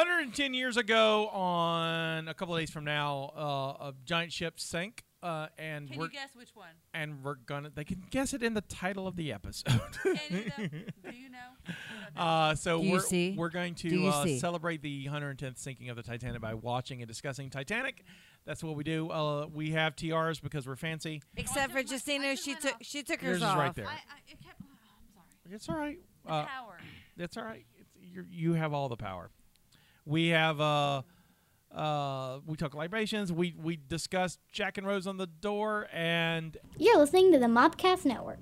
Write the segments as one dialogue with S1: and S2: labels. S1: 110 years ago, on a couple of days from now, uh, a giant ship sank, uh, and
S2: Can
S1: we're
S2: you guess which one?
S1: and we're gonna. They can guess it in the title of the episode.
S2: Any of them? Do you know? Okay.
S1: Uh, so
S3: Do you
S1: we're,
S3: see?
S1: we're going
S3: Do
S1: to
S3: you
S1: uh,
S3: see?
S1: celebrate the 110th sinking of the Titanic by watching and discussing Titanic. That's what we do. Uh, we have TRs because we're fancy.
S2: I
S3: Except for
S2: took my- I
S3: Justina,
S2: took
S3: she
S2: mine
S3: took
S2: off.
S3: she took
S1: Yours
S3: hers
S1: is right
S3: off.
S1: there.
S2: I, I, it kept. Oh, I'm sorry.
S1: It's all right.
S2: The
S1: Uh,
S2: tower.
S1: That's all right. It's, you're, you have all the power. We have uh, uh, we talk libations. We we discussed Jack and Rose on the door, and
S4: You're listening to the Mobcast Network.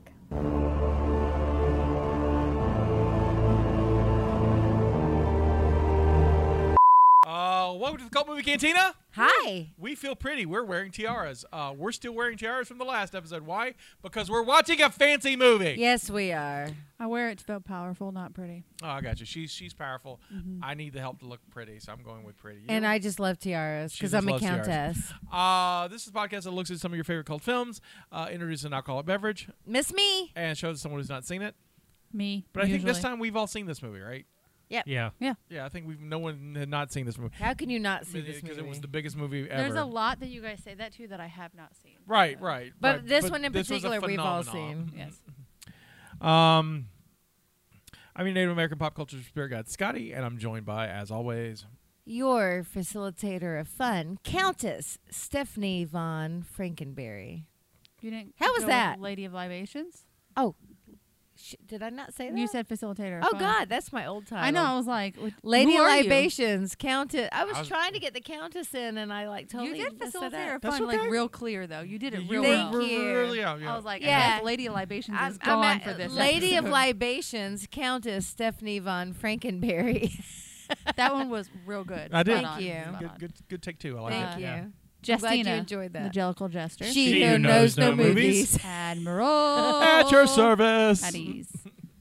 S1: uh, welcome to the Cult Movie Cantina.
S3: Hi.
S1: We feel pretty. We're wearing tiaras. Uh, we're still wearing tiaras from the last episode. Why? Because we're watching a fancy movie.
S3: Yes, we are.
S5: I wear it to feel powerful, not pretty.
S1: Oh, I got you. She's she's powerful. I need the help to look pretty, so I'm going with pretty. You-
S3: Mm-hmm. And I just love tiaras
S1: She
S3: because
S1: just
S3: I'm a
S1: loves tiaras.
S3: countess.
S1: uh, this is a podcast that looks at some of your favorite cult films, uh, introduces an alcoholic beverage,
S3: Miss me.
S1: and shows someone who's not seen it.
S5: Me.
S1: But I think this
S5: usually.
S1: time we've all seen this movie, right?
S6: Yeah.
S1: Yeah, I think we've no one had not seen this movie
S3: How can you not see this
S1: because
S3: movie?
S1: it was the biggest movie ever.
S5: There's a lot that you guys say that too that I have not seen.
S1: Right, right.
S3: but
S1: right.
S3: this one in
S1: this was a
S3: particular we've all
S1: phenomenon.
S3: seen.
S5: Yes.
S1: Um, I'm your Native American pop culture spirit guide, Scotty, and I'm joined by, as always,
S3: Your facilitator of fun, Countess Stephanie von Frankenberry.
S5: You didn't.
S3: How was
S5: go with
S3: that?
S5: Lady of Libations.
S3: Sh- did I not say that?
S5: You said facilitator.
S3: Oh
S5: Fine.
S3: God, that's my old title.
S5: I know. I was like, wh-
S3: Lady
S5: who are you?
S3: Libations, Countess. I was,
S1: I was-
S3: trying to get the Countess in, and I like
S5: You
S3: totally
S5: did
S3: messed it
S5: facilitator
S3: up.
S5: of
S1: That's
S5: fun
S1: okay.
S5: like real clear though. You did it
S1: you
S5: real
S1: were
S3: Thank
S5: well.
S3: you.
S1: really out. Yeah.
S5: I was like,
S3: Yeah.
S5: yeah. Lady of Libations
S3: I'm-
S5: is
S3: I'm
S5: gone
S3: at-
S5: for this.
S3: Lady of
S5: episode.
S3: Libations, Countess Stephanie von Frankenberry.
S5: that one was real good.
S1: I did.
S5: Spot on.
S3: Thank you.
S5: Spot
S1: good,
S5: on.
S1: good, good take two. I like
S3: Thank
S1: it.
S3: you.
S1: Yeah.
S3: I'm glad you
S5: Justina,
S3: enjoyed
S5: the
S3: that.
S5: Jellicle Jester.
S3: She, who knows, no movies.
S5: Admiral.
S1: At your service.
S5: At ease.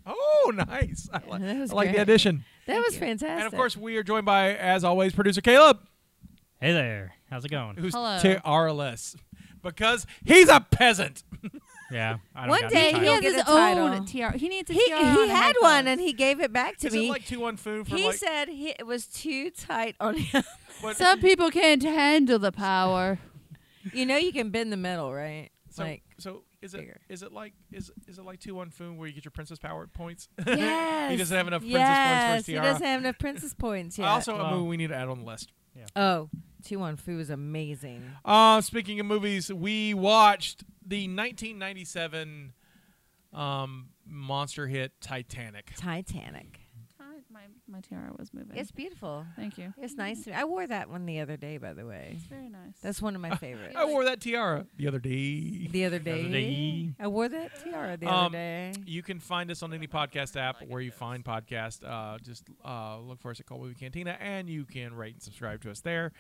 S1: Oh, nice. I like,
S3: That was
S1: I like the
S3: great.
S1: addition.
S3: That
S5: Thank
S3: was
S5: you.
S3: fantastic.
S1: And of course, we are joined by, as always, producer Caleb,
S6: Hey there. How's it going?
S1: who's
S5: Hello.
S1: TRLS because he's a peasant.
S6: Yeah. I don't
S3: One
S6: got
S3: day
S6: no
S3: he
S6: title.
S3: has-
S5: His
S3: Get a title.
S5: own tiara. He needs a
S3: he, he
S5: tiara. and a
S3: had one
S5: headphones.
S3: and he gave it back to
S1: Is
S3: me.
S1: it like two one food for
S3: he
S1: like?
S3: said he, it was too tight on him.
S1: what-
S5: Some people can't handle the power.
S3: you know, you can bend the metal, right?
S1: so,
S3: like
S1: so is it
S3: bigger.
S1: is it like is is it like two one food where you get your princess power points?
S3: yes,
S1: he doesn't have enough princess points
S3: yes,
S1: for his
S3: he
S1: tiara.
S3: doesn't have enough princess points yet.
S1: Also, a
S6: Well-
S1: movie we need to add on the list.
S3: oh, two one foo was amazing.
S1: Uh, speaking of movies, we watched the 1997 um, monster hit Titanic.
S3: Titanic.
S5: My, my tiara was moving.
S3: It's beautiful.
S5: Thank you.
S3: It's nice. To me. I wore that one the other day, by the way.
S5: It's very nice.
S3: That's one of my favorites.
S1: I wore that tiara the other day.
S3: the other
S6: other
S3: day.
S6: day.
S3: I wore that tiara the
S1: Um,
S3: other day.
S1: You can find us on any podcast app where you find podcasts. Uh, just uh, look for us at Cold Movie Cantina, and you can rate and subscribe to us there.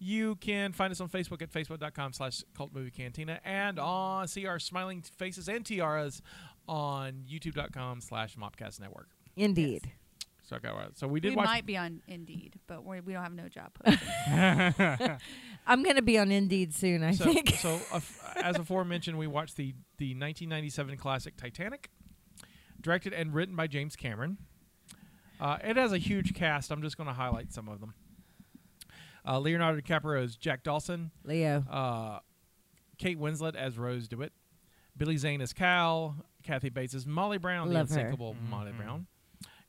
S1: You can find us on Facebook at facebook.com slash cult movie cantina and on, see our smiling faces and tiaras on youtube.com slash mopcast network.
S3: Indeed.
S1: So, I got right. so we did
S5: we
S1: watch.
S5: might be on Indeed, but we're, we don't have no job. posting.
S3: I'm gonna be on Indeed soon. I
S1: so,
S3: think.
S1: so uh, as aforementioned, we watched the, the 1997 classic Titanic, directed and written by James Cameron. Uh, it has a huge cast. I'm just going to highlight some of them. Uh, Leonardo DiCaprio as Jack Dawson,
S3: Leo.
S1: uh, Kate Winslet as Rose DeWitt, Billy Zane as Cal, Kathy Bates as Molly Brown,
S3: Love
S1: the
S3: her.
S1: unsinkable Molly Brown,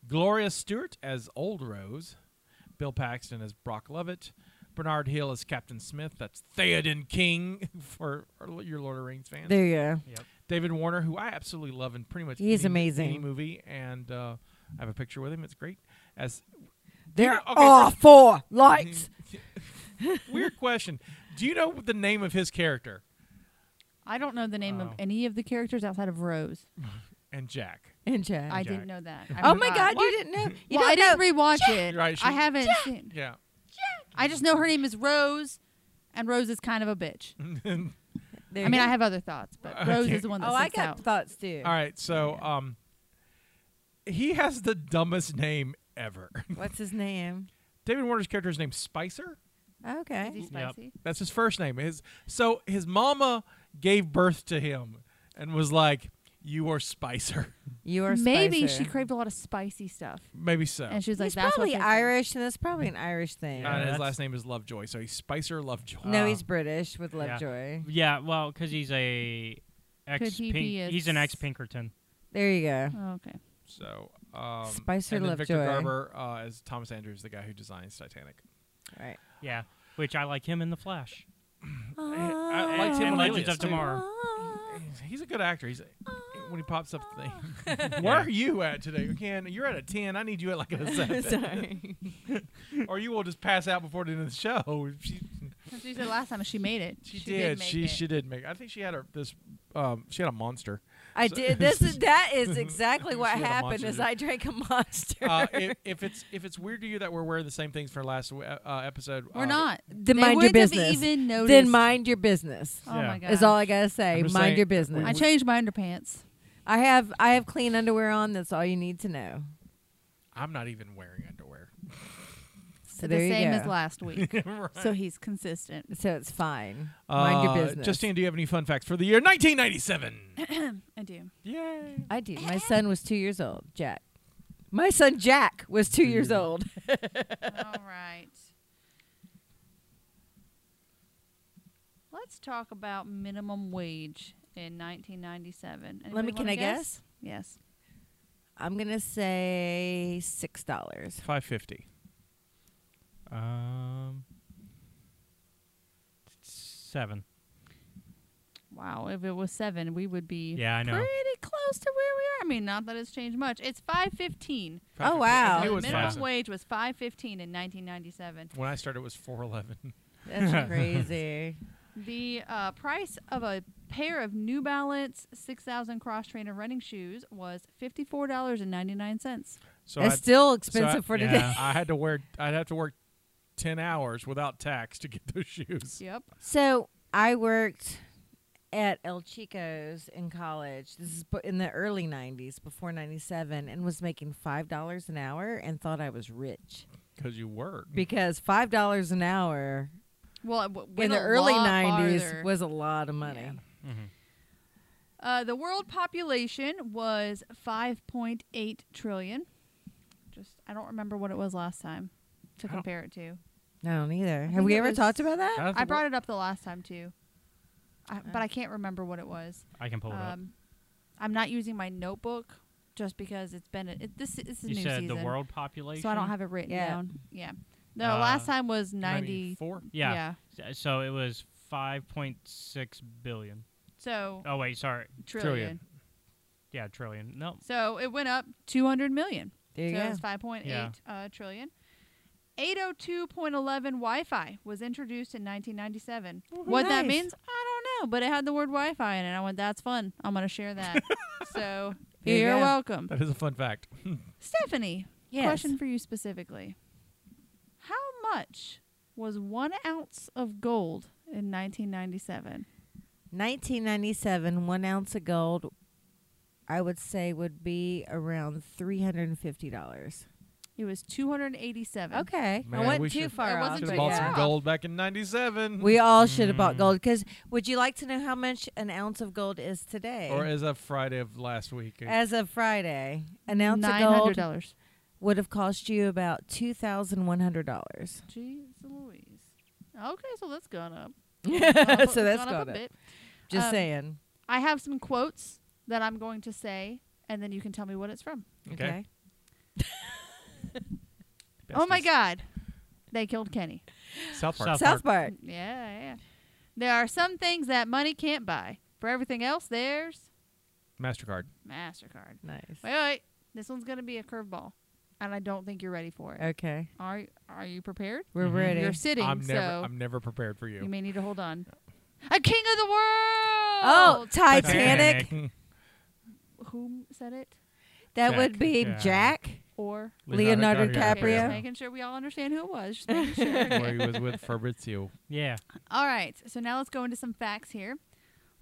S1: Gloria Stewart as Old Rose, Bill Paxton as Brock Lovett, Bernard Hill as Captain Smith. That's Theoden King for our- your Lord of the Rings fans.
S3: There you go.
S1: David Warner, who I absolutely love in pretty much
S3: He is
S1: any,
S3: amazing.
S1: any movie, and uh, I have a picture with him. It's great. As
S3: There
S1: okay,
S3: are four lights.
S1: weird question, do you know the name of his character
S5: I don't know the name of
S1: Oh.
S6: Wow.
S5: any of the characters outside of Rose.
S1: and Jack?
S3: And Jack.
S5: I
S6: Jack.
S5: didn't know that. I
S3: oh my
S5: forgot.
S3: God! You didn't know. You
S5: well, I
S3: don't know.
S5: didn't rewatch it.
S1: Right,
S5: I
S1: she-
S5: haven't seen.
S1: Yeah.
S5: I just know her name is Rose, and Rose is kind of a bitch.
S3: There
S5: I
S3: you
S5: mean,
S3: go.
S5: I have other thoughts, but Rose is the one that
S3: Oh, I
S5: sticks
S3: got
S5: out.
S3: thoughts too.
S1: All right,
S6: Oh,
S1: so um, he has the dumbest name ever.
S3: What's his name?
S1: David Warner's character is named Spicer.
S3: Okay.
S5: Is he
S6: Yep.
S5: spicy?
S1: That's his first name. His so his mama gave birth to him and was like, You are Spicer.
S3: You are
S5: Maybe
S3: Spicer.
S5: she craved a lot of spicy stuff,
S1: Maybe so.
S5: and she was like,
S3: He's
S5: "That's
S3: probably
S5: what
S3: Irish, and that's probably an Irish thing.
S1: Uh,
S6: Yeah,
S1: his
S6: that's-
S1: last name is Lovejoy, so he's Spicer Lovejoy.
S3: no,
S6: uh,
S3: he's British with
S6: yeah.
S3: Lovejoy.
S6: Yeah, well, because he's a ex.
S5: he be a
S6: he's an
S5: s-
S6: ex Pinkerton.
S3: There you go.
S5: Oh, okay.
S1: So um,
S3: Spicer
S1: and then Victor
S3: Lovejoy.
S1: Garber uh, as Thomas Andrews, the guy who designs Titanic.
S3: Right.
S6: Yeah, which I like him in The Flash.
S1: I- I
S6: And-
S1: liked him
S6: and
S1: in
S6: Legends
S1: Alias,
S6: of
S1: too.
S3: Ah.
S6: Tomorrow.
S1: He's- He's a good actor. He's when he pops up the thing. Where
S6: Yeah.
S1: are you at today, Ken? You're at a ten. I need you at like a seven,
S3: Sorry.
S1: or you will just pass out before the end of the show. She,
S5: That's what She said last time she made it.
S1: she,
S5: did.
S1: did. she she did make. I think she had her this. Um, she had a monster.
S3: I
S1: So-
S3: did. This is that is exactly what
S1: She had a
S3: happened. Is
S1: monster.
S3: I drank a monster.
S1: Uh, if, if it's if it's weird to you that we're wearing the same things for last uh, episode,
S5: We're
S1: uh,
S5: not.
S3: then
S5: They
S3: mind your
S5: wouldn't have
S3: business.
S5: even noticed.
S3: Then mind your business.
S5: Oh my god.
S3: Is all I gotta say.
S1: I'm
S3: Mind
S1: just saying,
S3: your
S5: I
S3: business.
S5: changed my underpants.
S3: I have I have clean underwear on. That's all you need to know.
S1: I'm not even wearing underwear.
S3: So
S5: the
S3: there you
S5: same as
S3: go.
S5: last week.
S1: Right.
S5: So he's consistent.
S3: So it's fine. Mind
S1: Uh,
S3: your business.
S1: Justine, do you have any fun facts for the year 1997?
S5: I do.
S1: Yay!
S3: I do. My son was two years old. Jack. My son Jack was two years old.
S5: all right. Let's talk about minimum wage in 1997.
S3: Let me.
S5: Anybody
S3: Can
S5: wanna
S3: I guess?
S5: Yes.
S3: I'm gonna say six dollars.
S1: 550.
S6: Um, seven.
S5: Wow. If it was seven, we would be
S6: Yeah, I know.
S5: pretty close to where we are. I mean, not that it's changed much. It's 515.
S3: Oh, wow.
S1: I knew
S5: The
S1: it was
S5: minimum
S1: five.
S5: wage was 515 in 1997.
S1: When I started, it was 411.
S3: That's crazy.
S5: The uh, price of a pair of New Balance 6,000 cross trainer running shoes was $54.99.
S1: So
S3: That's
S1: I'd-
S3: still
S1: so I-
S3: expensive for
S6: yeah.
S3: today.
S1: I had to wear. I'd have to work 10 hours without tax to get those shoes.
S5: Yep.
S3: So I worked at El Chico's in college. This is bu- in the early '90s, before '97, and was making five dollars an hour and thought I was rich
S1: Because you work.
S3: because five dollars an hour
S5: Well, it w-
S3: in
S5: went
S3: the
S5: a
S3: early
S5: lot
S3: '90s
S5: farther.
S3: was a lot of money.
S5: Yeah.
S6: Mhm.
S5: Uh, the world population was 5.8 trillion. Just, I don't remember what it was last time
S1: I
S5: to
S1: don't-
S5: compare it to.
S3: I don't either. Have
S5: think
S3: we
S5: it
S3: ever
S5: was-
S3: taled about that?
S1: How's
S5: I
S1: the
S5: brought
S1: wor-
S5: it up the last time too, I, but I can't remember what it was.
S6: I can pull it up.
S5: Um, I'm not using my notebook just because it's been a, it, this. This is
S6: You
S5: new
S6: said
S5: season,
S6: the world population.
S5: so I don't have it written
S3: Yeah.
S5: down. Yeah, the
S6: Uh,
S5: last time was 90.
S1: 94.
S6: Yeah.
S5: yeah.
S6: S- So it was five point six billion.
S5: So
S6: Oh wait, sorry.
S5: trillion.
S1: trillion.
S6: Yeah, trillion. No.
S5: So it went up 200 million.
S3: There you
S5: so
S3: go.
S5: it was 5.8
S6: Yeah.
S5: uh, trillion. 802.11 Wi-Fi was introduced in 1997. What that
S3: nice.
S5: means, I don't know, but it had the word Wi-Fi in it. I went, that's fun. I'm gonna share that. so
S3: There you
S5: you're
S3: go.
S5: welcome,
S1: That is a fun fact.
S5: Stephanie.
S3: Yes.
S5: Question for you specifically: How much was one ounce of gold in 1997?
S3: 1997, one ounce of gold, I would say, would be around three hundred and fifty dollars.
S5: It was 287.
S3: Okay,
S1: Man,
S3: I
S1: we
S3: went too
S1: should-
S3: far
S5: It
S3: off.
S5: wasn't
S1: Should have
S3: but
S5: too
S1: bought
S5: far
S3: yeah.
S1: some
S5: off.
S1: gold back in 97.
S3: We all should have bought
S6: Mm.
S3: gold. Because would you like to know how much an ounce of gold is today?
S1: or as of Friday of last week.
S3: As of Friday, an ounce of gold
S5: $900.
S3: would have cost you about two thousand one hundred dollars.
S5: Jeez Louise. Okay, so that's gone up.
S3: so
S5: Gone up-
S3: that's
S5: gone
S3: got
S5: up a
S3: it.
S5: bit.
S3: Just
S5: Um,
S3: saying.
S5: I have some quotes that I'm going to say, and then you can tell me what it's from.
S1: okay.
S5: Oh my
S1: Besties.
S5: God. They killed Kenny. Mm,
S1: South Park.
S6: South-
S3: South Park.
S5: Yeah, yeah. There are some things that money can't buy. For everything else, there's
S1: Mastercard.
S5: MasterCard.
S3: Nice.
S5: Wait, wait. This one's going to be a curveball, and I don't think you're ready for it.
S3: Okay,
S5: Are, are you prepared?
S3: we're
S6: Mhm.
S3: ready.
S5: You're sitting,
S1: I'm
S5: so
S1: never. I'm never prepared for
S5: you
S1: you.
S5: may need to hold on. A king of the world!
S3: oh, Titanic.
S6: Titanic.
S5: Who said it?
S3: That
S6: Jack.
S3: would be
S6: Yeah.
S3: Jack.
S5: Or
S3: Leonardo
S5: Okay, just
S3: DiCaprio.
S5: making sure we all understand who it was. Just making sure.
S1: Where he was with Fabrizio.
S6: Yeah.
S5: All right. So now let's go into some facts here.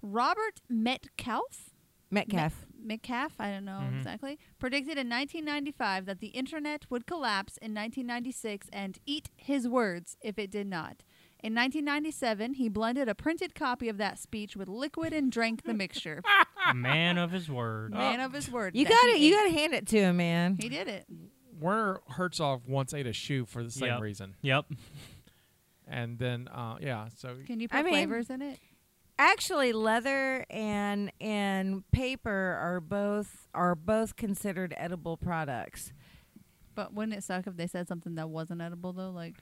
S5: Robert Metcalf,
S3: Metcalf.
S5: Metcalf, I don't know
S6: Mhm.
S5: exactly, predicted in 1995 that the internet would collapse in 1996 and eat his words if it did not. In 1997, he blended a printed copy of that speech with liquid and drank the mixture.
S6: A man of his word. Oh,
S5: Man of his word.
S3: You
S5: that
S3: got to
S5: he
S3: You
S5: ate.
S3: got to hand it to him, man.
S5: He did it.
S1: Werner Herzog once ate a shoe for the same
S6: Yep.
S1: reason,
S6: Yep.
S1: and then uh, yeah, so
S5: Can you put
S3: I mean-
S5: flavors in it?
S3: Actually, leather and and paper are both are both considered edible products.
S5: But wouldn't it suck if they said something that wasn't edible though? Like,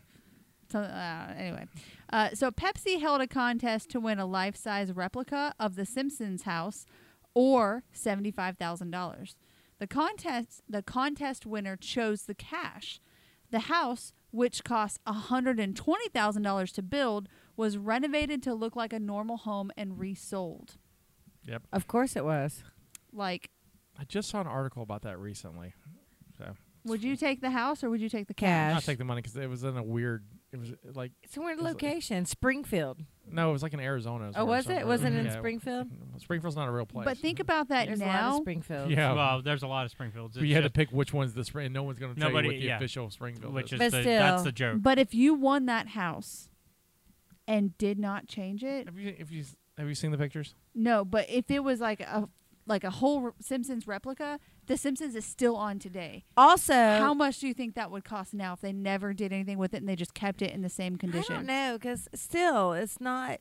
S5: so, uh, anyway. Uh, so Pepsi held a contest to win a life-size replica of the Simpsons house, or seventy-five thousand dollars. The contest the contest winner chose the cash. The house, which cost hundred and twenty thousand dollars to build, was renovated to look like a normal home and resold.
S1: yep.
S3: Of course, it was.
S5: Like,
S1: I just saw an article about that recently. So
S5: would you take the house or would you take the
S1: i
S5: cash?
S1: not take the money because it was in a weird. It was uh, like
S3: It's a weird
S1: It's like-
S3: location, Springfield.
S1: no, it was like in Arizona.
S3: Oh, was it? Was it in
S1: Yeah.
S3: Springfield?
S1: Springfield's not a real place.
S5: But think about that
S3: There's a lot of
S5: now.
S3: Springfield.
S1: Yeah,
S6: Well, there's a lot of Springfields.
S1: but
S6: It's
S1: you had to
S6: just-
S1: pick which one's the spring. No one's going to tell
S6: Nobody-
S1: you what the
S6: yeah.
S1: official Springfield
S6: which is
S3: But
S6: the,
S3: still.
S6: that's the joke.
S5: But if you won that house and did not change it,
S1: Have you have you have you seen the pictures?
S5: no. But if it was like a like a whole Simpsons replica, the Simpsons is still on today.
S3: Also,
S5: How much do you think that would cost now if they never did anything with it and they just kept it in the same
S3: I
S5: condition?
S3: don't know because still it's not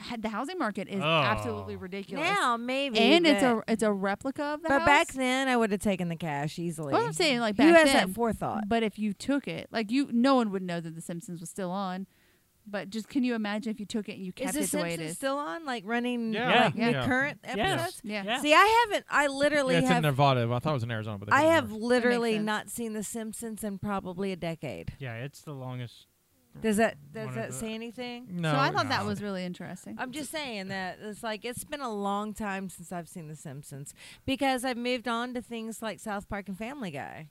S5: Ha- The housing market is
S6: Oh.
S5: absolutely ridiculous.
S3: now. Maybe
S5: and it's
S3: but-
S5: a it's a replica of the
S3: But
S5: house.
S3: back then, I would have taken the cash easily.
S5: Well, I'm saying, like,
S3: who
S5: back
S3: has that
S5: then,
S3: forethought?
S5: But if you took it, like you, no one would know that the Simpsons was still on. But just can you imagine if you took it and you
S3: Is
S5: kept
S3: the
S5: it the way it
S3: Simpsons
S5: is?
S3: still on? Like running
S1: Yeah.
S3: like
S5: Yeah.
S3: the current
S6: Yes.
S3: episodes?
S5: Yeah.
S6: Yeah.
S3: See, I haven't. I literally
S1: Yeah, it's in
S3: have.
S1: Nevada. I thought it was in Arizona, but they
S3: I
S1: couldn't
S3: have
S1: remember.
S3: literally
S5: sense.
S3: not seen The Simpsons in probably a decade.
S6: yeah, it's the longest.
S5: Mm.
S3: Does that does
S6: One of
S3: that
S6: the-
S3: say anything?
S1: No,
S5: so I thought that
S1: no.
S5: was really interesting.
S3: I'm just saying that it's like it's been a long time since I've seen The Simpsons because I've moved on to things like South Park and Family Guy.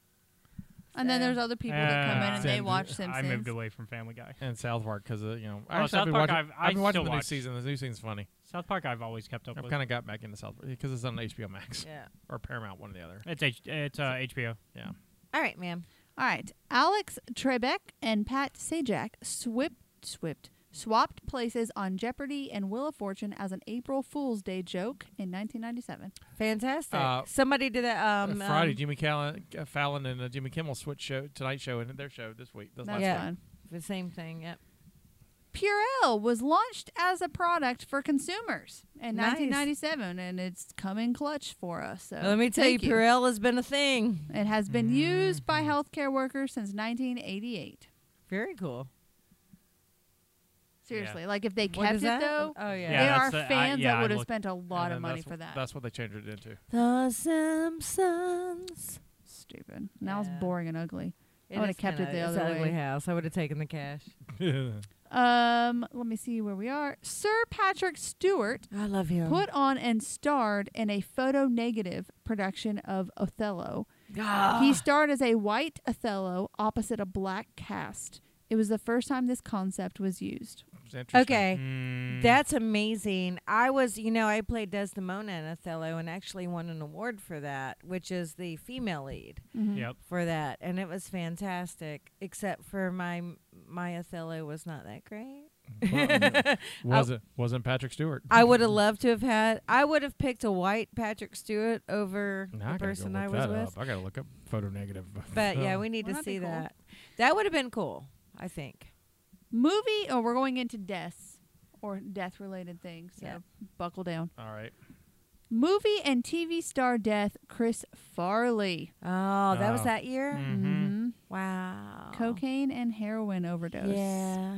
S5: And then
S3: So-
S5: there's other people that come in and they
S1: Sim-
S5: watch
S6: I
S5: Simpsons.
S6: moved away from Family Guy.
S1: and South Park because you know
S6: Well,
S1: actually,
S6: Oh, South
S1: I've been
S6: Park,
S1: watching,
S6: I've- I
S1: I've been watching
S6: still
S1: the new
S6: watch.
S1: season. The new season's funny.
S6: South Park, I've always kept up
S1: I've
S6: with.
S1: kind of got back into South Park because it's on HBO Max
S3: Yeah.
S1: or Paramount, one or the other.
S6: It's H- it's uh, HBO.
S1: Yeah,
S3: All right, ma'am.
S5: All right. Alex Trebek and Pat Sajak swipped, swipped, swapped places on Jeopardy and Wheel of Fortune as an April Fool's Day joke in 1997.
S3: Fantastic.
S1: Uh,
S3: Somebody did that. Um,
S1: Uh, Friday,
S3: um,
S1: Jimmy Callan, uh, Fallon and uh, Jimmy Kimmel switch show tonight show and their show this week. This
S5: That's
S1: last
S3: Yeah.
S5: fun.
S3: the same thing. Yep.
S5: Purell was launched as a product for consumers in
S3: Nice.
S5: 1997, and it's come in clutch for us. So
S3: Let me tell you,
S5: Oh, thank
S3: Purell Mm-hmm. has been a thing.
S5: It has been used by healthcare workers since 1988.
S3: Very cool.
S5: Seriously, like if they
S3: What
S5: kept
S3: is
S5: it
S3: that?
S5: though,
S3: Oh yeah.
S6: Yeah.
S5: there
S6: that's
S5: are
S6: the- I-
S5: fans
S6: yeah,
S5: that
S6: I
S5: would have
S6: looked-
S5: spent a lot
S1: And
S5: of
S1: then
S5: money
S1: that's
S5: for
S1: what-
S5: that.
S1: That's what they changed it into.
S3: The Simpsons.
S5: Stupid. Now it's
S3: Yeah.
S5: boring and ugly. I
S3: It
S5: would've
S3: is
S5: kept it
S3: kinda-
S5: the
S3: it's
S5: other
S3: an ugly
S5: way.
S3: house. I would have taken the cash.
S6: Mm.
S5: Um, let me see where we are. Sir Patrick Stewart
S3: I love him.
S5: put on and starred in a photo negative production of Othello.
S3: Ah.
S5: He starred as a white Othello opposite a black cast. It was the first time this concept was used.
S1: It's interesting.
S3: okay.
S6: Mm,
S3: That's amazing. I was, you know, I played Desdemona in Othello and actually won an award for that, which is the female lead
S5: Mm-hmm.
S6: Yep.
S3: for that, and it was fantastic. Except for my my Othello was not that great.
S1: Well, was it wasn't Patrick Stewart?
S3: I would have loved to have had. I would have picked a white Patrick Stewart over
S1: Now I
S3: the
S1: gotta go
S3: person
S1: look
S3: I was
S1: that
S3: with.
S1: up. I gotta look up photo negative.
S3: But yeah, we need
S5: Well,
S3: to
S5: that'd be
S3: see
S5: cool.
S3: that. That would have been cool, I think.
S5: Movie, oh, we're going into deaths or death related things. So
S3: Yeah.
S5: buckle down.
S1: All right.
S5: Movie and TV star death, Chris Farley.
S3: Oh, that was
S1: Oh.
S3: that year?
S6: Mm-hmm.
S3: Wow.
S5: Cocaine and heroin overdose.
S3: Yeah.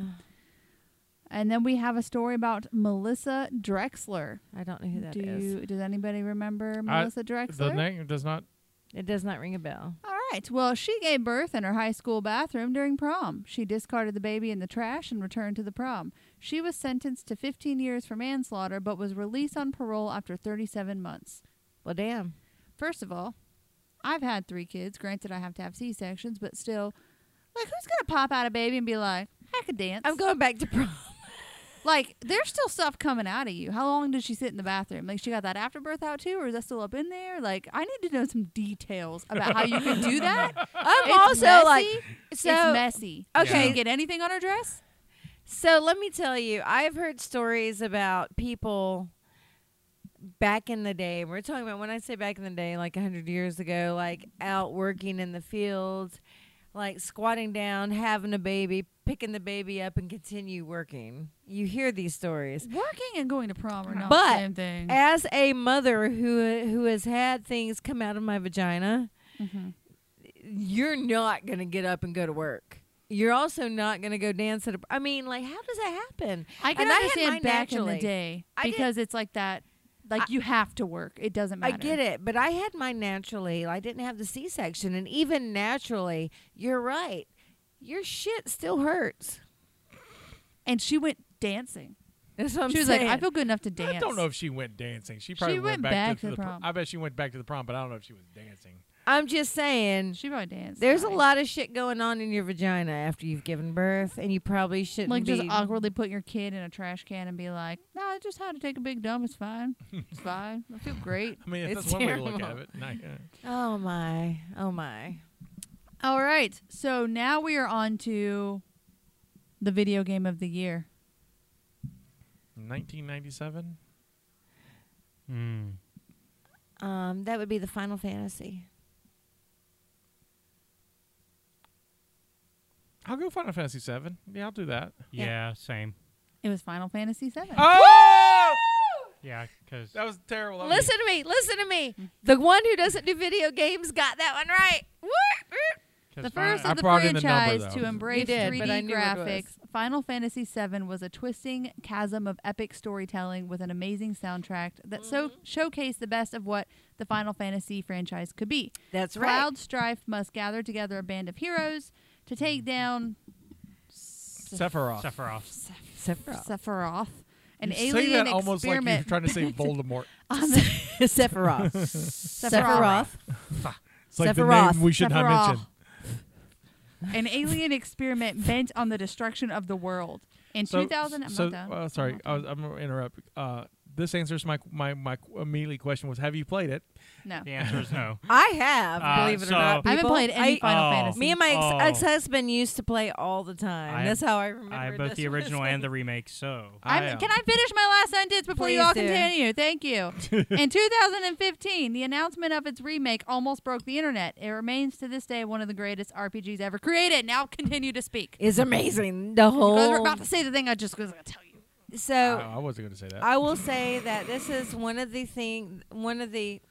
S5: And then we have a story about Melissa Drexler.
S3: I don't know who that
S5: Do
S3: is.
S5: you, does anybody remember Melissa
S1: The
S5: Drexler?
S1: name does not.
S3: It does not ring a bell.
S5: All right. Well, she gave birth in her high school bathroom during prom. She discarded the baby in the trash and returned to the prom. She was sentenced to 15 years for manslaughter but was released on parole after 37 months.
S3: Well, damn.
S5: First of all, I've had three kids. Granted, I have to have C sections, but still, like, who's going to pop out a baby and be like, I could dance?
S3: I'm going back to prom.
S5: Like, there's still stuff coming out of you. How long did she sit in the bathroom? Like, she got that afterbirth out too, or is that still up in there? Like, I need to know some details about how you can do that.
S3: I'm
S5: It's
S3: also like,
S5: messy.
S3: so
S5: it's messy.
S3: okay.
S5: She didn't get anything on her dress.
S3: So let me tell you, I've heard stories about people back in the day. We're talking about when I say back in the day, like 100 years ago, like out working in the fields, like squatting down, having a baby, picking the baby up, and continue working. You hear these stories.
S5: Working and going to prom are not
S3: But
S5: the same thing.
S3: As a mother who who has had things come out of my vagina, Mm-hmm.
S5: Mhm.
S3: you're not going to get up and go to work. You're also not going to go dance at a. I mean, like, how does that happen?
S5: I can
S3: and I had
S5: understand
S3: mine
S5: back in
S3: naturally.
S5: the day
S3: I did-
S5: because it's like that. Like
S3: I-
S5: you have to work. It doesn't matter.
S3: I get it, but I had mine naturally. I didn't have the C section, and even naturally, you're right. Your shit still hurts.
S5: And she went dancing.
S3: That's what I'm
S5: she was
S3: saying.
S5: like, I feel good enough to dance.
S1: I don't know if she went dancing. She probably
S5: went back to
S1: the
S5: the
S1: pr-
S5: prom.
S1: I bet she went back to the prom, but I don't know if she was dancing.
S3: I'm just saying.
S5: She probably danced.
S3: There's a
S5: probably.
S3: lot of shit going on in your vagina after you've given birth, and you probably shouldn't
S5: Like just
S3: be-
S5: awkwardly put your kid in a trash can and be like, "No, I just had to take a big dump. It's fine. It's fine. I feel great."
S1: I mean, if
S3: It's
S1: that's one way to look at
S3: terrible.
S1: it. uh, Nah, yeah.
S3: Oh my, oh my.
S5: All right. So now we are on to the video game of the year.
S1: 1997.
S6: Mm.
S3: Um, that would be the Final Fantasy.
S1: I'll go Final Fantasy 7. Yeah, I'll do that.
S3: Yeah.
S6: Yeah. same.
S5: It was Final Fantasy VII.
S1: Oh!
S6: Yeah, because
S1: That was terrible. That was-
S3: Listen to me, listen to me. The one who doesn't do video games got that one right. Woo!
S5: the first
S1: I
S5: of the
S1: brought in the number,
S5: franchise
S1: though.
S5: to embrace
S3: did,
S5: 3D
S3: but I knew what it was.
S5: graphics, Final Fantasy VII was a twisting chasm of epic storytelling with an amazing soundtrack that so showcased the best of what the Final Fantasy franchise could be.
S3: That's
S5: Cloud Strife must gather together a band of heroes to take
S1: Mm-hmm.
S5: down
S1: Sephiroth.
S6: Sephiroth.
S3: Sephiroth.
S5: Sephiroth, an
S1: you say
S5: alien
S1: that almost like you're
S5: experiment
S1: trying to say Voldemort.
S5: on the
S3: Sephiroth.
S5: Sephiroth.
S1: It's like the
S3: Sephiroth.
S1: name we should not mention.
S5: an alien experiment bent on the destruction of the world. In 2000, I'm
S1: so,
S5: not done.
S1: uh, sorry,
S5: not
S1: I was, I'm gonna interrupt. Uh, this answers my my my immediately question was, have you played it?
S5: No.
S6: The answer is no.
S3: I have,
S6: Uh,
S3: believe it
S6: so-
S3: or not.
S5: I haven't
S3: people.
S5: played any
S3: I-
S5: Final
S6: Oh.
S5: Fantasy.
S3: Me and my
S6: Oh.
S3: ex husband used to play all the time.
S6: I-
S3: That's how I remember.
S6: I have both
S3: this
S6: the original
S3: was.
S6: and the remake, so
S5: I'm,
S1: am.
S5: Can I finish my last sentence before
S3: Please
S5: you all
S3: do.
S5: continue? Thank you. In 2015, the announcement of its remake almost broke the internet. It remains to this day one of the greatest RPGs ever created. Now continue to speak.
S3: It's amazing. The
S5: Because we're
S3: whole.
S5: about to say the thing I just was going to tell you.
S1: I,
S3: So
S6: Oh,
S1: I wasn't going to say that.
S3: Oh. I will say that this is one of the thing, one of the,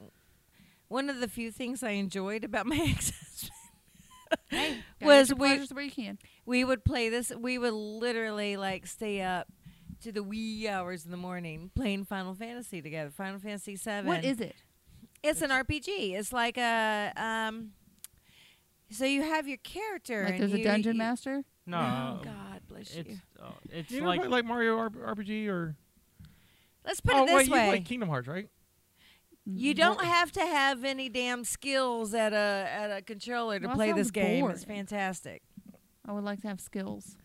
S3: one of the few things I enjoyed about my ex husband.
S5: Hey, was
S3: Was we-
S5: pleasures where you can.
S3: We would play this. We would literally like stay up to the wee hours in the morning playing Final Fantasy together. Final Fantasy Seven.
S5: What is it?
S3: It's an RPG. It's like a um. So you have your character.
S5: Like
S3: and
S5: there's a
S3: you-
S5: dungeon
S3: you-
S5: master?
S6: no.
S3: Oh God bless
S6: It's
S3: you.
S6: uh, it's
S1: you
S6: like
S1: like, like Mario R- RPG or
S3: Let's put
S1: oh
S3: it this
S1: wait, you
S3: way:
S1: like Kingdom Hearts, right?
S3: you
S5: Mm-hmm.
S3: don't have to have any damn skills at a at a controller to
S5: Well, that
S3: play this
S5: sounds
S3: game. It's
S5: boring.
S3: fantastic.
S5: I would like to have skills.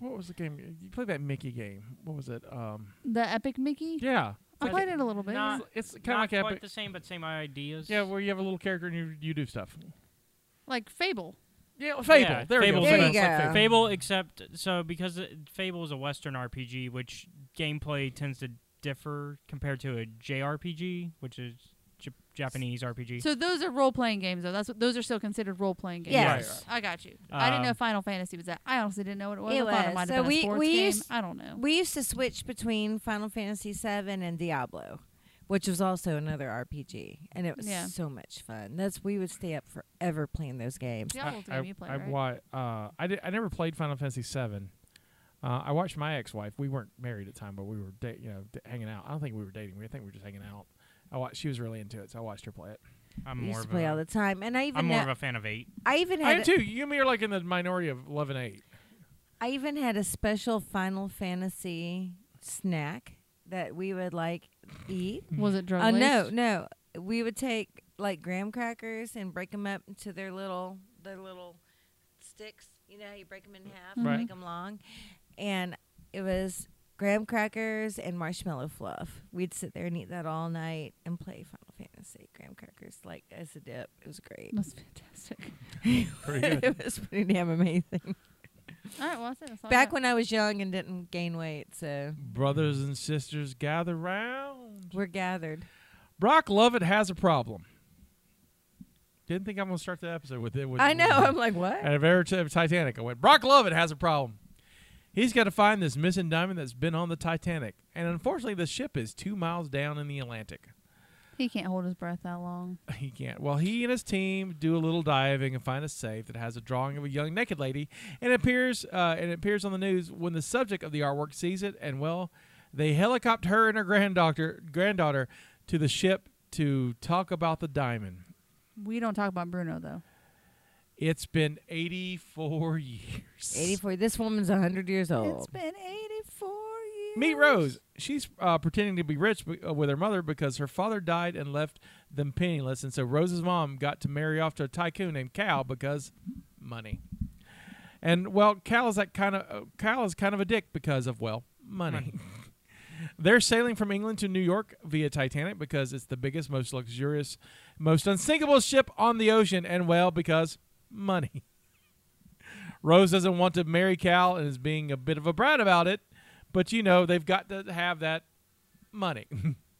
S1: What was the game? You played that Mickey game. What was it? Um,
S5: The Epic Mickey?
S1: yeah,
S5: I
S1: Like
S5: played it a little bit.
S6: not-
S1: it's kind of
S6: not
S1: like
S6: quite
S1: Epic.
S6: the same, but same ideas.
S1: Yeah, where you have a little character and you you do stuff.
S5: like Fable.
S1: Yeah, Fable.
S6: Yeah,
S1: there we go.
S6: Fable's
S1: Fable.
S3: There you
S1: It's like
S3: go.
S1: Fable.
S6: Fable, except so because it- Fable is a Western RPG, which gameplay tends to differ compared to a JRPG, which is J- Japanese RPG.
S5: So those are role playing games, though. That's what, those are still considered role playing games.
S3: Yes.
S1: Right, right.
S5: I got you. I didn't know
S6: Um,
S5: Final Fantasy was that. I honestly didn't know what it was. I
S3: It
S5: thought
S3: was.
S5: it might
S3: So
S5: have been
S3: we-
S5: a sports
S3: we
S5: game.
S3: used-
S5: I don't know.
S3: We used to switch between Final Fantasy VII and Diablo, which was also another RPG, and it was
S5: Yeah.
S3: so much fun. That's we would stay up forever playing those games.
S5: Yeah, old
S1: I,
S5: game you played,
S1: I
S5: right?
S1: wa- uh, I, did, I never played Final Fantasy Seven. Uh, I watched my ex-wife. We weren't married at the time, but we were da- you know d- hanging out. I don't think we were dating. We I think we were just hanging out. I watched, she was really into it, so I watched her play it.
S6: I'm
S3: We
S6: more
S3: used to
S6: of
S3: play
S6: a,
S3: all the time, and I even
S6: I'm more
S3: had-
S6: of a fan of eight.
S3: I even
S1: I
S3: had
S1: am
S3: a-
S1: too. You and me are like in the minority of eleven eight.
S3: I even had a special Final Fantasy snack that we would like eat.
S5: Was it drug
S3: Uh, no, no. We would take like graham crackers and break them up into their little their little sticks. You know how you break them in half and
S1: Right.
S3: make them long, and it was graham crackers and marshmallow fluff. We'd sit there and eat that all night and play Final Fantasy graham crackers like as a dip. It was great.
S5: That's fantastic.
S1: Pretty good.
S3: it was pretty damn amazing.
S5: All right, well, that's it. That's all I
S3: Back
S5: got.
S3: when I was young and didn't gain weight, so
S1: Brothers and sisters, gather round.
S3: we're gathered.
S1: Brock Lovett has a problem. Didn't think I'm gonna start the episode with it. With,
S3: I know.
S1: with-
S3: I'm like, what?
S1: out of Air T- Titanic. I went, Brock Lovett has a problem. He's got to find this missing diamond that's been on the Titanic. And unfortunately, the ship is two miles down in the Atlantic.
S5: he can't hold his breath that long.
S1: He can't. Well, he and his team do a little diving and find a safe that has a drawing of a young naked lady, and it appears uh, and it appears on the news when the subject of the artwork sees it, and well, they helicopter her and her granddaughter granddaughter to the ship to talk about the diamond.
S5: We don't talk about Bruno though.
S1: It's been 84 years.
S3: 84. This woman's 100 years old.
S5: It's been 84 years.
S1: Meet Rose. She's uh, pretending to be rich be- uh, with her mother because her father died and left them penniless. And so Rose's mom got to marry off to a tycoon named Cal because money. And well, Cal is that kind of uh, Cal is kind of a dick because of well money. They're sailing from England to New York via Titanic because it's the biggest, most luxurious, most unsinkable ship on the ocean, and well, because money. Rose doesn't want to marry Cal and is being a bit of a brat about it, but you know, they've got to have that money.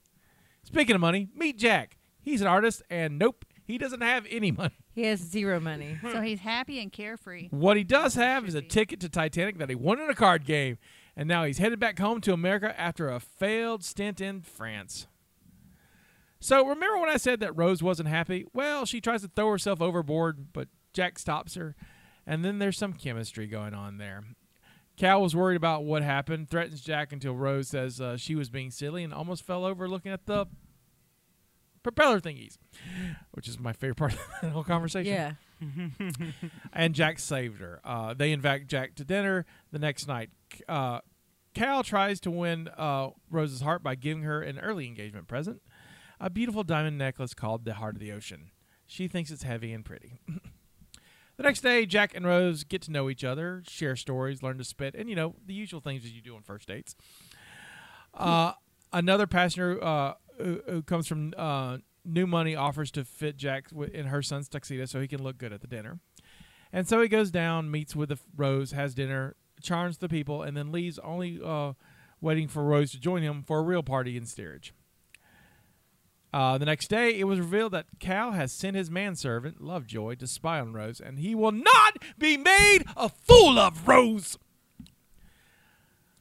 S1: Speaking of money, meet Jack. He's an artist, and nope, he doesn't have any money.
S3: He has zero money.
S1: Hmm.
S5: So he's happy and carefree.
S1: What he does
S5: Should
S1: have is a
S5: be.
S1: ticket to Titanic that he won in a card game, and now he's headed back home to America after a failed stint in France. So remember when I said that Rose wasn't happy? Well, she tries to throw herself overboard, but Jack stops her, and then there's some chemistry going on there. Cal was worried about what happened, threatens Jack until Rose says uh, she was being silly and almost fell over looking at the propeller thingies, which is my favorite part of the whole conversation
S3: Yeah.
S1: and Jack saved her. Uh, they invite Jack to dinner the next night. Uh, Cal tries to win uh, Rose's heart by giving her an early engagement present a beautiful diamond necklace called the Heart of the Ocean. She thinks it's heavy and pretty. the next day, Jack and Rose get to know each other, share stories, learn to spit, and you know, the usual things that you do on first dates. Uh, another passenger uh, who, who comes from uh, New Money offers to fit Jack wi- in her son's tuxedo so he can look good at the dinner. And so he goes down, meets with the Rose, has dinner, charms the people, and then leaves, only uh, waiting for Rose to join him for a real party in steerage. Uh, the next day, it was revealed that Cal has sent his manservant, Lovejoy, to spy on Rose, and he will not be made a fool of, Rose!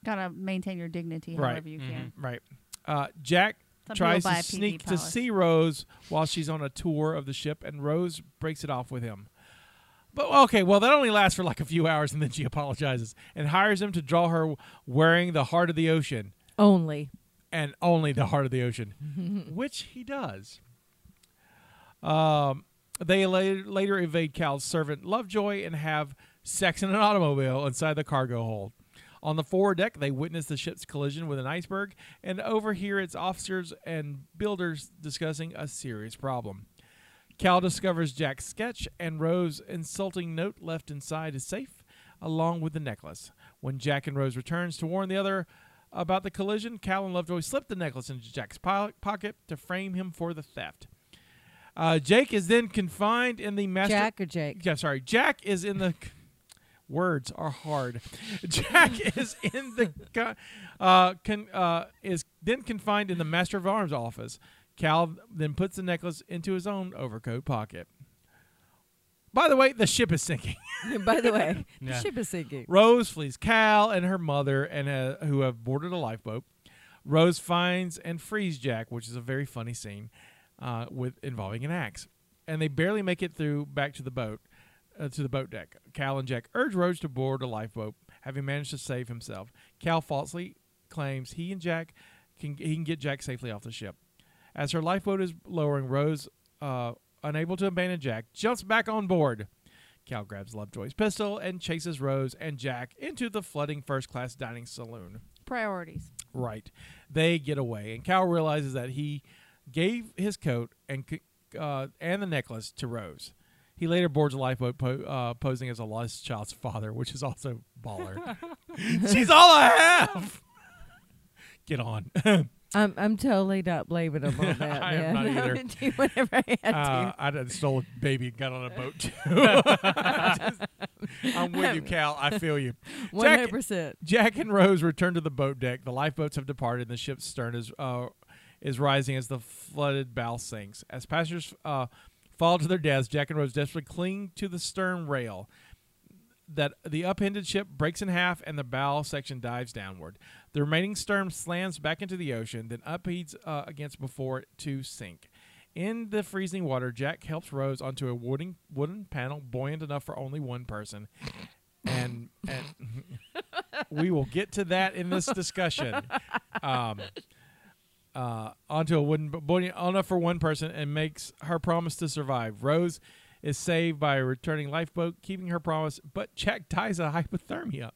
S5: Gotta maintain your dignity
S1: Right.
S5: however you can.
S1: Right. Uh, Jack
S5: Some people
S1: tries
S5: buy
S1: to
S5: a PV
S1: sneak to
S5: policy.
S1: see Rose while she's on a tour of the ship, and Rose breaks it off with him. But okay, well, that only lasts for like a few hours, and then she apologizes and hires him to draw her wearing the heart of the ocean
S3: Only.
S1: and only the heart of the ocean, which he does. Um, they later, later evade Cal's servant Lovejoy and have sex in an automobile inside the cargo hold. On the forward deck, they witness the ship's collision with an iceberg and overhear its officers and builders discussing a serious problem. Cal discovers Jack's sketch and Rose's insulting note left inside his safe, along with the necklace. When Jack and Rose returns to warn the other about the collision, Cal and Lovejoy slip the necklace into Jack's po- pocket to frame him for the theft. Uh, Jake is then confined in the master.
S3: Jack or Jake?
S1: Yeah, sorry. Jack is in the. Words are hard. Jack is in the co- uh, con, uh, is then confined in the master of arms office. Cal then puts the necklace into his own overcoat pocket. By the way, the ship is sinking.
S3: By the way,
S6: Yeah.
S3: the ship is sinking.
S1: Rose flees Cal and her mother, and uh, who have boarded a lifeboat. Rose finds and frees Jack, which is a very funny scene uh, with involving an axe, and they barely make it through back to the boat, uh, to the boat deck. Cal and Jack urge Rose to board a lifeboat, having managed to save himself. Cal falsely claims he and Jack can he can get Jack safely off the ship. As her lifeboat is lowering, Rose, uh, unable to abandon Jack, jumps back on board. Cal grabs Lovejoy's pistol and chases Rose and Jack into the flooding first class dining saloon.
S5: Priorities.
S1: Right. They get away, and Cal realizes that he gave his coat and c- uh, and the necklace to Rose. He later boards a lifeboat po- uh, posing as a lost child's father, which is also baller. She's all I have. Get on.
S3: I'm I'm totally not blaming them on that.
S1: I am
S3: man.
S1: not either.
S3: I would do whatever I had
S1: Uh,
S3: to.
S1: I done stole a baby and got on a boat too. Just- I'm with you, Cal. I feel you.
S3: One hundred percent.
S1: Jack and Rose return to the boat deck. The lifeboats have departed, and the ship's stern is uh, is rising as the flooded bow sinks. As passengers uh, fall to their deaths, Jack and Rose desperately cling to the stern rail. That the upended ship breaks in half and the bow section dives downward. The remaining stern slams back into the ocean, then upheaves uh, against before it to sink. In the freezing water, Jack helps Rose onto a wooden wooden panel buoyant enough for only one person, and and we will get to that in this discussion. Um, uh, onto a wooden buoy enough for one person and makes her promise to survive. Rose is saved by a returning lifeboat, keeping her promise, but Jack dies of hypothermia.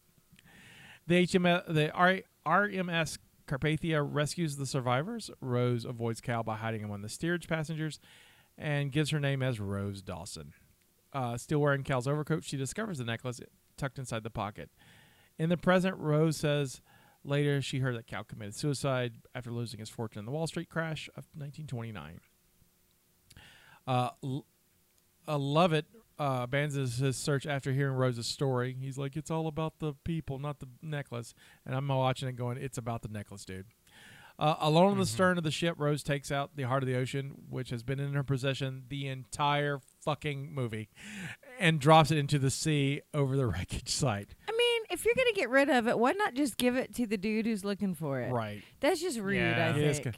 S1: The HMS, the R- RMS Carpathia rescues the survivors. Rose avoids Cal by hiding among the steerage passengers, and gives her name as Rose Dawson. Uh, still wearing Cal's overcoat, she discovers the necklace tucked inside the pocket. In the present, Rose says later she heard that Cal committed suicide after losing his fortune in the Wall Street crash of 1929. Uh, L- uh, Lovett uh, abandons his search after hearing Rose's story. He's like, it's all about the people, not the necklace. And I'm watching it going, it's about the necklace, dude. Uh, alone on the stern of the ship, Rose takes out the heart of the ocean, which has been in her possession the entire fucking movie, and drops it into the sea over the wreckage site.
S3: I mean, if you're gonna get rid of it, why not just give it to the dude who's looking for it?
S1: Right.
S3: That's just rude.
S6: Yeah.
S3: I
S1: It is
S3: think.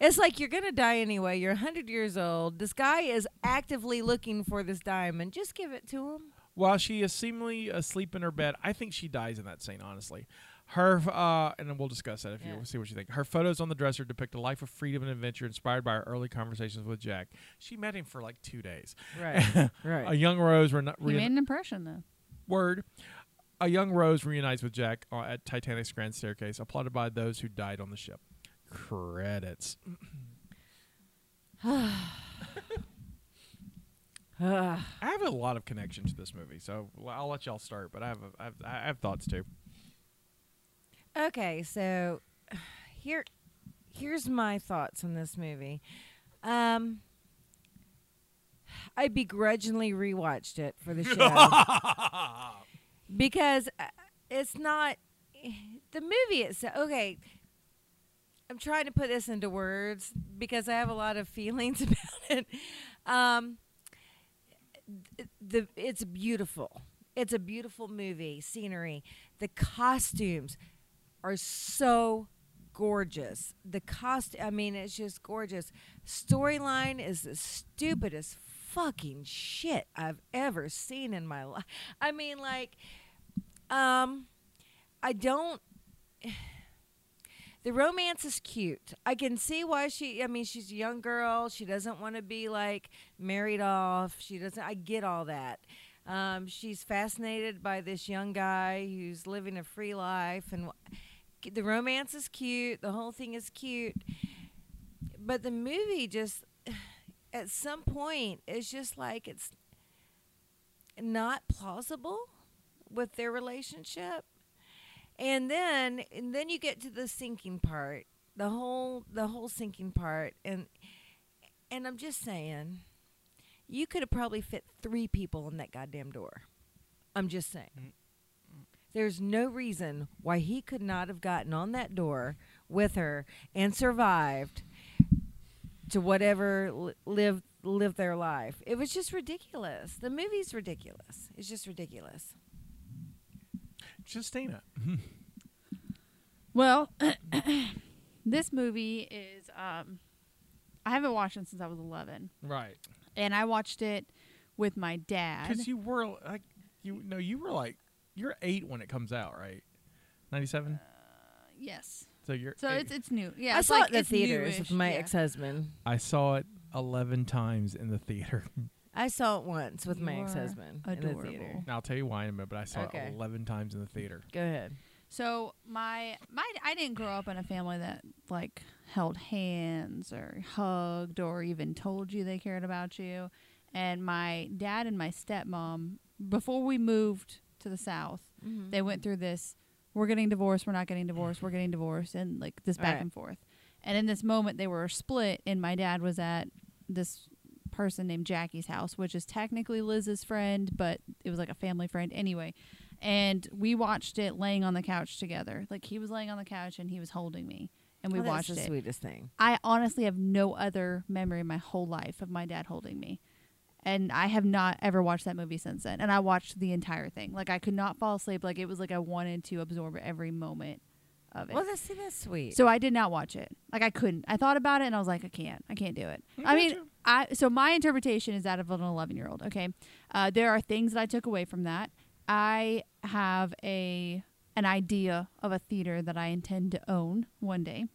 S3: It's like you're gonna die anyway. You're 100 years old. This guy is actively looking for this diamond. Just give it to him.
S1: While she is seemingly asleep in her bed, I think she dies in that scene, honestly. Her, uh, and then we'll discuss that if you
S3: Yeah.
S1: you see what you think. Her photos on the dresser depict a life of freedom and adventure inspired by her early conversations with Jack. She met him for like two days.
S3: Right.
S1: A young Rose reuni-
S5: You
S1: reuni-
S5: made an impression though.
S1: word. A young Rose reunites with Jack uh, at Titanic's grand staircase, applauded by those who died on the ship. Credits.
S3: Ugh.
S1: I have a lot of connection to this movie, so l- I'll let y'all start. But I have, a, I have, I have thoughts too.
S3: Okay, so here here's my thoughts on this movie. Um I begrudgingly rewatched it for the show because uh, it's not the movie itself. Okay, I'm trying to put this into words because I have a lot of feelings about it. Um, th- the it's beautiful. It's a beautiful movie, scenery. The costumes are so gorgeous. The cost I mean it's just gorgeous. Storyline is the stupidest fucking shit I've ever seen in my life. I mean like um I don't the romance is cute. I can see why she. I mean, she's a young girl. She doesn't want to be like married off. She doesn't. I get all that. Um, she's fascinated by this young guy who's living a free life, and wh- the romance is cute. The whole thing is cute, but the movie just at some point it's just like it's not plausible with their relationship and then and then you get to the sinking part the whole the whole sinking part and and i'm just saying you could have probably fit three people in that goddamn door i'm just saying there's no reason why he could not have gotten on that door with her and survived to whatever li- live live their life it was just ridiculous the movie's ridiculous it's just ridiculous
S1: Justina.
S5: Well, this movie is. Um, I haven't watched it since I was 11,
S1: Right.
S5: and I watched it with my dad.
S1: Because you were like, you no, you were like, you're eight when it comes out, right? Ninety-seven.
S5: yes,
S1: So you're.
S5: Uh, so
S1: eight.
S5: it's it's new. Yeah,
S3: I
S5: it's
S3: saw
S5: like,
S3: it in the
S5: it's
S3: theaters
S5: newish,
S3: with my
S5: yeah.
S3: ex-husband.
S1: I saw it eleven times in the theater.
S3: I saw it once with my
S5: You are
S3: ex-husband in the theater.
S5: adorable.
S1: And I'll tell you why in a minute, but I saw
S3: Okay.
S1: it eleven times in the theater.
S3: Go ahead.
S5: So my my I didn't grow up in a family that like held hands or hugged or even told you they cared about you. And my dad and my stepmom, before we moved to the south, they went through this we're getting divorced, we're not getting divorced, we're getting divorced and like this back
S3: Right.
S5: and forth. And in this moment, they were split, and my dad was at this person named Jackie's house, which is technically Liz's friend, but it was like a family friend anyway. And we watched it laying on the couch together. Like he was laying on the couch and he was holding me, and we
S3: Oh, that's
S5: watched
S3: the
S5: it.
S3: sweetest thing.
S5: I honestly have no other memory in my whole life of my dad holding me. And I have not ever watched that movie since then. And I watched the entire thing. Like I could not fall asleep. Like it was like I wanted to absorb every moment of it.
S3: Well, that's see, that's sweet.
S5: So I did not watch it. Like I couldn't. I thought about it and I was like, I can't. I can't do it. I mean, I so my interpretation is that of an 11 year old. Okay, uh, there are things that I took away from that. I have a an idea of a theater that I intend to own one day,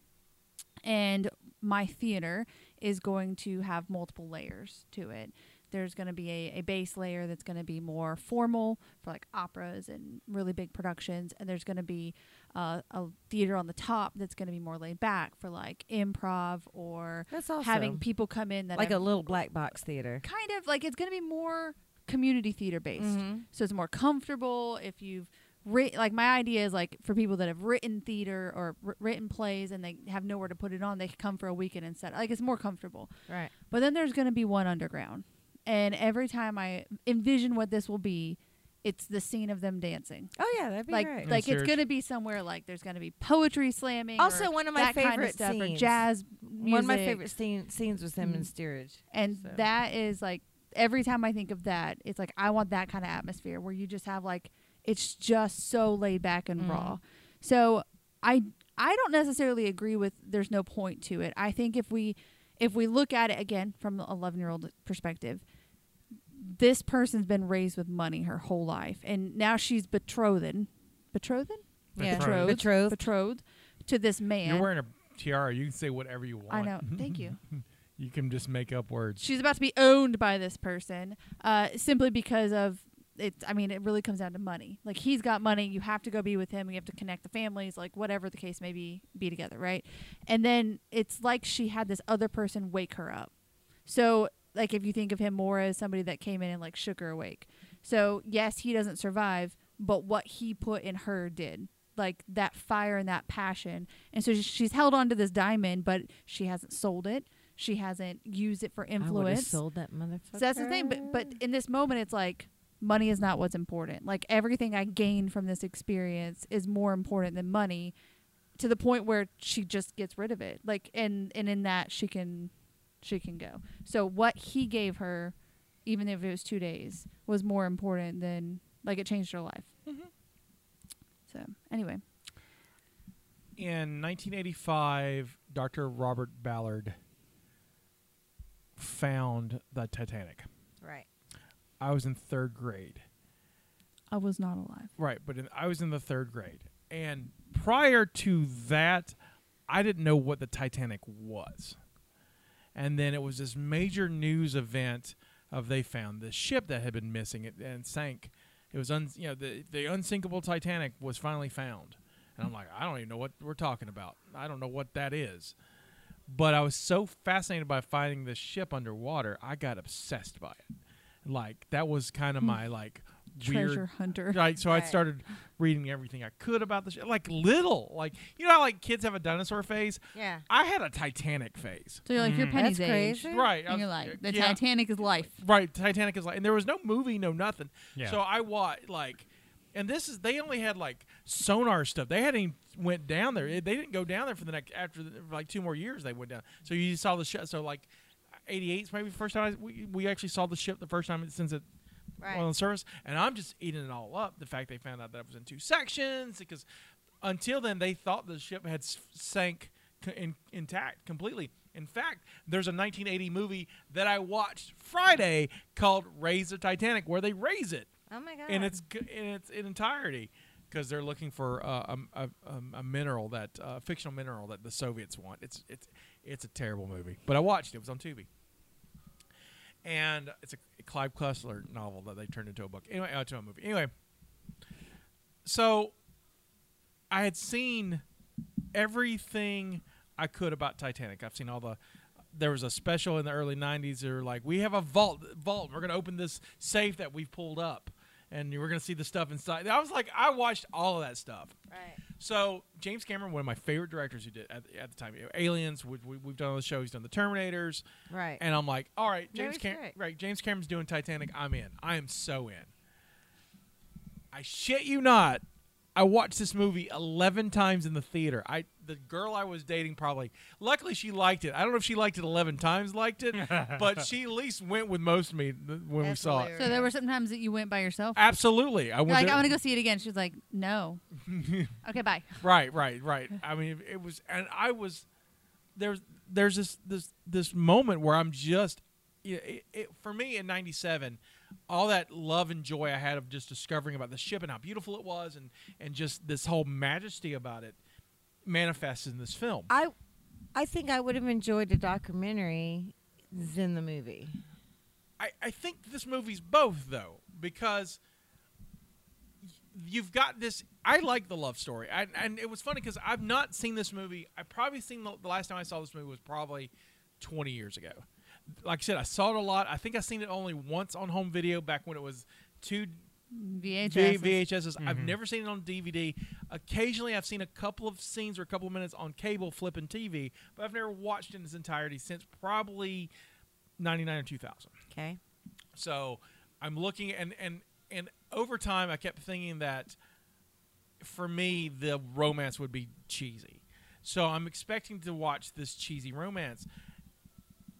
S5: and my theater is going to have multiple layers to it. There's going to be a, a base layer that's going to be more formal for like operas and really big productions, and there's going to be uh, a theater on the top that's going to be more laid back for like improv or
S3: that's awesome.
S5: having people come in that
S3: like
S5: are
S3: a little black box theater.
S5: kind of like it's going to be more community theater based.
S3: Mhm.
S5: So it's more comfortable if you've written. Like my idea is like for people that have written theater or wr- written plays and they have nowhere to put it on, they can come for a weekend and set. Like it's more comfortable.
S3: Right.
S5: But then there's going to be one underground. And every time I envision what this will be, it's the scene of them dancing.
S3: Oh yeah, that'd be
S5: Like,
S3: great.
S5: like it's
S1: Upstairs.
S5: going to be somewhere like there's going to be poetry slamming.
S3: Also,
S5: or
S3: one of my
S5: that kind of
S3: favorite
S5: stuff, or
S3: scenes.
S5: jazz.
S3: One of my
S5: music. Mm-hmm.
S3: favorite scene, scenes was him in Steerage.
S5: And
S3: So-
S5: that is like every time I think of that, it's like I want that kind of atmosphere where you just have like it's just so laid back and
S3: Mhm.
S5: raw. So I I don't necessarily agree with there's no point to it. I think if we if we look at it again from the 11 year old perspective, this person's been raised with money her whole life, and now she's betrothed, betrothed,
S3: Yeah.
S6: Betrothed.
S3: Betrothed.
S5: betrothed to this man.
S1: You're wearing a tiara. You can say whatever you want.
S5: I know. Thank you.
S1: You can just make up words.
S5: she's about to be owned by this person uh, simply because of it i mean it really comes down to money like he's got money you have to go be with him you have to connect the families like whatever the case may be be together right and then it's like she had this other person wake her up so like if you think of him more as somebody that came in and like shook her awake so yes he doesn't survive but what he put in her did like that fire and that passion and so she's held on to this diamond but she hasn't sold it she hasn't used it for influence
S3: sold that motherfucker.
S5: so that's the thing. But but in this moment, it's like money is not what's important. Like everything I gained from this experience is more important than money, to the point where she just gets rid of it. Like and and in that she can, she can go. So what he gave her, even if it was two days, was more important than like it changed her life. So anyway,
S1: In 1985, Dr. Robert Ballard found the Titanic.
S3: right.
S1: I was in third grade.
S5: I was not alive.
S1: Right, but in, I was in the third grade, and prior to that, I didn't know what the Titanic was. And then it was this major news event of they found this ship that had been missing it and sank. It was un, you know the the unsinkable Titanic was finally found, and I'm like, I don't even know what we're talking about. I don't know what that is. But I was so fascinated by finding this ship underwater, I got obsessed by it. Like that was kind of my like weird
S5: Treasure hunter.
S1: Right, so I
S3: Right.
S1: started reading everything I could about the ship. Like little, like you know how like kids have a dinosaur phase.
S3: Yeah.
S1: I had a Titanic phase.
S5: So you're like your penny's
S3: That's
S5: age,
S3: crazy.
S1: Right, I
S5: and you're
S1: was-
S5: like the
S1: Mm. yeah.
S5: Titanic is life.
S1: Right, Titanic is like, and there was no movie, no nothing.
S6: Yeah.
S1: So I watched like, and this is they only had like sonar stuff. They hadn't even went down there. They didn't go down there for the next after the, for, like two more years. They went down. So you saw the ship. So like, eighty eight is maybe the first time I, we we actually saw the ship the first time since it
S3: Right.
S1: on the surface, and I'm just eating it all up. The fact they found out that it was in two sections, because until then they thought the ship had s- sank c- in, intact completely. In fact, there's a 1980 movie that I watched Friday called "Raise the Titanic," where they raise it
S3: oh my god.
S1: in its g- in its in entirety, because they're looking for uh, um, a, um, a mineral that uh, fictional mineral that the Soviets want. It's it's it's a terrible movie, but I watched it. It was on Tubi, and it's a Clive Cussler novel that they turned into a book. Anyway, uh, to a movie. Anyway, so I had seen everything I could about Titanic. I've seen all the. There was a special in the early '90s. They were like, "We have a vault. Vault. We're gonna open this safe that we've pulled up, and you we're gonna see the stuff inside." I was like, I watched all of that stuff.
S3: right.
S1: So James Cameron, one of my favorite directors who did at, at the time, you know, Aliens. We, we, we've done the show. He's done the Terminators,
S3: Right.
S1: and I'm like, all right,
S3: No,
S1: James
S3: he's
S1: Cameron,
S3: great.
S1: right? James Cameron's doing Titanic. I'm in. I am so in. I shit you not. I watched this movie eleven times in the theater. I the girl I was dating probably. Luckily, she liked it. I don't know if she liked it eleven times, liked it, but she at least went with most of me th- when
S3: That's
S1: we saw it.
S3: hilarious.
S5: So there were some times that you went by yourself.
S1: Absolutely, I
S5: You're
S1: went.
S5: like,
S1: to-
S5: I want to go see it again. She's like, no. okay, bye.
S1: Right, right, right. I mean, it was, and I was there's there's this this this moment where I'm just you know, it, it, for me in '97, all that love and joy I had of just discovering about the ship and how beautiful it was, and and just this whole majesty about it manifests in this film.
S3: I, I think I would have enjoyed the documentary than the movie.
S1: I, I think this movie's both though because y- you've got this i like the love story I, and it was funny because i've not seen this movie i probably seen the, the last time i saw this movie was probably 20 years ago like i said i saw it a lot i think i seen it only once on home video back when it was two
S5: VHS.
S1: V- VHSs. I've never seen it on DVD. Occasionally, I've seen a couple of scenes or a couple of minutes on cable flipping TV, but I've never watched it in its entirety since probably 99 or 2000.
S3: Okay.
S1: So I'm looking and and and over time I kept thinking that for me the romance would be cheesy. So I'm expecting to watch this cheesy romance.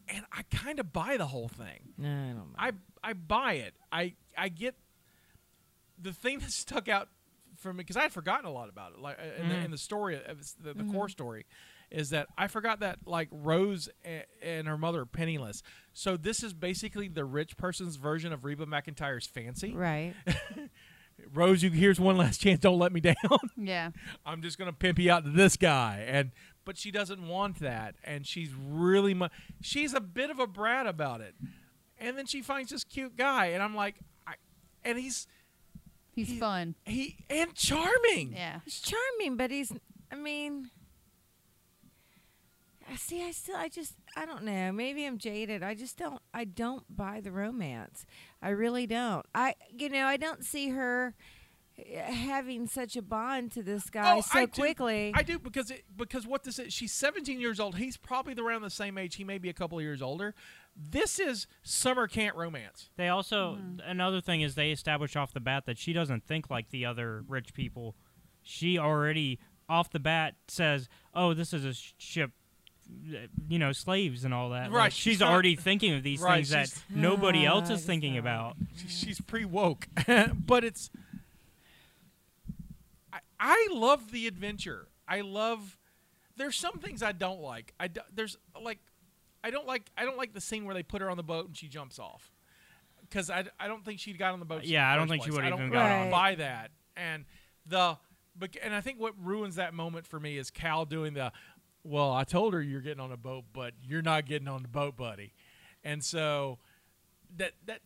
S1: And I kind of buy the whole thing.
S3: No, I don't. Know.
S1: I I buy it. I I get the thing that stuck out for me because I had forgotten a lot about it. Like in, the, in the story, of this- the, the core story, is that I forgot that like Rose and, and her mother are penniless. So this is basically the rich person's version of Reba McIntyre's fancy.
S3: Right.
S1: Rose, you here's one last chance. Don't let me down.
S5: Yeah.
S1: I'm just gonna pimp you out to this guy. And but she doesn't want that, and she's really mu- she's a bit of a brat about it. And then she finds this cute guy, and I'm like, I, and he's
S5: He's
S1: He- Mm.
S5: fun.
S1: he and charming.
S5: Yeah.
S3: He's charming, but he's. I mean. I See, I still, I just, I don't know. Maybe I'm jaded. I just don't, I don't buy the romance. I really don't. I, you know, I don't see her eh, having such a bond to this guy
S1: Oh,
S3: so
S1: I do-
S3: quickly.
S1: I do because it because what this is she's 17 years old. He's probably around the same age. He may be a couple of years older. This is summer camp romance.
S6: They also
S3: Mm-hmm.
S6: another thing is they establish off the bat that she doesn't think like the other rich people. She already off the bat says, "Oh, this is a sh- ship, you know, slaves and all that." Like,
S1: Right,
S6: she's
S1: she's not-
S6: already thinking of these
S1: Right,
S6: things that
S1: she's-
S6: nobody
S3: Ah,
S6: else
S3: I
S6: is
S3: just
S6: thinking
S3: don't.
S6: about.
S1: She- She's pre woke, but it's. I, I love the adventure. I love. There's some things I don't like. I do- there's like, I don't like I don't like the scene where they put her on the boat and she jumps off, because I, I don't think she got on the boat.
S6: Uh, Yeah,
S1: in the
S6: I don't
S1: first
S6: think she
S1: place.
S6: would've
S1: I don't
S6: even
S3: got on. Right.
S1: buy that. And the bec- and I think what ruins that moment for me is Cal doing the, well, I told her you're getting on a boat, but you're not getting on the boat, buddy, and so that that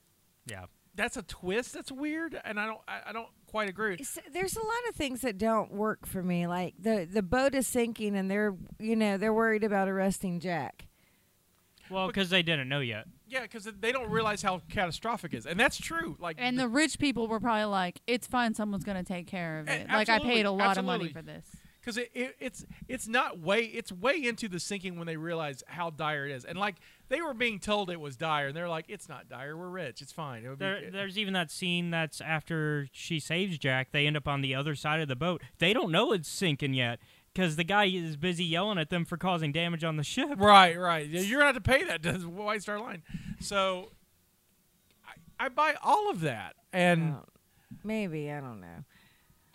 S6: Yeah,
S1: that's a twist that's weird and i don't i, I don't quite agree
S3: It's- there's a lot of things that don't work for me. Like the the boat is sinking, and they're you know they're worried about arresting Jack.
S6: well, because they didn't know yet.
S1: yeah because they don't realize how catastrophic it is and that's true like
S5: And the rich people were probably like, it's fine. Someone's going to take care of
S1: A-
S5: it. Like, I paid a
S1: absolutely,
S5: lot of money
S1: absolutely.
S5: for this.
S1: because it, it, it's it's not way it's way into the sinking when they realize how dire it is and like they were being told it was dire and they're like it's not dire we're rich it's fine It'll be,
S6: There, there's even that scene that's after she saves Jack. They end up on the other side of the boat. They don't know it's sinking yet because the guy is busy yelling at them for causing damage on the ship.
S1: right right Yeah, you're gonna have to pay that to white star line so i, I buy all of that and
S3: Oh, maybe I don't know.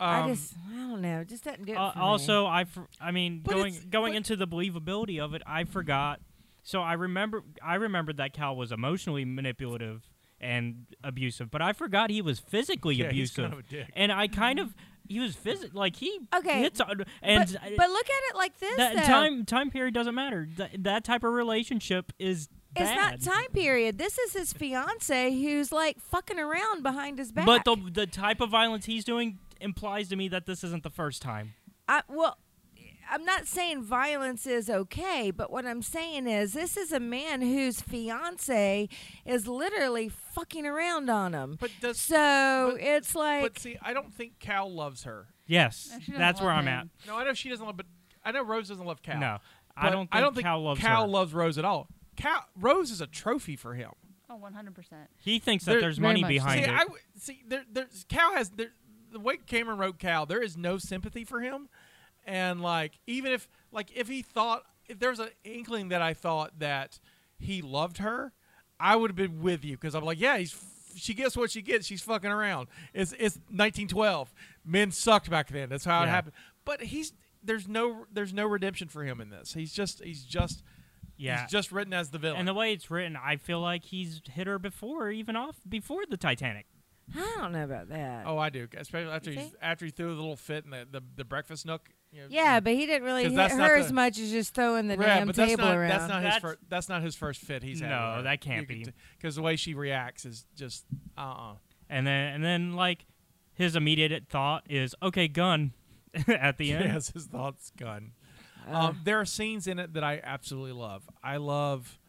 S1: um,
S3: I just I don't know. It Just doesn't do it
S6: Uh,
S3: for me.
S6: also, I for, I mean,
S1: But
S6: going
S1: it's-
S6: going
S1: but-
S6: into the believability of it, I forgot. So I remember I remembered that Cal was emotionally manipulative and abusive, but I forgot he was physically
S1: yeah, he's
S6: abusive.
S1: kind of a dick.
S6: and I kind of he was physic like he
S3: Okay,
S6: hits on,
S3: but,
S6: and
S3: but look at it like this.
S6: that
S3: though.
S6: time time period doesn't matter. Th- that type of relationship is
S3: it's
S6: bad.
S3: not time period. This is his fiance who's like fucking around behind his back.
S6: But the the type of violence he's doing implies to me that this isn't the first time.
S3: I, well, I'm not saying violence is okay, but what I'm saying is this is a man whose fiance is literally fucking around on him.
S1: but does
S3: So
S1: but-
S3: it's like
S1: But see, I don't think Cal loves her.
S6: Yes,
S5: She doesn't
S6: that's where
S5: love
S6: I'm at.
S5: him.
S1: No, I know she doesn't love, but I know Rose doesn't love Cal.
S6: No,
S1: But
S6: I don't. Think
S1: I don't think
S6: Cal loves
S1: Cal
S6: her.
S1: loves Rose at all. Cal Rose is a trophy for him.
S5: Oh, 100%.
S6: he thinks that
S1: There-
S6: there's
S5: Very
S6: money
S5: much so.
S6: behind
S1: see,
S6: it.
S1: I w- see. There, there's Cal has there, the way Cameron wrote Cal. There is no sympathy for him, and like even if like if he thought if there was an inkling that I thought that he loved her, I would have been with you because I'm like, yeah, he's f- she gets what she gets. She's fucking around. It's it's 1912. Men sucked back then. That's how it
S6: Yeah.
S1: happened. But he's there's no there's no redemption for him in this. He's just he's just
S6: yeah,
S1: he's just written as the villain.
S6: and the way it's written, I feel like he's hit her before, even off before the Titanic.
S3: I don't know about that.
S1: Oh, I do. Especially after
S3: You
S1: he
S3: think?
S1: after he threw the little fit in the, the, the breakfast nook. You know,
S3: Yeah, but he didn't really
S1: 'Cause
S3: hit
S1: that's not
S3: her as
S1: the-
S3: much as just throwing the
S1: Right,
S3: damn
S1: but that's
S3: table
S1: not,
S3: around.
S1: That's not his
S6: That's-
S1: first. That's not his first fit. He's had
S6: No, that can't be.
S1: Because the way she reacts is just uh uh
S6: And then and then like his immediate thought is okay, gun at the end.
S1: Yes, his thoughts gone.
S3: Uh.
S1: um, there are scenes in it that I absolutely love. I love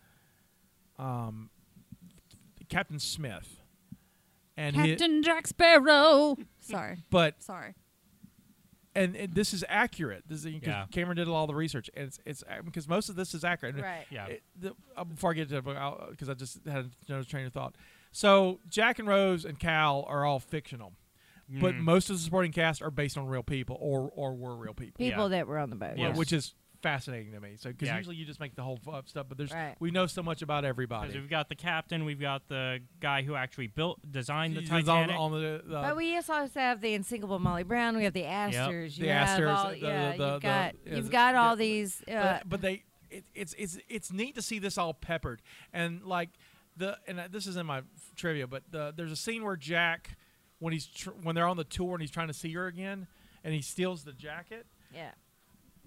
S1: um, Captain Smith, and hi-
S5: Captain Jack Sparrow. Sorry.
S1: but
S5: Sorry.
S1: Mm-hmm. and, and this is accurate. This is because
S6: Yeah.
S1: Cameron did all the research, and it's it's because most of this is accurate.
S3: right.
S6: Yeah.
S1: It- the, uh, before I get to the book, because I just had another train of thought. So Jack and Rose and Cal are all fictional, but
S6: Mm.
S1: most of the supporting cast are based on real people or or were real people,
S3: People
S6: Yeah.
S3: that were on the boat.
S1: Well,
S6: Yes.
S1: which is fascinating to me. So because
S6: Yeah.
S1: usually you just make the whole up stuff, but there's
S3: Right.
S1: we know so much about
S6: 'Cause
S1: everybody.
S6: we've got the captain, we've got the guy who actually built, designed the
S1: It's on-
S6: Titanic.
S1: on the- the-
S3: But we also have the Insinkable Molly Brown. We have the Astors. You
S1: The
S3: have
S1: Astors,
S3: all,
S1: the-
S3: yeah,
S1: the-
S3: you've
S1: the-
S3: got
S1: yeah,
S3: you've
S1: the-
S3: got all
S1: yeah, the-
S3: these. Uh,
S1: but, but they it, it's it's it's neat to see this all peppered and like the and uh, this is in my f- trivia but the, there's a scene where jack when he's tr- when they're on the tour and he's trying to see her again and he steals the jacket
S3: yeah.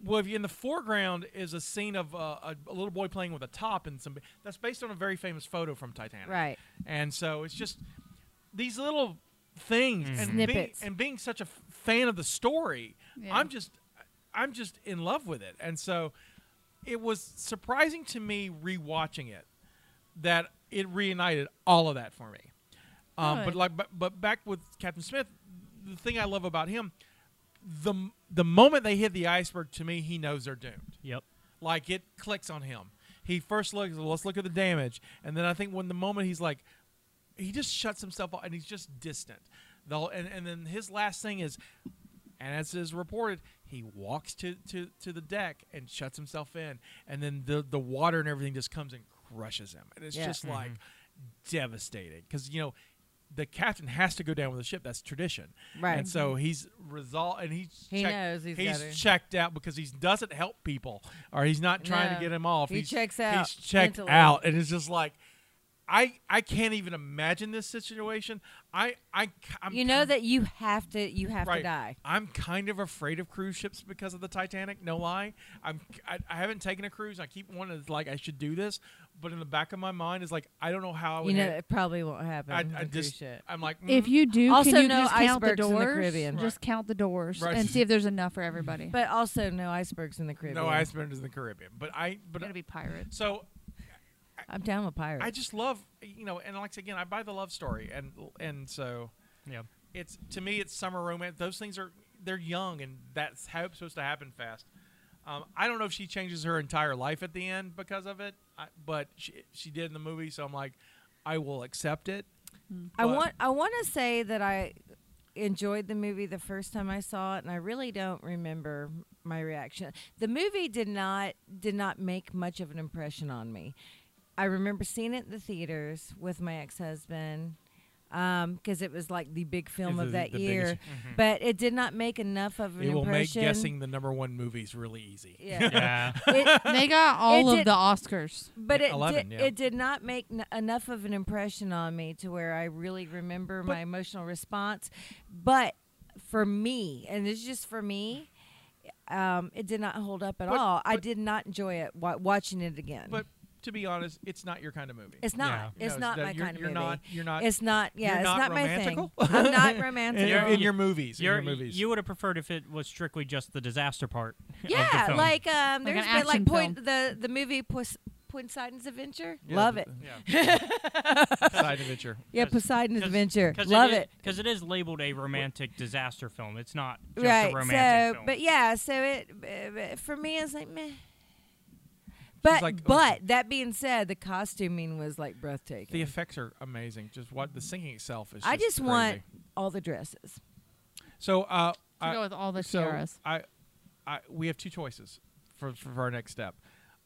S1: well if you, in the foreground is a scene of uh, a, a little boy playing with a top and some that's based on a very famous photo from titanic
S3: Right.
S1: and so it's just these little things and
S3: Snippets.
S1: being, and being such a f- fan of the story
S5: Yeah.
S1: i'm just i'm just in love with it and so it was surprising to me rewatching it that it reunited all of that for me um, but
S5: Good.
S1: like but, but back with captain smith the thing i love about him the the moment they hit the iceberg to me he knows they're doomed
S6: yep.
S1: like it clicks on him. He first looks, let's look at the damage, and then I think when the moment he's like, he just shuts himself off and he's just distant. The whole- and and then his last thing is, and as is reported, he walks to to to the deck and shuts himself in, and then the the water and everything just comes and crushes him, and it's
S3: Yeah. Mm-hmm.
S1: just like devastating because you know. The captain has to go down with the ship. That's tradition,
S3: Right.
S1: And so he's resolved, and he's
S3: He
S1: checked-
S3: knows he's
S1: he's
S3: gotta-
S1: checked out because he doesn't help people or he's not trying
S3: No.
S1: to get him off.
S3: He
S1: he's,
S3: checks out
S1: He's checked
S3: mentally.
S1: out, and it's just like I I can't even imagine this situation. I I c- I'm
S3: you know
S1: kin-
S3: that you have to you have
S1: right,
S3: to die.
S1: I'm kind of afraid of cruise ships because of the Titanic. No lie, I'm I, I haven't taken a cruise. I keep wanting to, like I should do this, but in the back of my mind is like I don't know how I would.
S3: You know
S1: hand-
S3: it probably won't happen.
S1: Oh, I,
S3: on
S1: I
S3: the cruise
S1: just
S3: ship.
S1: I'm like
S5: If
S1: mm,
S5: you do,
S3: Also
S5: can you
S3: no
S5: just count the
S3: icebergs in
S5: doors?
S3: the Caribbean.
S5: Just count the doors
S1: Right.
S5: and see if there's enough for everybody.
S3: But also no icebergs in the Caribbean.
S1: no icebergs in the Caribbean, but I but
S5: gonna be pirates.
S1: so
S3: I'm down with pirates.
S1: I just love you know, and like again, I buy the love story, and and so
S6: Yep.
S1: it's to me it's summer romance. Those things are they're young, and that's how it's supposed to happen fast. Um, I don't know if she changes her entire life at the end because of it, I, but she she did in the movie, so I'm like, I will accept it.
S3: I
S1: But-
S3: want I want to say that I enjoyed the movie the first time I saw it and I really don't remember my reaction. The movie did not did not make much of an impression on me. I remember seeing it in the theaters with my ex-husband because it was like the big film
S1: It's
S3: of
S1: the-
S3: that
S1: the
S3: year,
S1: biggest- Mm-hmm.
S3: but it did not make enough of an
S1: It will make
S3: impression.
S1: guessing the number one movies really easy.
S3: yeah.
S6: Yeah.
S3: It-
S5: they got all
S3: It
S5: of
S3: did-
S5: the Oscars.
S3: but it
S1: 11,
S3: did,
S1: yeah.
S3: it did not make n- enough of an impression on me to where I really remember my emotional response. But for me, and it's just for me, um, it did not hold up at
S1: But-
S3: all. I
S1: but-
S3: did not enjoy it wa- watching it again.
S1: But to be honest, it's not your kind of movie.
S3: it's not.
S1: You know,
S3: It's not
S1: that
S3: my
S1: you're-
S3: kind of
S1: you're
S3: movie.
S1: Not, you're not.
S3: it's not. Yeah,
S1: you're
S3: it's
S1: not
S3: not, my thing.
S1: romantical?
S3: I'm not
S1: in,
S3: romantic.
S1: your, in your movies. In your
S6: You're-
S1: movies.
S6: You would have preferred if it was strictly just the disaster part. of the
S3: yeah,
S6: film.
S3: like um,
S5: Like
S3: there's
S5: an
S3: been like
S5: action
S3: point the the movie Pos- Poseidon's Adventure.
S1: Yeah,
S3: Love
S1: but
S3: it.
S1: the-
S6: Yeah,
S1: Side adventure.
S3: Yeah,
S6: 'Cause-
S3: Poseidon's
S6: 'cause-
S3: Adventure.
S6: 'cause
S3: Love
S6: is,
S3: it.
S6: because it is labeled a romantic disaster film. It's not just
S3: right.
S6: a romantic
S3: so,
S6: film.
S3: but yeah, so it uh, but for me it's like meh. But
S1: like, oh.
S3: but that being said, the costuming was like breathtaking.
S1: The effects are amazing. Just what the singing itself is.
S3: I just want
S1: crazy.
S3: all the dresses.
S1: So uh, I,
S5: go with all the
S1: so
S5: tiaras.
S1: I, I, we have two choices for for our next step,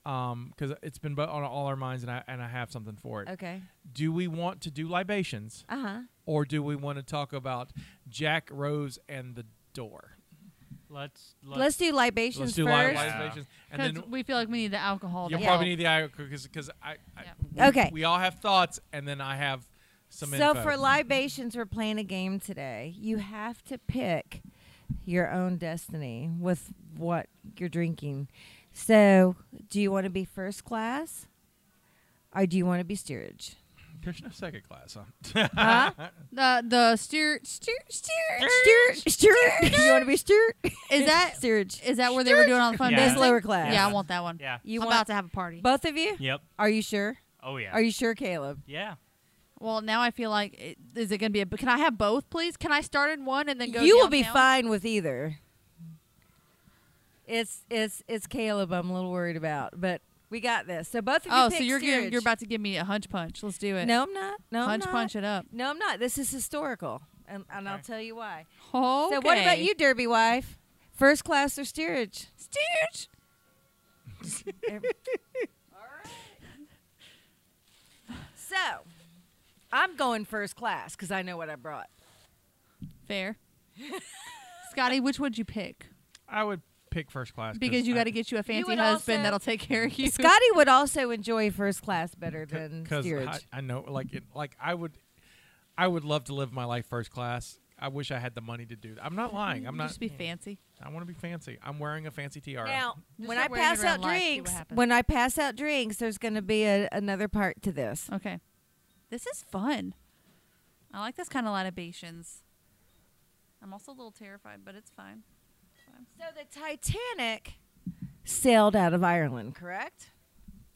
S1: because it's been bo- on all our minds, and I and I have something for it.
S3: Okay.
S1: Do we want to do libations,
S3: Uh huh.
S1: or do we want to talk about Jack Rose and the door?
S6: let's let's,
S3: Let's do libations
S1: Let's do li-
S3: first.
S6: Yeah.
S1: libations, and
S5: Because
S1: then
S5: we feel like we need the alcohol.
S1: you'll
S5: to
S1: probably
S5: help.
S1: need the I because I, I
S5: Yeah.
S1: we-
S3: Okay.
S1: we all have thoughts, and then I have some
S3: so
S1: info.
S3: for libations, we're playing a game today. You have to pick your own destiny with what you're drinking. So, do you want to be first class, or do you want to be steerage?
S1: There's no second class, huh?
S3: Huh?
S5: the the steer steer steer.
S3: Stewart, Stewart. You want to be Stewart?
S5: Is that
S3: Steerage.
S5: is that where they were doing all the fun
S6: Yeah.
S5: dancing?
S6: That's
S3: lower class.
S5: Yeah, I want that one.
S6: Yeah.
S3: You
S5: I'm
S3: want
S5: about to have a party.
S3: both of you?
S6: Yep.
S3: Are you sure?
S6: Oh yeah.
S3: Are you sure, Caleb?
S6: yeah.
S5: Well, now I feel like it, is it going to be a? Can I have both, please? Can I start in one and then go?
S3: You will be
S5: downtown?
S3: fine with either. It's it's it's Caleb. I'm a little worried about, but we got this. So both of you.
S5: Oh, so
S3: picked
S5: you're gonna-
S3: steerage.
S5: you're about to give me a hunch punch. Let's do it.
S3: No, I'm not. No,
S5: hunch
S3: I'm not.
S5: punch it up.
S3: No, I'm not. This is historical, and, and I'll
S6: Okay.
S3: tell you why.
S5: Oh,
S3: So what about you, Derby wife? First class or steerage?
S5: Stooge?
S3: So, I'm going first class because I know what I brought.
S5: Fair. Scotty, which would you pick?
S1: I would pick first class
S5: Because you
S1: I-
S5: got to get you a fancy
S3: would
S5: husband
S3: also-
S5: that'll take care of you.
S3: Scotty would also enjoy first class better than
S1: because
S3: steerage.
S1: I, I know like it, like I would I would love to live my life first class. I wish I had the money to do that. I'm not lying. I'm not.
S5: Mm, Just be fancy.
S1: I want to be fancy. I'm wearing a fancy tiara.
S3: Now,
S5: Just
S3: when I
S5: start wearing it
S3: pass
S5: around
S3: out
S5: life, see what
S3: drinks,
S5: happens.
S3: when I pass out drinks, there's going to be a, another part to this.
S5: Okay. This is fun. I like this kind of libations. I'm also a little terrified, but it's fine.
S3: So the Titanic sailed out of Ireland, correct?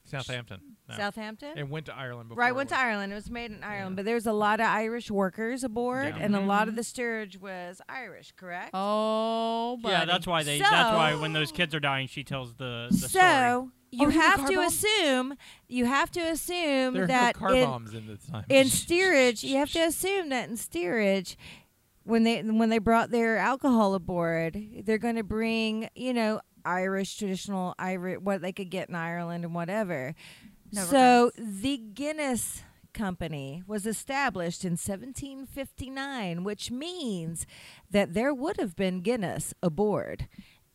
S1: Southampton. No.
S3: Southampton.
S1: It went to Ireland before.
S3: right,
S1: it
S3: went to
S1: was-
S3: Ireland. It was made in Ireland,
S1: Yeah.
S3: but there was a lot of Irish workers aboard,
S1: Yeah.
S3: and a lot of the steerage was Irish, correct?
S5: Oh,
S6: Yeah,
S5: buddy.
S6: that's why they. that's why
S3: So-
S6: when those kids are dying, she tells the the story.
S3: so you
S5: Oh, is it a
S3: have
S5: car
S3: to
S5: bomb?
S3: assume you have to assume
S1: There are no
S3: that
S1: car
S3: in-
S1: bombs in the time.
S3: in steerage, you have to assume that in steerage, when they when they brought their alcohol aboard, they're going to bring you know Irish traditional Irish what they could get in Ireland and whatever.
S5: Never
S3: so the Guinness Company was established in 1759, which means that there would have been Guinness aboard.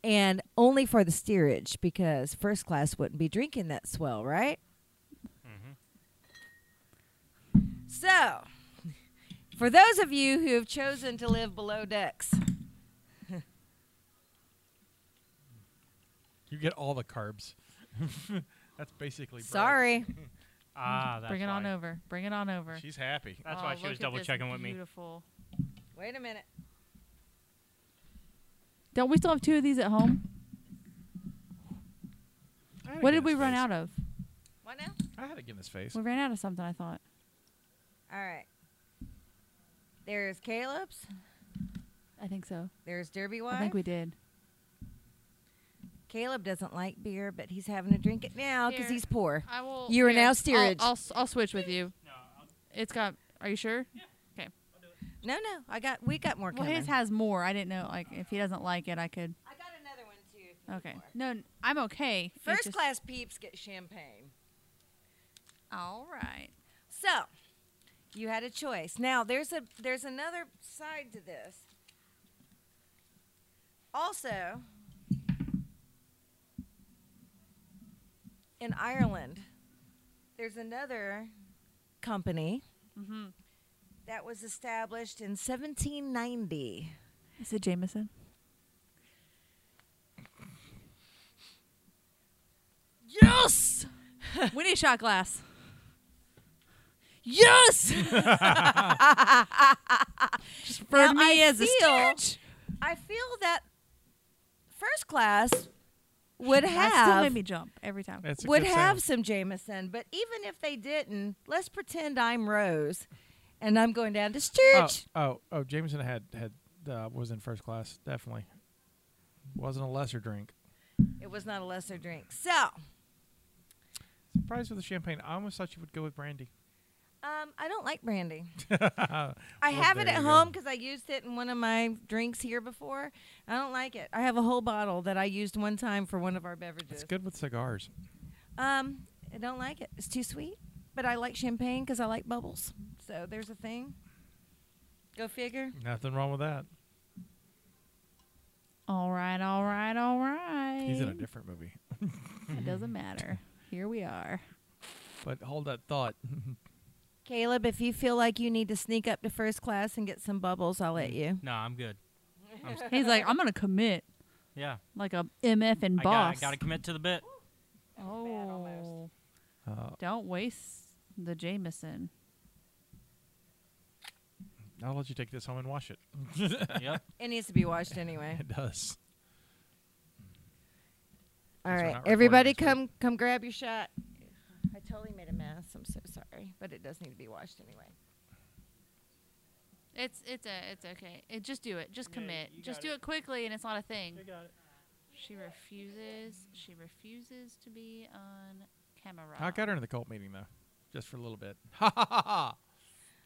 S3: And only for the steerage because first class wouldn't be drinking that swell, right? So, for those of you who have chosen to live below decks,
S1: you get all the carbs. That's basically. bread.
S3: sorry,
S6: Ah, that's
S5: Bring it on
S6: why.
S5: over. Bring it on over.
S1: She's happy.
S6: That's why
S5: Oh,
S6: she was
S5: look at
S6: double
S5: this
S6: checking with me.
S5: Beautiful.
S3: wait a minute.
S5: Don't we still have two of these at home?
S1: I had a
S5: What did we
S1: Guinness
S5: run
S1: face.
S5: out of?
S3: What now?
S1: I had a Guinness face.
S5: We ran out of something. I thought.
S3: All right. There's Caleb's.
S5: I think so.
S3: There's Derby
S5: I
S3: Wife.
S5: think we did.
S3: Caleb doesn't like beer, but he's having to drink it now because
S5: Here.
S3: he's poor.
S5: I will.
S3: You are now steerage.
S5: I'll, I'll s- I'll switch with you. It's got. Are you sure?
S3: No, no, I got we got more
S5: Well,
S3: coming.
S5: his has more. I didn't know. Like, if he doesn't like it, I could.
S3: I got another one too. if you need
S5: Okay.
S3: more.
S5: No, n- I'm okay. It's
S3: First
S5: just-
S3: class peeps get champagne.
S5: All right.
S3: So, you had a choice. Now there's a there's another side to this. Also, in Ireland, there's another company
S5: Mm-hmm.
S3: that was established in 1790.
S5: Is it Jameson? Yes. we need a shot glass. Yes. just for
S3: Now,
S5: me
S3: I
S5: as a
S3: feel-
S5: stooge.
S3: I feel that first class would
S5: That still
S3: have
S5: made me jump every time.
S1: That's a
S3: would
S1: good
S3: have
S1: sound.
S3: some Jameson, but even if they didn't, let's pretend I'm Rose, and I'm going down to church.
S1: Oh, oh, oh, Jameson had had uh, was in first class. Definitely wasn't a lesser drink.
S3: It was not a lesser drink, so.
S1: Surprised with the champagne. I almost thought you would go with brandy.
S3: Um, I don't like brandy.
S1: I
S3: I have it at home because I used it in one of my drinks here before. I don't like it. I have a whole bottle that I used one time for one of our
S1: It's
S3: beverages.
S1: good with cigars.
S3: Um, I don't like it. It's too sweet. But I like champagne because I like bubbles. So there's a thing. Go figure.
S1: Nothing wrong with that.
S5: All right, all right, all right.
S1: He's in a different movie.
S5: It doesn't matter. Here we are.
S1: But hold that thought.
S3: Caleb, if you feel like you need to sneak up to first class and get some bubbles, I'll let you.
S6: No, I'm good. I'm s-
S5: He's like, I'm gonna commit
S6: yeah,
S5: like a MF and
S6: I got,
S5: boss.
S6: I got to commit to the bit.
S5: oh,
S1: Uh,
S5: don't waste the Jameson.
S1: I'll let you take this home and wash it.
S6: yep.
S3: It needs to be washed anyway.
S1: It does. Since we're
S3: All right,
S1: not recording
S3: everybody,
S1: this week.
S3: come come grab your shot. I totally made a mess. I'm so sorry, but it does need to be washed anyway.
S7: It's it's a it's okay. It, just do it. Just
S6: Yeah,
S7: commit.
S6: you
S7: just
S6: got
S7: do
S6: it.
S7: it quickly, and it's not a thing.
S6: got it.
S7: She refuses. She refuses to be on camera.
S1: I got her into the cult meeting though, just for a little bit. Ha ha ha ha!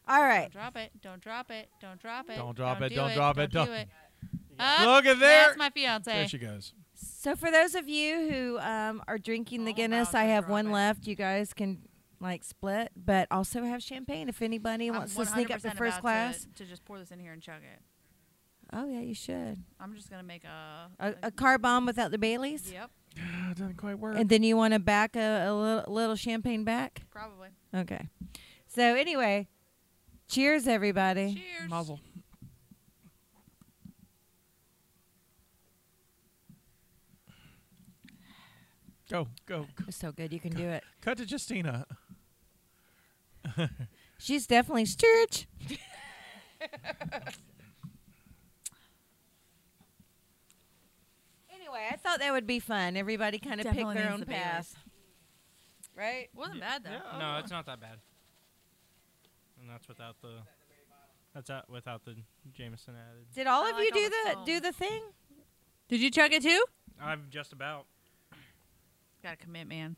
S3: All
S7: Don't
S3: right,
S7: drop it. Don't drop it. Don't drop it.
S1: Don't drop it,
S7: do
S1: don't drop it,
S7: Don't
S1: don't-
S7: do it.
S1: got it.
S7: Up,
S1: Look at there.
S7: That's my fiance.
S1: There she goes.
S3: so for those of you who um, are drinking the
S7: All
S3: Guinness,
S7: about
S3: I
S7: to
S3: have
S7: drop
S3: one
S7: it.
S3: left. You guys can like split, but also have champagne if anybody
S7: I'm
S3: wants to sneak up to
S7: 100% about
S3: first class.
S7: To, just pour this in here and chug it.
S3: Oh yeah, you should
S7: I'm just gonna make a
S3: a, a car bomb without the Baileys,
S7: Yep,
S1: Ah, doesn't quite work.
S3: and then you want to back a, a little, little champagne back.
S7: probably.
S3: Okay, so anyway, cheers everybody.
S7: Cheers.
S1: Muzzle. Go go.
S3: It was so good, you can do it.
S1: Cut to Justina.
S3: She's definitely church. anyway, I thought that would be fun. Everybody kind of pick
S5: Definitely
S3: their
S5: needs
S3: own
S5: the
S3: path.
S5: Baileys.
S3: Right?
S7: Wasn't bad though.
S6: No,
S1: Oh.
S5: oh,
S6: it's not that bad. And that's without the. That's out without the Jameson added.
S3: Did all
S7: I
S3: of
S7: like
S3: you
S7: all
S3: do
S7: the
S3: the
S7: foam.
S3: do the thing?
S5: Did you chug it too?
S6: I'm just about.
S5: Gotta commit, man.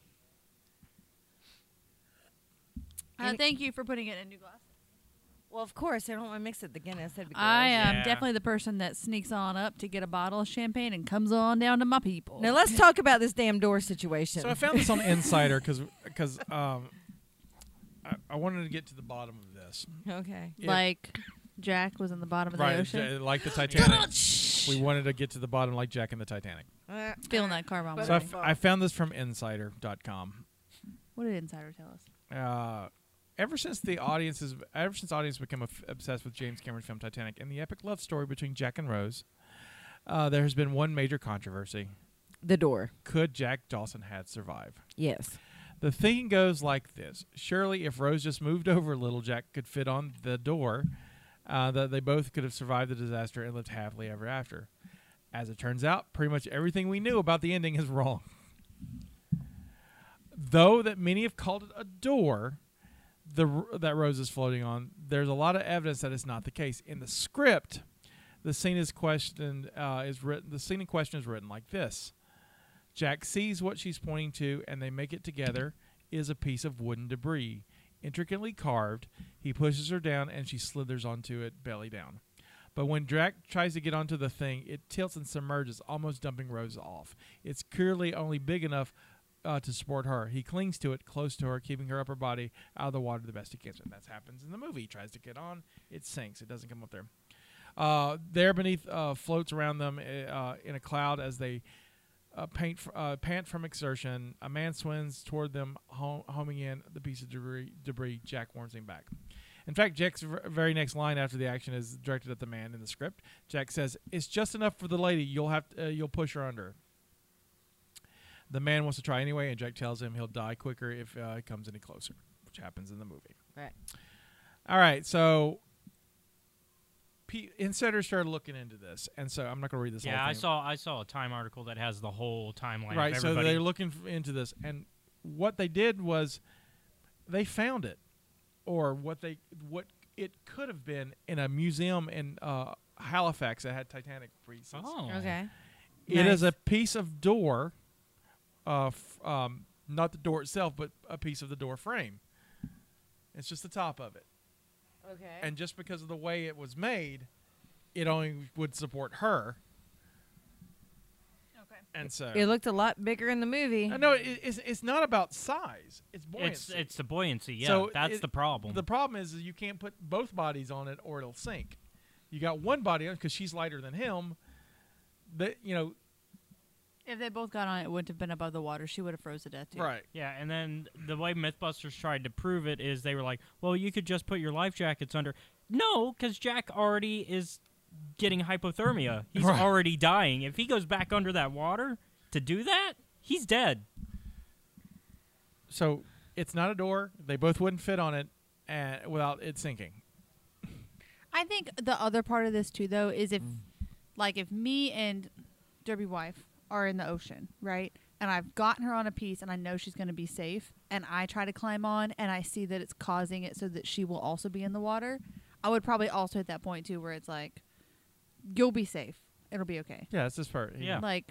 S7: Uh,
S3: Any-
S5: thank you for putting it in a new glass.
S3: Well, of course, I don't want to mix it with the Guinness. That'd be gross.
S5: I am
S6: Yeah.
S5: definitely the person that sneaks on up to get a bottle of champagne and comes on down to my people.
S3: Now let's talk about this damn door situation.
S1: So I found this on Insider because because um, I, I wanted to get to the bottom of this.
S3: okay.
S1: Yeah.
S5: like Jack was in the bottom of the
S1: right,
S5: ocean,
S1: j- like the Titanic. we wanted to get to the bottom like Jack and the Titanic.
S3: Uh,
S5: feeling that car bomb.
S3: But
S1: So I,
S5: already.
S1: f- I found this from Insider.com.
S5: what did Insider tell us?
S1: uh, ever since the audience is ever since audience become f- obsessed with James Cameron's film Titanic and the epic love story between Jack and Rose, uh, there has been one major controversy:
S3: the door.
S1: could Jack Dawson had survive?
S3: Yes.
S1: The thing goes like this: surely, if Rose just moved over a little, Jack could fit on the door. Uh, that they both could have survived the disaster and lived happily ever after. As it turns out, pretty much everything we knew about the ending is wrong. Though that many have called it a door, the r- that Rose is floating on, there's a lot of evidence that it's not the case. In the script, the scene is questioned uh, is written. The scene in question is written like this: Jack sees what she's pointing to, and they make it together. Is a piece of wooden debris, intricately carved. He pushes her down, and she slithers onto it, belly down. But when Jack tries to get onto the thing, it tilts and submerges, almost dumping Rose off. It's clearly only big enough uh, to support her. He clings to it, close to her, keeping her upper body out of the water the best he can. And that happens in the movie. He tries to get on, it sinks. It doesn't come up there. Uh, there beneath uh, floats around them uh, in a cloud as they uh, paint f- uh, pant from exertion. A man swims toward them, hom- homing in the piece of debris. debris. Jack warns him back. In fact, Jack's ver- very next line after the action is directed at the man in the script. Jack says, "It's just enough for the lady. You'll have to, uh, you'll push her under." The man wants to try anyway, and Jack tells him he'll die quicker if uh, he comes any closer, which happens in the movie.
S3: Right.
S1: All right, so P- insiders started looking into this, and so I'm not going to read this.
S6: Yeah,
S1: whole
S6: I
S1: thing.
S6: saw I saw a Time article that has the whole timeline.
S1: Right,
S6: Of
S1: so
S6: everybody.
S1: they're looking f- into this, and what they did was they found it, or what they what it could have been in a museum in uh, Halifax that had Titanic pieces.
S6: Oh.
S3: Okay.
S1: It is
S3: Nice.
S1: a piece of door, uh, f- um, not the door itself, but a piece of the door frame. It's just the top of it,
S3: Okay.
S1: and just because of the way it was made, it only would support her,
S2: Okay.
S1: and so
S3: it looked a lot bigger in the movie.
S1: I know it, it's it's not about size; it's
S6: It's
S1: buoyancy.
S6: it's the buoyancy. Yeah,
S1: So
S6: that's
S1: it-
S6: the problem.
S1: The problem is, is you can't put both bodies on it or it'll sink. You got one body on because she's lighter than him. That you know,
S5: If they both got on, it wouldn't have been above the water. She would have froze to death. Too.
S1: right?
S6: yeah, and then the way MythBusters tried to prove it is they were like, "Well, you could just put your life jackets under." No, because Jack already is getting hypothermia. He's
S1: Right.
S6: already dying. If he goes back under that water to do that, he's dead.
S1: So it's not a door. They both wouldn't fit on it, and without it sinking.
S5: I think the other part of this too, though, is if, like, if me and Derby wife are in the ocean, right, and I've gotten her on a piece, and I know she's going to be safe, and I try to climb on, and I see that it's causing it so that she will also be in the water, I would probably also hit that point too, where it's like, you'll be safe, it'll be okay.
S1: Yeah, it's this part. you
S6: Yeah.
S1: know.
S5: Like,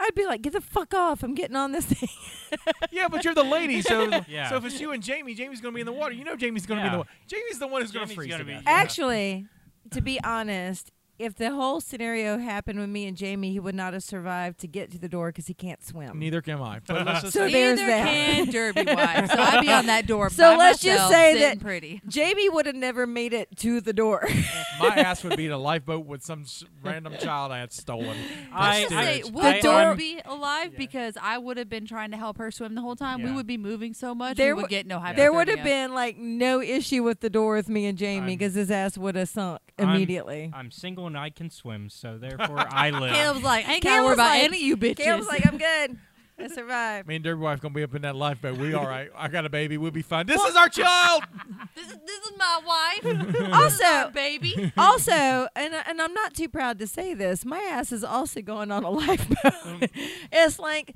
S3: I'd be like, get the fuck off! I'm getting on this thing.
S1: yeah, but you're the lady, so
S6: Yeah.
S1: so if it's you and Jamie, Jamie's gonna be in the water. You know, Jamie's gonna be in the
S6: Yeah.
S1: water. Jamie's the one who's gonna
S6: Jamie's
S1: freeze
S6: gonna
S1: to
S6: be-
S1: death.
S6: Yeah.
S3: Actually, to be honest, if the whole scenario happened with me and Jamie, he would not have survived to get to the door because he can't swim.
S1: Neither can I. But let's just
S3: So
S1: say-
S3: there's
S5: neither
S3: that.
S5: can Derby wife, so I'd be on that door.
S3: So
S5: by
S3: let's just
S5: myself,
S3: say
S5: sitting
S3: that-
S5: pretty.
S3: Jamie would have never made it to the door.
S1: my ass would be in a lifeboat with some s- random child I had stolen.
S6: I-
S5: Just
S1: That's
S5: say,
S1: stupid.
S5: would
S6: I-
S5: Dora
S6: I'm-
S5: be alive?
S6: Yeah.
S5: Because I would have been trying to help her swim the whole time. We
S6: Yeah.
S5: would be moving so much.
S3: There
S5: we
S3: wou-
S5: would get no hypothermia.
S3: there would have been like no issue with the door with me and Jamie
S6: I'm-
S3: because his ass would have sunk
S6: I'm-
S3: immediately.
S6: I'm single and I can swim, so therefore I live.
S5: Caleb's like, I ain't gotta
S3: Caleb's
S5: worry about
S3: like-
S5: any of you bitches.
S3: Caleb's like, I'm good. I survived.
S1: Me and Derby wife gonna be up in that lifeboat. We all right. I got a baby. We'll be fine. This is our child.
S5: this, is, this is my wife,
S3: Also,
S5: baby.
S3: also, and and I'm not too proud to say this. My ass is also going on a lifeboat. it's like,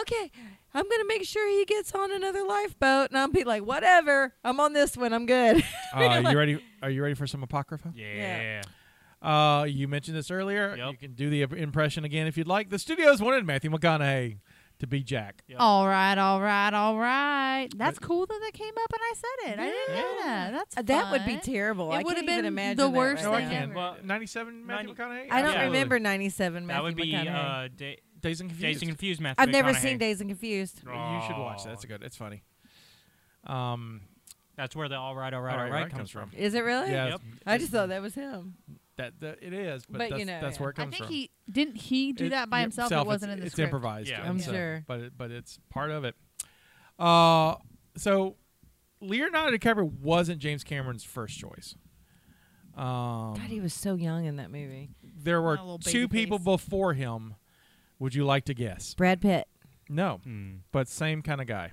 S3: okay, I'm gonna make sure he gets on another lifeboat, and I'll be like, whatever. I'm on this one. I'm good.
S1: Uh, you ready? Are you ready for some apocrypha?
S6: yeah.
S1: Uh, you mentioned this earlier.
S6: Yep.
S1: You can do the imp- impression again if you'd like. The studios wanted Matthew McConaughey to be Jack.
S5: All right, all right, all right. That's cool that that came up and I said it. I didn't know that. That's
S3: Uh, that would be
S5: fun.
S3: terrible.
S5: It
S3: I
S5: would
S3: can't
S5: have
S3: even
S5: been
S3: imagine
S5: the
S3: that
S5: worst
S3: right
S1: No, I
S3: now.
S5: thing
S1: can't.
S5: ever.
S1: Well, 97 Matthew
S6: Ninety-
S1: McConaughey?
S3: I don't
S1: Absolutely.
S3: remember '97.
S6: That
S3: Matthew
S6: would be
S3: McConaughey.
S6: uh, da-
S1: Days and Confused.
S6: Dazed and Confused Matthew
S3: I've never
S6: McConaughey.
S3: seen Days and Confused.
S1: You should watch that. That's a good. It's funny. Um,
S6: That's where the all right, all right, all right, comes from.
S3: Is it really?
S1: Yeah,
S6: Yep.
S1: it's-
S3: I just thought that was him.
S1: that, that it is, but,
S3: But
S1: that's,
S3: you know,
S1: that's
S3: yeah.
S1: where it
S5: I
S1: comes
S5: think
S1: from.
S5: he didn't he do
S1: It-
S5: that by himself.
S1: yourself,
S5: it wasn't
S1: it's,
S5: in the
S1: it's
S5: script.
S1: improvised.
S6: Yeah.
S3: I'm
S1: so-
S3: sure.
S1: but it, but it's part of it. Uh, so Leonardo DiCaprio wasn't James Cameron's first choice. Um,
S3: God, he was so young in that movie.
S1: there were
S5: A little baby
S1: two people
S5: face.
S1: before him. Would you like to guess?
S3: Brad Pitt.
S1: No,
S6: Hmm.
S1: but same kind of guy.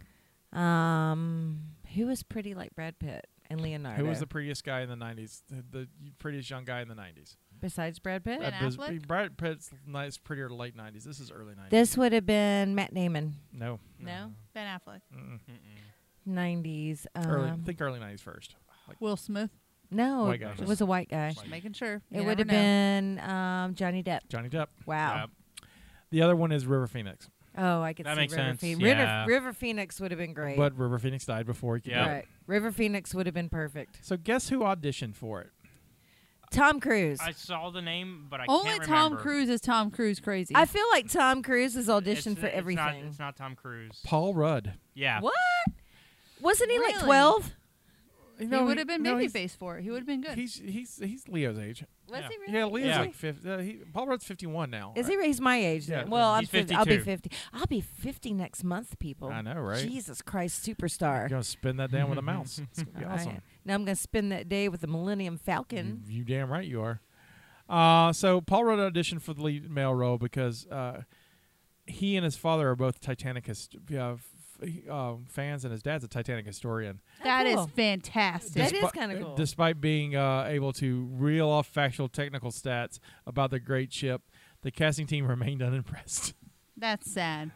S3: Um, who was pretty like Brad Pitt and Leonardo?
S1: Who was the prettiest guy in the '90s? The, the prettiest young guy in the '90s.
S3: besides Brad Pitt?
S5: Ben
S1: Uh, Biz-
S5: Affleck?
S1: Brad Pitt's nice, prettier late '90s. This is early '90s.
S3: This would have been Matt Damon.
S1: no,
S3: No,
S5: Ben Affleck,
S1: Mm-mm.
S3: nineties. Um,
S1: early. Think early '90s first.
S5: Will Smith.
S3: No,
S1: White guy.
S3: it was a white guy.
S5: Just making sure. You
S3: It would
S5: never
S3: have
S5: know.
S3: been um, Johnny Depp.
S1: Johnny Depp.
S3: Wow.
S1: Yep. The other one is River Phoenix,
S3: Oh, I could
S6: That
S3: see
S6: makes
S3: River
S6: sense,
S3: Phoenix.
S6: yeah.
S3: River, River Phoenix would have been great.
S1: but River Phoenix died before he could.
S6: Yeah.
S1: do it.
S3: Right. River Phoenix would have been perfect.
S1: So guess who auditioned for it?
S3: Tom Cruise.
S6: I saw the name, but I
S5: Only
S6: can't
S5: Tom
S6: remember.
S5: Cruise is Tom Cruise crazy.
S3: I feel like Tom Cruise is auditioned
S6: It's-
S3: for
S6: it's not-
S3: everything.
S6: It's not, Tom Cruise.
S1: Paul Rudd.
S6: Yeah.
S3: What? Wasn't he like
S5: Really?
S3: twelve?
S5: he would have been babyface for it. He would have been good.
S1: He's he's he's Leo's age.
S3: Was
S6: Yeah.
S3: he really?
S1: Yeah, Leo's
S6: Yeah.
S1: like fifty. Uh, he, Paul Rudd's fifty-one now.
S3: Is he?
S1: right?
S3: He's my age.
S1: Yeah.
S3: then. Well, I'm
S6: He's
S3: 50, I'll be
S6: 52.
S3: fifty. I'll be fifty next month, people.
S1: I know, right?
S3: Jesus Christ,
S1: You're
S3: superstar!
S1: gonna spin that down with a mouse. It's gonna be
S3: All
S1: awesome.
S3: right. Now I'm gonna spend that day with the Millennium
S1: You,
S6: Mm-hmm.
S3: Falcon.
S1: you damn right you are. Uh, so Paul Rudd auditioned for the lead male role because uh, he and his father are both Titanicist, uh, f- uh, fans, and his dad's a Titanic historian.
S5: That is
S3: cool.
S5: fantastic.
S3: That is
S1: Despi- eh,
S3: kinda cool.
S1: Despite being uh, able to reel off factual technical stats about the great ship, the casting team remained unimpressed.
S5: That's sad.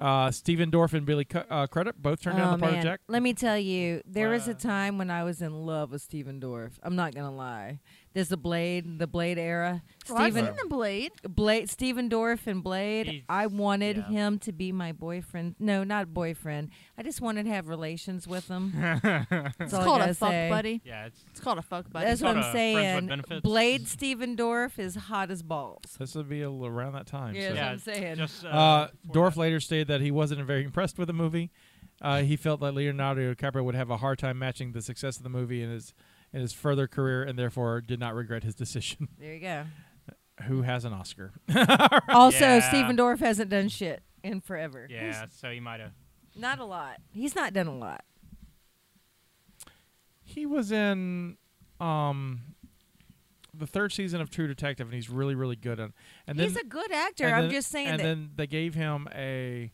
S1: Uh, Steven Dorff and Billy C- uh, Crudup both turned down
S3: Oh,
S1: the part
S3: man.
S1: of Jack.
S3: Let me tell you, there was a
S6: Wow.
S3: time when I was in love with Steven Dorff. I'm not gonna lie. There's the Blade, the Blade era.
S6: Oh,
S5: Well, I've
S3: Steven
S5: seen the blade.
S3: Blade, Steven Dorff and Blade.
S6: He's-
S3: I wanted
S6: yeah.
S3: him to be my boyfriend. No, not boyfriend. I just wanted to have relations with him. That's
S5: It's
S3: all I
S5: called
S3: gotta
S5: a fuck
S3: say.
S5: buddy.
S6: yeah, it's
S5: It's called a fuck buddy.
S3: That's what
S6: Sort
S3: I'm
S6: of friends with
S3: saying.
S6: benefits.
S3: Blade Stevendorf is hot as balls.
S1: This would be a, little around that time.
S3: Yeah,
S1: so.
S3: that's
S6: yeah,
S3: what I'm saying.
S6: Just, uh,
S1: Uh,
S6: for
S1: Dorff
S6: that.
S1: later stated that he wasn't very impressed with the movie. Uh, he felt that Leonardo DiCaprio would have a hard time matching the success of the movie in his in his further career, and therefore did not regret his decision.
S3: There you go.
S1: Who has an Oscar?
S3: Also,
S6: Yeah.
S3: Steven Dorff hasn't done shit in forever.
S6: Yeah, so he might have.
S3: Not a lot. He's not done a lot.
S1: he was in um, the third season of True Detective, and he's really really good in. And
S3: He's
S1: then,
S3: a good actor.
S1: and
S3: I'm
S1: then-
S3: just saying
S1: And
S3: that
S1: then they gave him a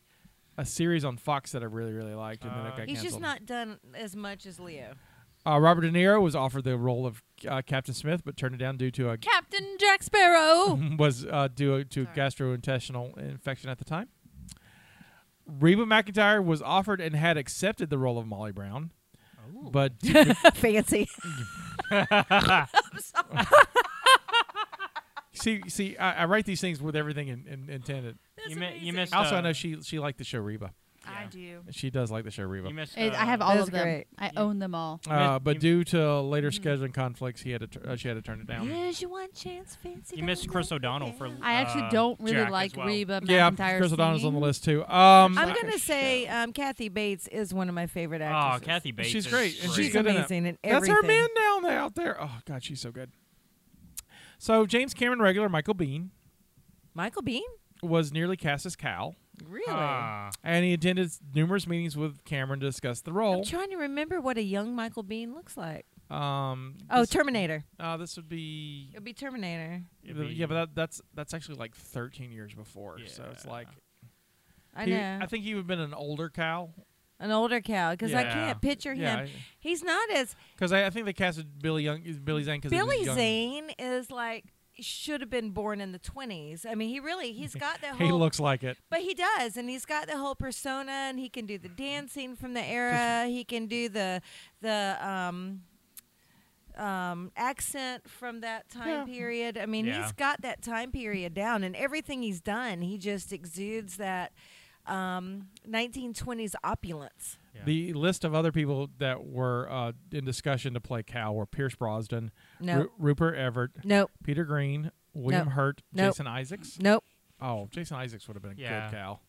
S1: a series on Fox that I really really liked, and then it
S6: Uh,
S1: got
S3: he's just
S1: canceled.
S3: not done as much as Leo.
S1: Uh, Robert De Niro was offered the role of uh, Captain Smith, but turned it down due to a
S5: Captain Jack Sparrow.
S1: was uh, due to
S5: Sorry.
S1: gastrointestinal infection at the time. Reba McIntyre was offered and had accepted the role of Molly Brown, but
S3: Fancy.
S1: see, see, I, I write these things with everything in, in, intended.
S6: you, mi- you missed.
S1: Also,
S6: uh,
S1: I know she she liked the show Reba.
S6: Yeah.
S7: I do.
S1: She does like the show Reba.
S6: You missed.
S5: It- I
S6: uh,
S5: have all
S3: That's
S5: of them.
S3: great.
S5: I own them all.
S1: Uh,
S6: Mi-
S1: but
S6: you- Mm-hmm.
S1: due to later scheduling conflicts, he had to tur- uh, she had to turn it down.
S3: Here's your one chance, fancy.
S6: You missed Chris O'Donnell for.
S5: I actually
S6: uh,
S5: don't really
S6: Jack as
S5: like
S6: well.
S5: Reba McIntyre.
S1: Yeah, Chris O'Donnell's on the
S5: singing.
S1: list too. Um,
S3: I'm
S5: Like
S3: gonna
S5: a
S3: say um, Kathy Bates is one of my favorite
S6: Oh,
S3: actors.
S6: Kathy Bates.
S1: She's
S6: is
S1: great, and
S3: She's
S1: She's good in it.
S3: amazing in
S1: That's
S3: everything.
S1: her man down there out there. Oh God, she's so good. So James Cameron regular Michael Bean
S3: Michael Bean,
S1: was nearly cast as Cal,
S3: really?
S6: Ah,
S1: and he attended numerous meetings with Cameron to discuss the
S3: I'm
S1: role.
S3: trying to remember what a young Michael Bean looks like.
S1: Um,
S3: Oh,
S1: this,
S3: Terminator.
S1: uh, this would be,
S3: It'll be Terminator.
S6: It'd be-
S1: yeah, but that, that's that's actually like 13 years before, so it's
S6: Yeah.
S1: like
S3: I
S1: he-
S3: know.
S1: I think he would have been an older Cal.
S3: An older cow, because I
S6: Yeah.
S3: can't picture
S1: Yeah,
S3: him. He's not as
S1: because I, I think they casted Billy Young, Billy Zane, because
S3: Billy Zane is like should have been born in the twenties. I mean, he really he's got that
S1: He
S3: whole.
S1: looks like it.
S3: But he does, and he's got the whole persona, and he can do the dancing from the era. He can do the the um, um, accent from that time period. I mean,
S6: Yeah.
S3: he's got that time period down, and everything he's done, he just exudes that um, 1920s opulence.
S6: Yeah.
S1: The list of other people that were uh, in discussion to play Cal were Pierce Brosnan,
S3: No.
S1: Ru- Rupert Everett,
S3: Nope,
S1: Peter Green, William
S3: No.
S1: Hurt,
S3: Nope.
S1: Jason Isaacs.
S3: nope,
S1: Oh, Jason Isaacs would have been a
S6: Yeah.
S1: good Cal.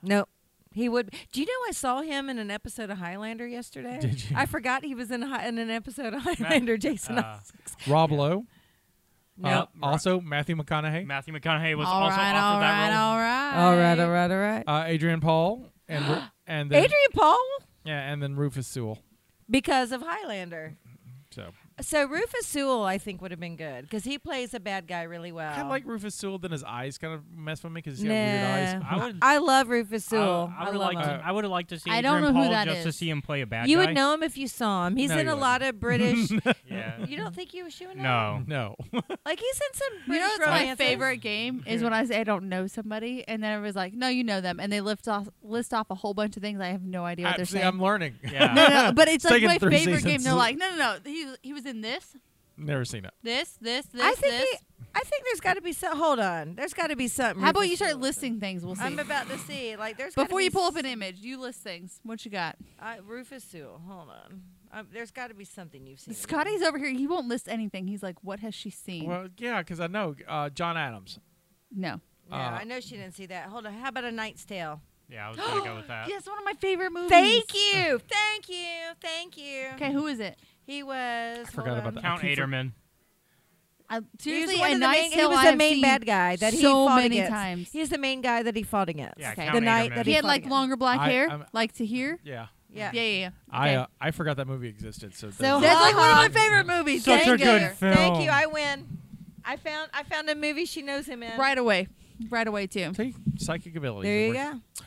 S3: nope. He would. Do you know I saw him in an episode of Highlander yesterday?
S1: Did you?
S3: I forgot he was in, Hi- in an episode of Highlander. Jason.
S6: uh,
S3: Isaacs.
S1: Rob Lowe.
S3: Nope.
S1: Uh, also, Matthew McConaughey,
S6: Matthew McConaughey was
S5: all
S6: also
S5: right,
S6: offered
S5: all
S6: that
S5: right,
S6: role.
S5: all right,
S3: all right, all right, all right.
S1: uh, Adrian Paul, and Ru- and then,
S3: Adrian Paul
S1: yeah, and then Rufus Sewell.
S3: because of Highlander.
S1: So
S3: So Rufus Sewell, I think, would have been good because he plays a bad guy really well.
S1: I like Rufus Sewell. Then his eyes kind of mess with me because he's
S3: Oh. nah.
S1: got weird eyes.
S6: I would-
S3: I love Rufus
S6: I-
S3: Sewell.
S6: I would
S3: love
S6: like
S3: him.
S6: to. I would have liked to see.
S5: I don't
S6: Adrian
S5: know who
S6: Paul
S5: that
S6: just to
S5: is.
S6: see him play a bad
S3: you
S6: guy.
S3: would know him if you saw him. He's
S1: No,
S3: in
S1: you
S3: a lot of British.
S6: Yeah.
S3: you don't think you was shooting
S6: No.
S1: No,
S3: Like he's in some
S5: You
S3: British
S5: know what's my
S3: romances.
S5: favorite game is when I say I don't know somebody, and then everybody's like, "No, you know them," and they lift off list off a whole bunch of things I have no idea what
S1: I,
S5: they're
S1: Ah, see,
S5: saying.
S1: I'm learning.
S6: Yeah.
S5: no, no, but it's like
S1: Taking
S5: my
S1: three
S5: favorite game.
S1: seasons.
S5: They're like, "No, no, no, he he was in this,
S1: Never seen it.
S5: this, this, this,
S3: I think.
S5: this."
S3: He, I think there's got to be some. Hold on. There's got to be something.
S5: How about
S3: Rufus
S5: you start
S3: Sewell was in.
S5: listing things? We'll see.
S3: I'm about to see. Like there's gotta
S5: Before
S3: be
S5: you pull
S3: s-
S5: up an image, you list things. What you got?
S3: Uh, Rufus Sewell. Hold on. Um, there's got to be something you've seen.
S5: Scotty's over here. He won't list anything. He's like, "What has she seen?"
S1: Well, yeah, because I know uh, John Adams.
S5: no.
S3: No,
S1: Uh,
S3: I know she didn't see that. Hold on. How about a Knight's Tale?
S6: Yeah, I was gonna go with that.
S5: Yes, one of my favorite movies.
S3: Thank you, thank you, thank you.
S5: Okay, who is it?
S3: He was.
S1: forgot
S3: hold
S1: about
S3: on.
S1: that.
S6: Count
S1: I keep for-
S6: Aderman.
S5: I,
S3: He was,
S5: seriously,
S3: one
S5: a
S3: of the
S5: Knight's
S3: main, he
S5: Tale
S3: was
S5: I
S3: the
S5: have
S3: main
S5: seen
S3: bad guy that he
S5: so
S3: fought
S5: many
S3: against.
S5: times.
S3: He's the main guy that he fought against.
S6: Yeah,
S5: Okay.
S6: Count
S3: The night
S6: Aderman.
S3: that
S5: He had
S3: fought
S5: like
S3: against.
S5: longer black
S1: I-
S5: hair,
S1: I'm-
S5: like to here.
S1: Yeah,
S3: Yeah.
S5: Yeah, yeah, yeah.
S1: I
S5: Okay.
S1: uh, I forgot that movie existed. So,
S3: So
S5: That's like one of my
S3: ha-ha.
S5: favorite movies.
S6: Such
S5: Thank
S6: a
S5: you.
S6: good film.
S3: Thank you. I win. I found I found a movie she knows him in.
S5: Right away. Right away, too.
S1: take psychic abilities.
S3: there
S1: and
S3: you
S1: we're-
S3: go.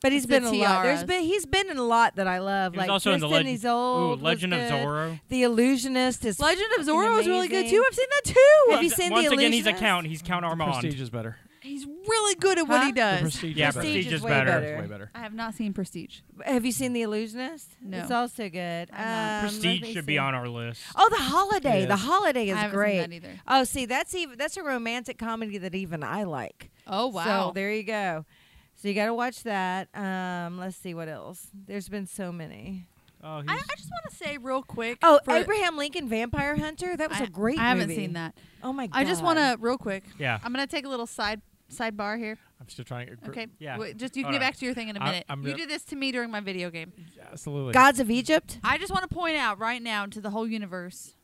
S3: But he's
S5: It's the
S3: been in a lot. There's
S5: tiaras.
S3: been he's been in a lot that I love.
S6: He was
S3: like
S6: also in the
S3: Tristan,
S6: Leg-
S3: he's
S6: Ooh,
S3: old. was
S6: Legend of
S3: good.
S6: Zorro.
S3: The Illusionist is.
S5: Legend of
S3: fucking
S5: Zorro is really good
S3: amazing.
S5: too. I've seen that too.
S3: Have you seen
S6: Once
S3: The
S6: again, he's a
S3: Illusionist?
S6: count. He's Count
S1: Prestige
S6: Armand.
S1: is better.
S5: He's really good at what
S3: Huh?
S5: he
S1: The
S5: does.
S1: Prestige,
S6: Yeah,
S1: is better.
S6: Prestige
S3: is
S6: is
S3: way
S6: better.
S1: It's
S3: better.
S1: way better.
S5: I have not seen Prestige.
S3: Have you seen The Illusionist?
S5: No.
S3: It's also good.
S5: I have not.
S3: Um, let
S6: Prestige
S3: me
S6: should
S3: see.
S6: be on our list.
S3: Oh, the holiday.
S1: Yes.
S3: The holiday
S5: I
S3: is
S5: haven't seen that
S3: great.
S5: either.
S3: Oh, see, that's even that's a romantic comedy that even I like.
S5: Oh
S3: So there you go. So you got to watch that. Um, let's see what else. There's been so many.
S6: Oh,
S5: I,
S6: he's,
S5: I just want to say real quick.
S3: Oh,
S5: for-
S3: Abraham Lincoln Vampire Hunter. That was a
S5: I-
S3: great.
S5: I haven't
S3: movie.
S5: seen that.
S3: Oh my god.
S5: I just want to real quick.
S6: yeah.
S5: I'm gonna take a little side sidebar here.
S1: I'm still trying. gr-
S5: Okay.
S6: Yeah.
S5: Wait, just you can
S6: All
S5: get
S6: right.
S5: back to your thing in a
S1: I-
S5: minute.
S1: I'm
S5: you
S1: gonna-
S5: did this to me during my video game.
S1: Absolutely.
S3: Gods of Egypt.
S5: I just want to point out right now to the whole universe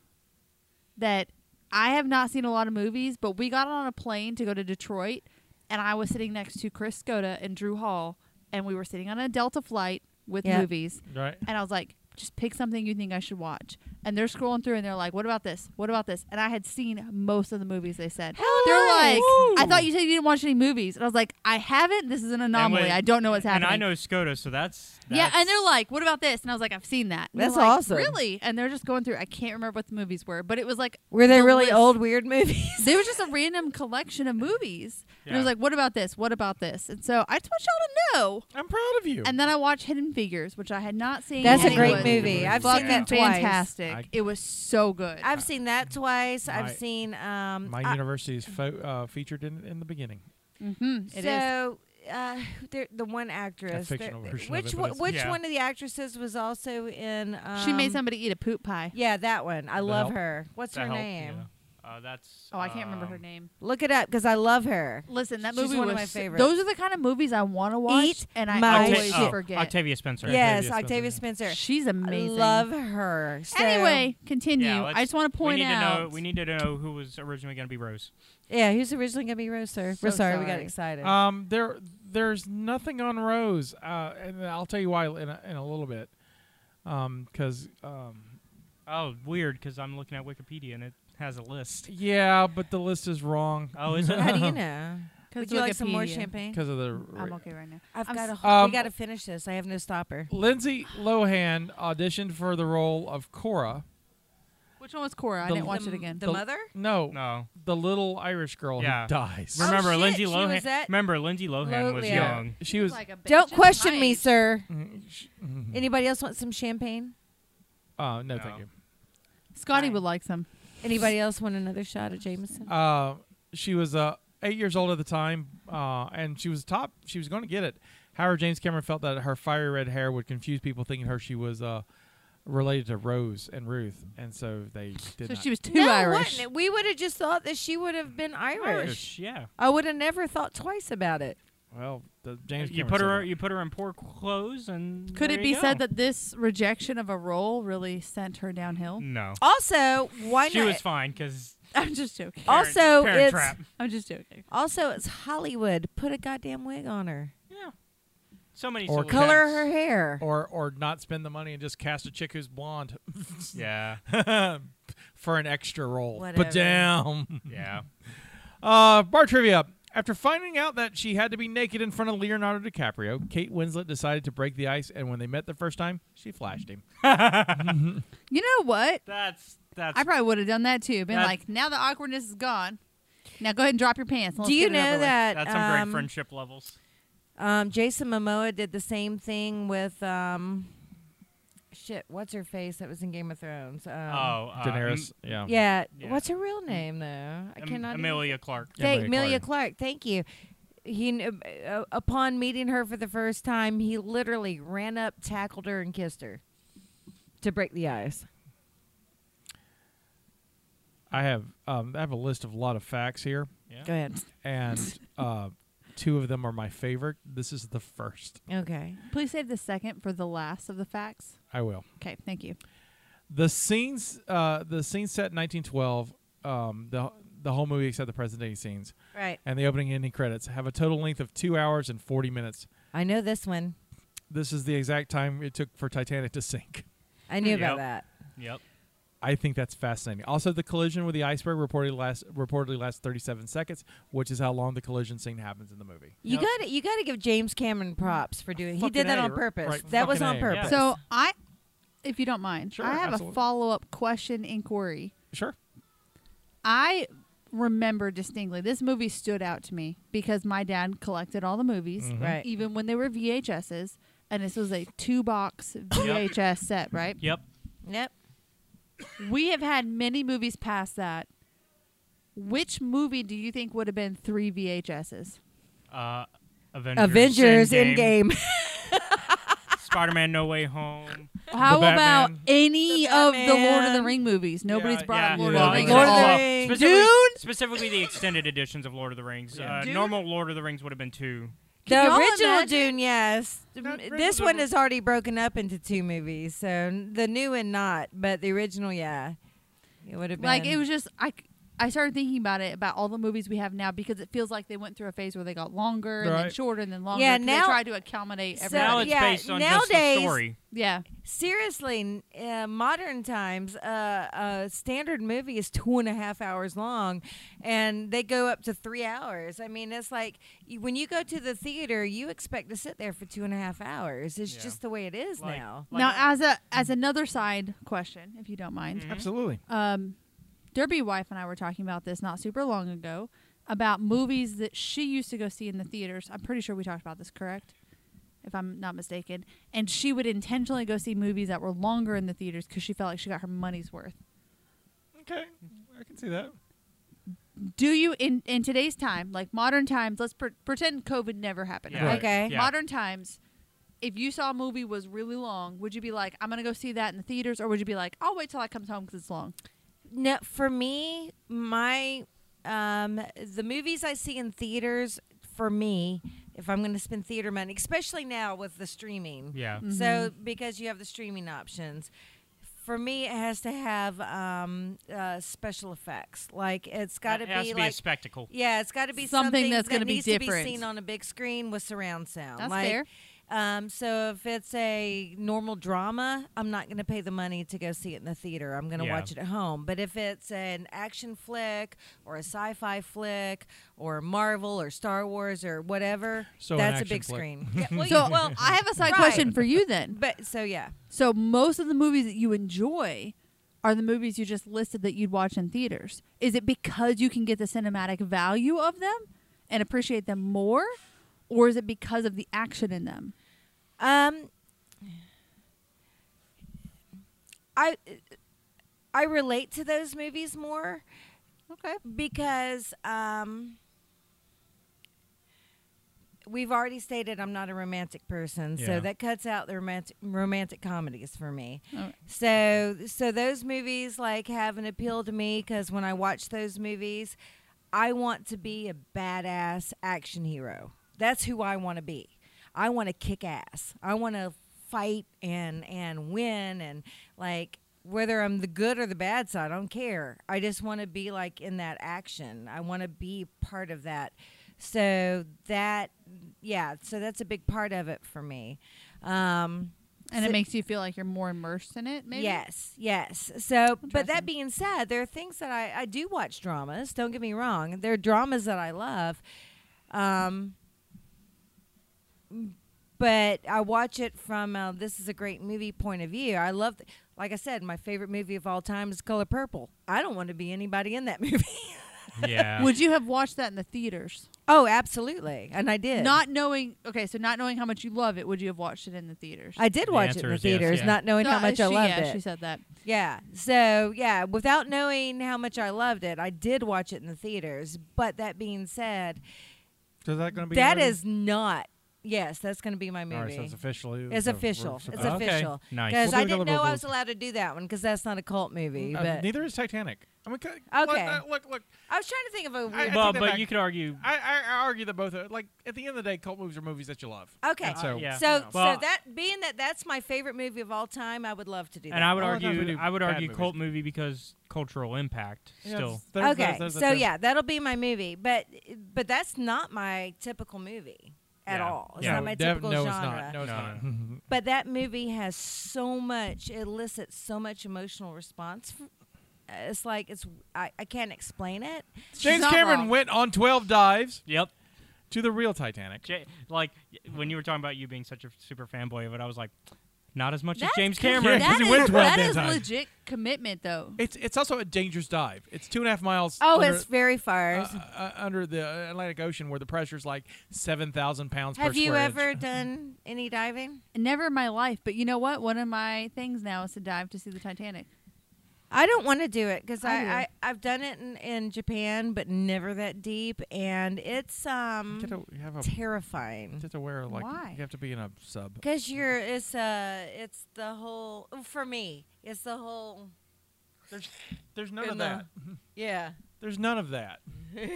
S5: that I have not seen a lot of movies, but we got on a plane to go to Detroit, and I was sitting next to Chris Skoda and Drew Hall, and we were sitting on a Delta flight with
S3: Yeah.
S5: movies,
S1: Right.
S5: and I was like, just pick something you think I should watch. And they're scrolling through and they're like, what about this? What about this? And I had seen most of the movies they said.
S3: Hell
S5: they're
S3: nice.
S5: like, I thought you said you didn't watch any movies. And I was like, I haven't. This is an anomaly.
S6: when-
S5: I don't know what's
S6: And
S5: happening.
S6: I know Skoda, so that's,
S5: Yeah, and
S6: that's-
S5: they're like, "What about this?" And I was like, "I've seen that." And they're
S3: That's
S5: like,
S3: awesome.
S5: Really? And they're just going through. I can't remember what the movies were, but it was like
S3: Were they
S5: the
S3: really
S5: list.
S3: old weird movies?
S5: There was just a random collection of movies, and it was
S6: Yeah.
S5: like, "What about this? What about this?" And so I just want y'all to know.
S1: I'm proud of you.
S5: And then I watched Hidden Figures, which I had not seen.
S3: That's
S5: and
S3: a
S5: it
S3: great
S5: was
S3: movie. I've seen
S5: Fucking
S3: that twice.
S5: fantastic!
S1: I-
S5: it was so good.
S3: I've seen that twice.
S1: My-
S3: I've seen um
S1: My
S3: I-
S1: university is fo- uh, featured in in the beginning.
S5: mm-hmm, It is.
S3: so uh, there- the one actress. there-
S1: fictional version of
S3: which
S1: it, but
S3: one-
S1: it's-
S3: which
S6: Yeah.
S3: one of the actresses was also in? Um,
S5: she made somebody eat a poop pie.
S3: Yeah, that one. I
S1: The
S3: love
S1: Help.
S3: her. What's
S6: The
S3: her
S6: help,
S3: name?
S6: yeah. Uh, that's.
S5: Oh, I can't remember her
S6: um,
S5: name.
S3: Look it up because I love her.
S5: Listen, that
S3: she's
S5: movie
S3: one
S5: was
S3: of my
S5: so-
S3: favorites.
S5: Those are the kind of movies I want to watch,
S3: Eat
S5: and I
S3: my
S5: always
S3: shit.
S5: forget.
S6: Octavia Spencer.
S3: yes,
S1: Octavia
S3: Octavia
S1: Spencer,
S3: Spencer.
S5: She's amazing.
S3: Love her. So-
S5: Anyway, continue.
S6: Yeah,
S5: I
S6: let's-
S5: just want to
S6: We
S5: point
S6: need
S5: out.
S6: to know. We need to know who was originally going to be Rose.
S3: Yeah, who's originally gonna be Rose, sir? We're
S5: So
S3: sorry, we got
S5: sorry.
S3: excited.
S1: Um, there, there's nothing on Rose, uh, and I'll tell you why in a, in a little bit. Um, because um,
S6: Oh, weird, because I'm looking at Wikipedia and it has a list.
S1: yeah, but the list is wrong
S6: Oh, is it?
S3: How do you know?
S5: 'Cause
S3: Would you like some more
S5: Wikipedia.
S3: champagne?
S1: because of the.
S5: I'm okay right now.
S3: I've
S5: I'm
S3: got a
S5: s-
S3: whole,
S1: Um,
S3: we got to finish this. I have no stopper.
S1: Lindsay Lohan auditioned for the role of Cora.
S5: Which one was Cora? I
S1: The-
S5: didn't watch
S3: the,
S5: it again.
S3: The,
S1: The-
S3: mother?
S1: No,
S6: no.
S1: the little Irish girl
S6: Yeah.
S1: who dies.
S3: Oh,
S6: Remember
S3: shit,
S6: Lindsay
S3: she
S6: Lohan?
S3: was at-
S6: Remember Lindsay Lohan was
S5: Oh,
S3: Lowly.
S1: Yeah,
S6: young.
S1: she was.
S5: Like a bitch.
S3: Don't
S5: She's
S3: question me,
S5: nice.
S3: sir.
S1: Mm, sh- mhm.
S3: Anybody else want some champagne?
S1: Uh, no,
S6: No.
S1: thank you.
S5: Scotty
S3: Fine.
S5: would like some.
S3: Anybody else want another shot of Jameson?
S1: Uh, she was uh, eight years old at the time, uh, and she was top. She was going to get it. However, James Cameron felt that her fiery red hair would confuse people, thinking her she was uh, related to Rose and Ruth, and so they did
S5: So
S1: not.
S5: she was too
S3: no,
S5: Irish.
S3: wouldn't it? We would have just thought that she would have been Irish.
S6: yeah.
S3: I would have never thought twice about it.
S1: well, the James
S6: You
S1: Cameron
S6: put
S1: said
S6: her.
S1: that.
S6: You put her in poor clothes, and
S5: Could
S6: there
S5: it
S6: you
S5: be
S6: go.
S5: said that this rejection of a role really sent her downhill?
S6: No.
S3: Also, why
S6: She
S3: not?
S6: was fine because.
S5: I'm just joking.
S3: also,
S6: parent
S3: it's
S6: trap.
S5: I'm just joking.
S3: also it's Hollywood. Put a goddamn wig on her.
S6: Yeah. So many.
S1: Or
S6: solutions.
S3: Color her hair.
S1: or or not spend the money and just cast a chick who's blonde
S6: Yeah.
S1: for an extra role.
S3: Whatever.
S1: But damn.
S6: Yeah.
S1: Uh, bar trivia. After finding out that she had to be naked in front of Leonardo DiCaprio, Kate Winslet decided to break the ice, and when they met the first time, she flashed him.
S5: You know what?
S6: That's that's.
S5: I probably would have done that too. Been
S6: That-
S5: like, now the awkwardness is gone. Now go ahead and drop your pants. and let's
S3: Do you
S5: get it over
S3: know
S5: with."
S3: that
S6: that's some
S3: um,
S6: great friendship levels.
S3: Um, Jason Momoa did the same thing with um, shit. What's her face that was in Game of Thrones? Um,
S6: oh, uh,
S1: Daenerys. yeah.
S3: yeah.
S6: yeah.
S3: What's her real name though? I
S6: Em-
S3: cannot. even-
S6: Amelia Clark.
S3: Thank
S1: Emilia
S3: Amelia Clark. Thank you. He, kn- uh, upon meeting her for the first time, he literally ran up, tackled her, and kissed her to break the ice.
S1: I have um, I have a list of a lot of facts here,
S3: Go
S6: Yeah.
S3: ahead.
S1: and uh, two of them are my favorite. This is the first.
S3: Okay.
S5: Please save the second for the last of the facts.
S1: I will.
S5: Okay, thank you.
S1: The scenes, uh, the scene set in 1912. Um, the the whole movie except the present day scenes
S3: Right.
S1: and the opening and ending credits have a total length of two hours and 40 minutes.
S3: I know this one.
S1: This is the exact time it took for Titanic to sink.
S3: I knew about
S6: Yep.
S3: that.
S6: Yep.
S1: I think that's fascinating. Also, the collision with the iceberg reportedly last reportedly lasts 37 seconds, which is how long the collision scene happens in the movie.
S3: You
S6: Yep.
S3: got you got to give James Cameron props for doing. He
S1: Fucking
S3: did that
S1: A,
S3: on
S1: right-
S3: purpose.
S1: right,
S3: that was on
S1: fucking A, yeah.
S3: purpose.
S5: So I, if you don't mind,
S1: Sure,
S5: I have
S1: absolutely.
S5: a follow up question inquiry.
S1: Sure.
S5: I remember distinctly this movie stood out to me because my dad collected all the movies,
S1: Mhm.
S3: right.
S5: even when they were VHSs, and this was a two box VHS set, right?
S6: Yep.
S3: Yep.
S5: We have had many movies past that. Which movie do you think would have been three VHSs?
S6: Uh, Avengers,
S3: Avengers
S6: Endgame,
S3: Endgame.
S6: Spider-Man: No Way Home.
S5: How about
S1: Batman.
S5: any
S3: The
S5: of the Lord of the
S3: Batman.
S5: Ring movies? Nobody's
S1: Yeah,
S5: brought
S6: yeah,
S5: up Lord
S6: well,
S5: of the Rings.
S6: except-
S3: Lord of the
S6: well,
S3: Rings.
S6: specifically-
S3: Dude!
S6: Specifically, the extended editions of Lord of the Rings.
S1: Yeah.
S6: Uh,
S1: Dude.
S6: normal Lord of the Rings would have been two.
S3: The
S5: y'all
S3: original
S5: imagine?
S3: Dune, yes.
S1: That brings us
S3: This one
S1: over-
S3: is already broken up into two movies, so n- the new and not, but the original, yeah, it would have been
S5: Like it was just I. c- I started thinking about it about all the movies we have now because it feels like they went through a phase where they got longer and then
S1: Right.
S5: shorter and then longer.
S3: Yeah,
S5: 'cause
S3: now-
S5: they tried to accommodate
S3: So-
S5: everybody.
S6: Now it's
S3: yeah,
S6: based on just
S3: nowadays-
S6: the story.
S5: yeah,
S3: seriously n- uh, modern times. Uh, a standard movie is two and a half hours long, and they go up to three hours. I mean, it's like y- when you go to the theater, you expect to sit there for two and a half hours. It's
S6: Yeah.
S3: just the way it is
S6: Like-
S3: now.
S6: like-
S5: now as a as another side question, if you don't mind,
S6: Mhm.
S1: Absolutely.
S5: um, Derby wife and I were talking about this not super long ago about movies that she used to go see in the theaters. I'm pretty sure we talked about this, correct? If I'm not mistaken, and she would intentionally go see movies that were longer in the theaters because she felt like she got her money's worth.
S1: Okay. I can see that.
S5: do you in in today's time like modern times let's pre- pretend covid never happened
S6: Yeah.
S5: right?
S3: Okay.
S6: Yeah.
S5: modern times if you saw a movie was really long would you be like i'm gonna go see that in the theaters or would you be like i'll wait till it comes home because it's long
S3: No, for me, my um, the movies I see in theaters for me, if I'm going to spend theater money, especially now with the streaming.
S6: Yeah.
S3: So
S5: Mm-hmm.
S3: because you have the streaming options, for me it has to have um, uh, special effects. Like it's got to
S6: it has
S3: be
S6: to be a
S3: like
S6: spectacle.
S3: yeah, it's got to be
S5: Something
S3: something,
S5: that's
S3: going
S5: gonna be
S3: to
S5: different.
S3: To be seen on a big screen with surround sound.
S5: That's
S3: like,
S5: fair.
S3: Um, so if it's a normal drama, I'm not going to pay the money to go see it in the theater. I'm going to
S6: Yeah.
S3: watch it at home. But if it's an action flick or a sci-fi flick or Marvel or Star Wars or whatever,
S1: So an
S3: that's a
S1: action
S3: big
S1: flick.
S3: screen. Oh, Yeah, well,
S5: so
S3: you- well,
S5: i have a side
S3: Right.
S5: question for you then
S3: but so yeah,
S5: so most of the movies that you enjoy are the movies you just listed that you'd watch in theaters is it because you can get the cinematic value of them and appreciate them more or is it because of the action in them
S3: Um, I I relate to those movies more. Okay. Because um, we've already stated I'm not a romantic person,
S1: Yeah.
S3: so that cuts out the romantic romantic comedies for me.
S5: Okay.
S3: So so those movies like have an appeal to me because when I watch those movies, I want to be a badass action hero. That's who I want to be. I want to kick ass. I want to fight and and win and like whether I'm the good or the bad side, I don't care. I just want to be like in that action. I want to be part of that. So that yeah, so that's a big part of it for me. Um
S5: and
S3: So-
S5: it makes you feel like you're more immersed in it maybe
S3: Yes, yes. So, but
S5: Interesting.
S3: that being said, there are things that I, I do watch dramas. Don't get me wrong. There are dramas that I love. Um, but I watch it from a, this is a great movie point of view. I love, like I said, my favorite movie of all time is Color Purple. I don't want to be anybody in that movie.
S6: Yeah.
S5: Would you have watched that in the theaters?
S3: oh, absolutely. And I did.
S5: Not knowing, okay, so not knowing how much you love it, would you have watched it in the theaters?
S3: I did
S6: The
S3: watch it
S6: answer
S3: in the
S6: is yes,
S3: theaters,
S6: yeah.
S3: not knowing how
S5: Uh,
S3: much I
S5: she-
S3: loved
S5: yeah,
S3: it.
S5: She said that.
S3: Yeah. So, yeah, without knowing how much I loved it, I did watch it in the theaters. But that being said,
S1: So is that going to be
S3: that is not. Yes, that's going to be my movie.
S1: All right, so it's officially
S3: it's official. It's
S1: okay. Uh,
S3: official.
S6: Nice.
S3: Because
S1: We'll do
S3: I
S1: another
S3: didn't know
S1: vocal.
S3: I was allowed to do that one because that's not a cult movie.
S1: Uh,
S3: but
S1: neither is Titanic. I mean, okay.
S3: Okay.
S1: Look, uh, look, look,
S3: I was trying to think of a
S1: I
S3: weird.
S6: well,
S1: take that
S6: but
S1: back.
S6: you could argue.
S1: I, I, I argue that both are like at the end of the day, cult movies are movies that you love.
S3: okay.
S1: And so,
S6: Uh, yeah.
S3: So,
S6: Well-
S3: so that being that that's my favorite movie of all time, I would love to do that.
S6: And I would
S1: All the times we
S6: argue,
S1: do
S6: I would
S1: bad
S6: argue
S1: movies.
S6: cult movie because cultural impact.
S1: Yeah,
S6: Still,
S1: it's- there's-
S3: okay.
S1: there's- there's-
S3: so
S1: there's-
S3: yeah, that'll be my movie. But but that's not my typical movie. at
S6: Yeah.
S3: all. It's
S6: Yeah.
S3: not
S6: No,
S3: my
S1: Dev-
S3: typical
S1: no,
S3: genre.
S1: it's not. No, it's
S6: No,
S1: not. Mm-hmm.
S6: no,
S3: But that movie has so much, it elicits so much emotional response. F- It's like it's I, I can't explain it.
S1: James
S5: not
S1: Cameron
S5: wrong.
S1: went on 12 dives
S6: Yep.
S1: to the real Titanic.
S6: J- like when you were talking about you being such a super fanboy of it, I was like, not as much
S5: That's
S6: as James
S5: com-
S6: Cameron.
S1: Yeah,
S5: That
S1: 'cause he
S5: is,
S1: went twelve
S5: that
S1: that
S5: is
S1: time.
S5: legit commitment, though.
S1: It's it's also a dangerous dive. It's two and a half miles.
S3: Oh,
S1: under,
S3: it's very far.
S1: uh, uh, under the Atlantic Ocean, where the pressure's like seven thousand pounds per
S3: Have you
S1: square inch.
S3: ever done any diving?
S5: Never in my life. But you know what? One of my things now is to dive to see the Titanic.
S3: I don't want to do it because
S5: I
S3: I,
S5: do.
S3: I, I have done it in, in Japan, but never that deep, and it's
S1: You oh.
S3: um
S1: have to, you have a, you
S3: terrifying.
S1: have to wear like
S5: Why?
S1: you have to be in a sub.
S3: Because you're, it's uh, it's the whole for me. It's the whole,
S1: There's none of
S3: Good
S1: that.
S3: luck. yeah.
S1: There's none of that.
S5: Like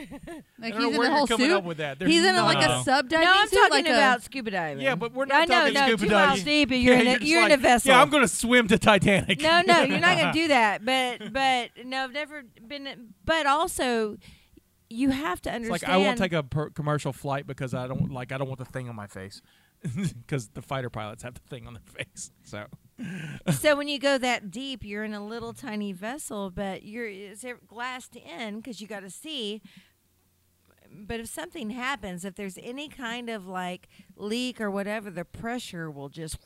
S1: I don't know
S5: he's in
S1: where
S5: the
S1: you're
S5: whole
S1: coming
S5: suit.
S1: up with that. There's
S5: he's in a,
S1: none
S5: like
S1: of
S5: a
S6: No.
S1: that.
S5: sub diving
S3: No, I'm
S5: suit.
S3: talking
S5: like
S3: about
S5: a,
S3: scuba diving.
S1: Yeah, but we're
S3: I
S1: not
S3: know,
S1: talking
S3: no,
S1: scuba
S3: two
S1: diving.
S3: miles deep, and you're
S1: yeah,
S3: in a,
S1: just
S3: you're in a
S1: like,
S3: vessel.
S1: Yeah, I'm going to swim to Titanic.
S3: no, no, you're not gonna do that. But but no, I've never been. But also, you have to
S1: It's
S3: understand.
S1: like I won't take a per- commercial flight because I don't like I don't want the thing on my face. Because the fighter pilots have the thing on their face, so
S3: so when you go that deep, you're in a little tiny vessel, but you're it's e- glassed in because you got to see. But if something happens, if there's any kind of like leak or whatever, the pressure will just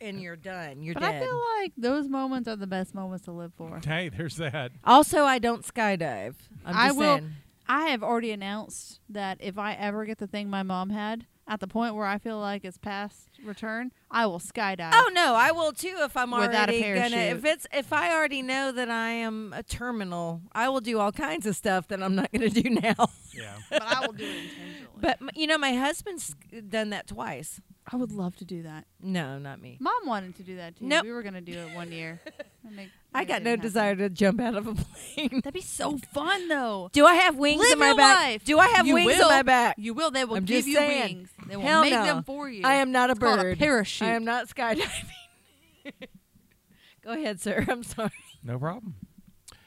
S3: and you're done. You're
S5: But
S3: dead.
S5: I feel like those moments are the best moments to live for.
S1: hey, there's that.
S3: also, I don't skydive. I'm
S5: I
S3: just
S5: will-
S3: saying.
S5: I have already announced that if I ever get the thing my mom had at the point where I feel like it's past return, I will skydive.
S3: Oh no, I will too if I'm
S5: Without a
S3: already gonna.
S5: parachute.
S3: If it's if I already know that I am a terminal, I will do all kinds of stuff that I'm not gonna do now.
S6: Yeah.
S7: but I will do it intentionally.
S3: But m- you know, my husband's done that twice. Mm,
S5: I would love to do that.
S3: No, not me.
S5: Mom wanted to do that too.
S3: Nope.
S5: We were gonna do it one year. And it-
S3: I
S5: it
S3: got
S5: didn't
S3: no
S5: happen.
S3: desire to jump out of a plane.
S5: That'd be so fun though.
S3: Do I have wings
S5: Live
S3: in my
S5: your
S3: back?
S5: life.
S3: Do I have
S5: You
S3: wings
S5: will.
S3: in my back?
S5: You will. They will
S3: I'm
S5: give
S3: just
S5: you
S3: saying.
S5: wings. They will
S3: Hell
S5: make
S3: no.
S5: them for you.
S3: I am not a
S5: It's called a
S3: bird.
S5: parachute.
S3: I am not skydiving. Go ahead, sir. I'm sorry.
S1: No problem.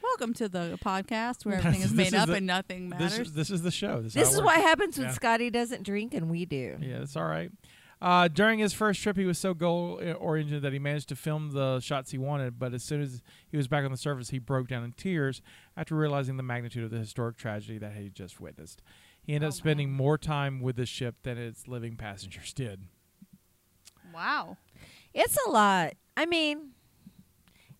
S5: Welcome to the podcast where
S1: This-
S5: everything is
S1: this
S5: made
S1: is
S5: up
S1: the-
S5: and nothing matters.
S1: This is, this is the show. This,
S3: This
S1: how
S3: is
S1: it
S3: what
S1: works.
S3: happens when
S1: Yeah.
S3: Scotty doesn't drink and we do.
S1: Yeah, it's all right. Uh, during his first trip, he was so goal oriented that he managed to film the shots he wanted. But as soon as he was back on the surface, he broke down in tears after realizing the magnitude of the historic tragedy that he just witnessed. He ended
S5: Oh,
S1: up spending more time with the ship than its living passengers did.
S5: wow.
S3: It's a lot. I mean,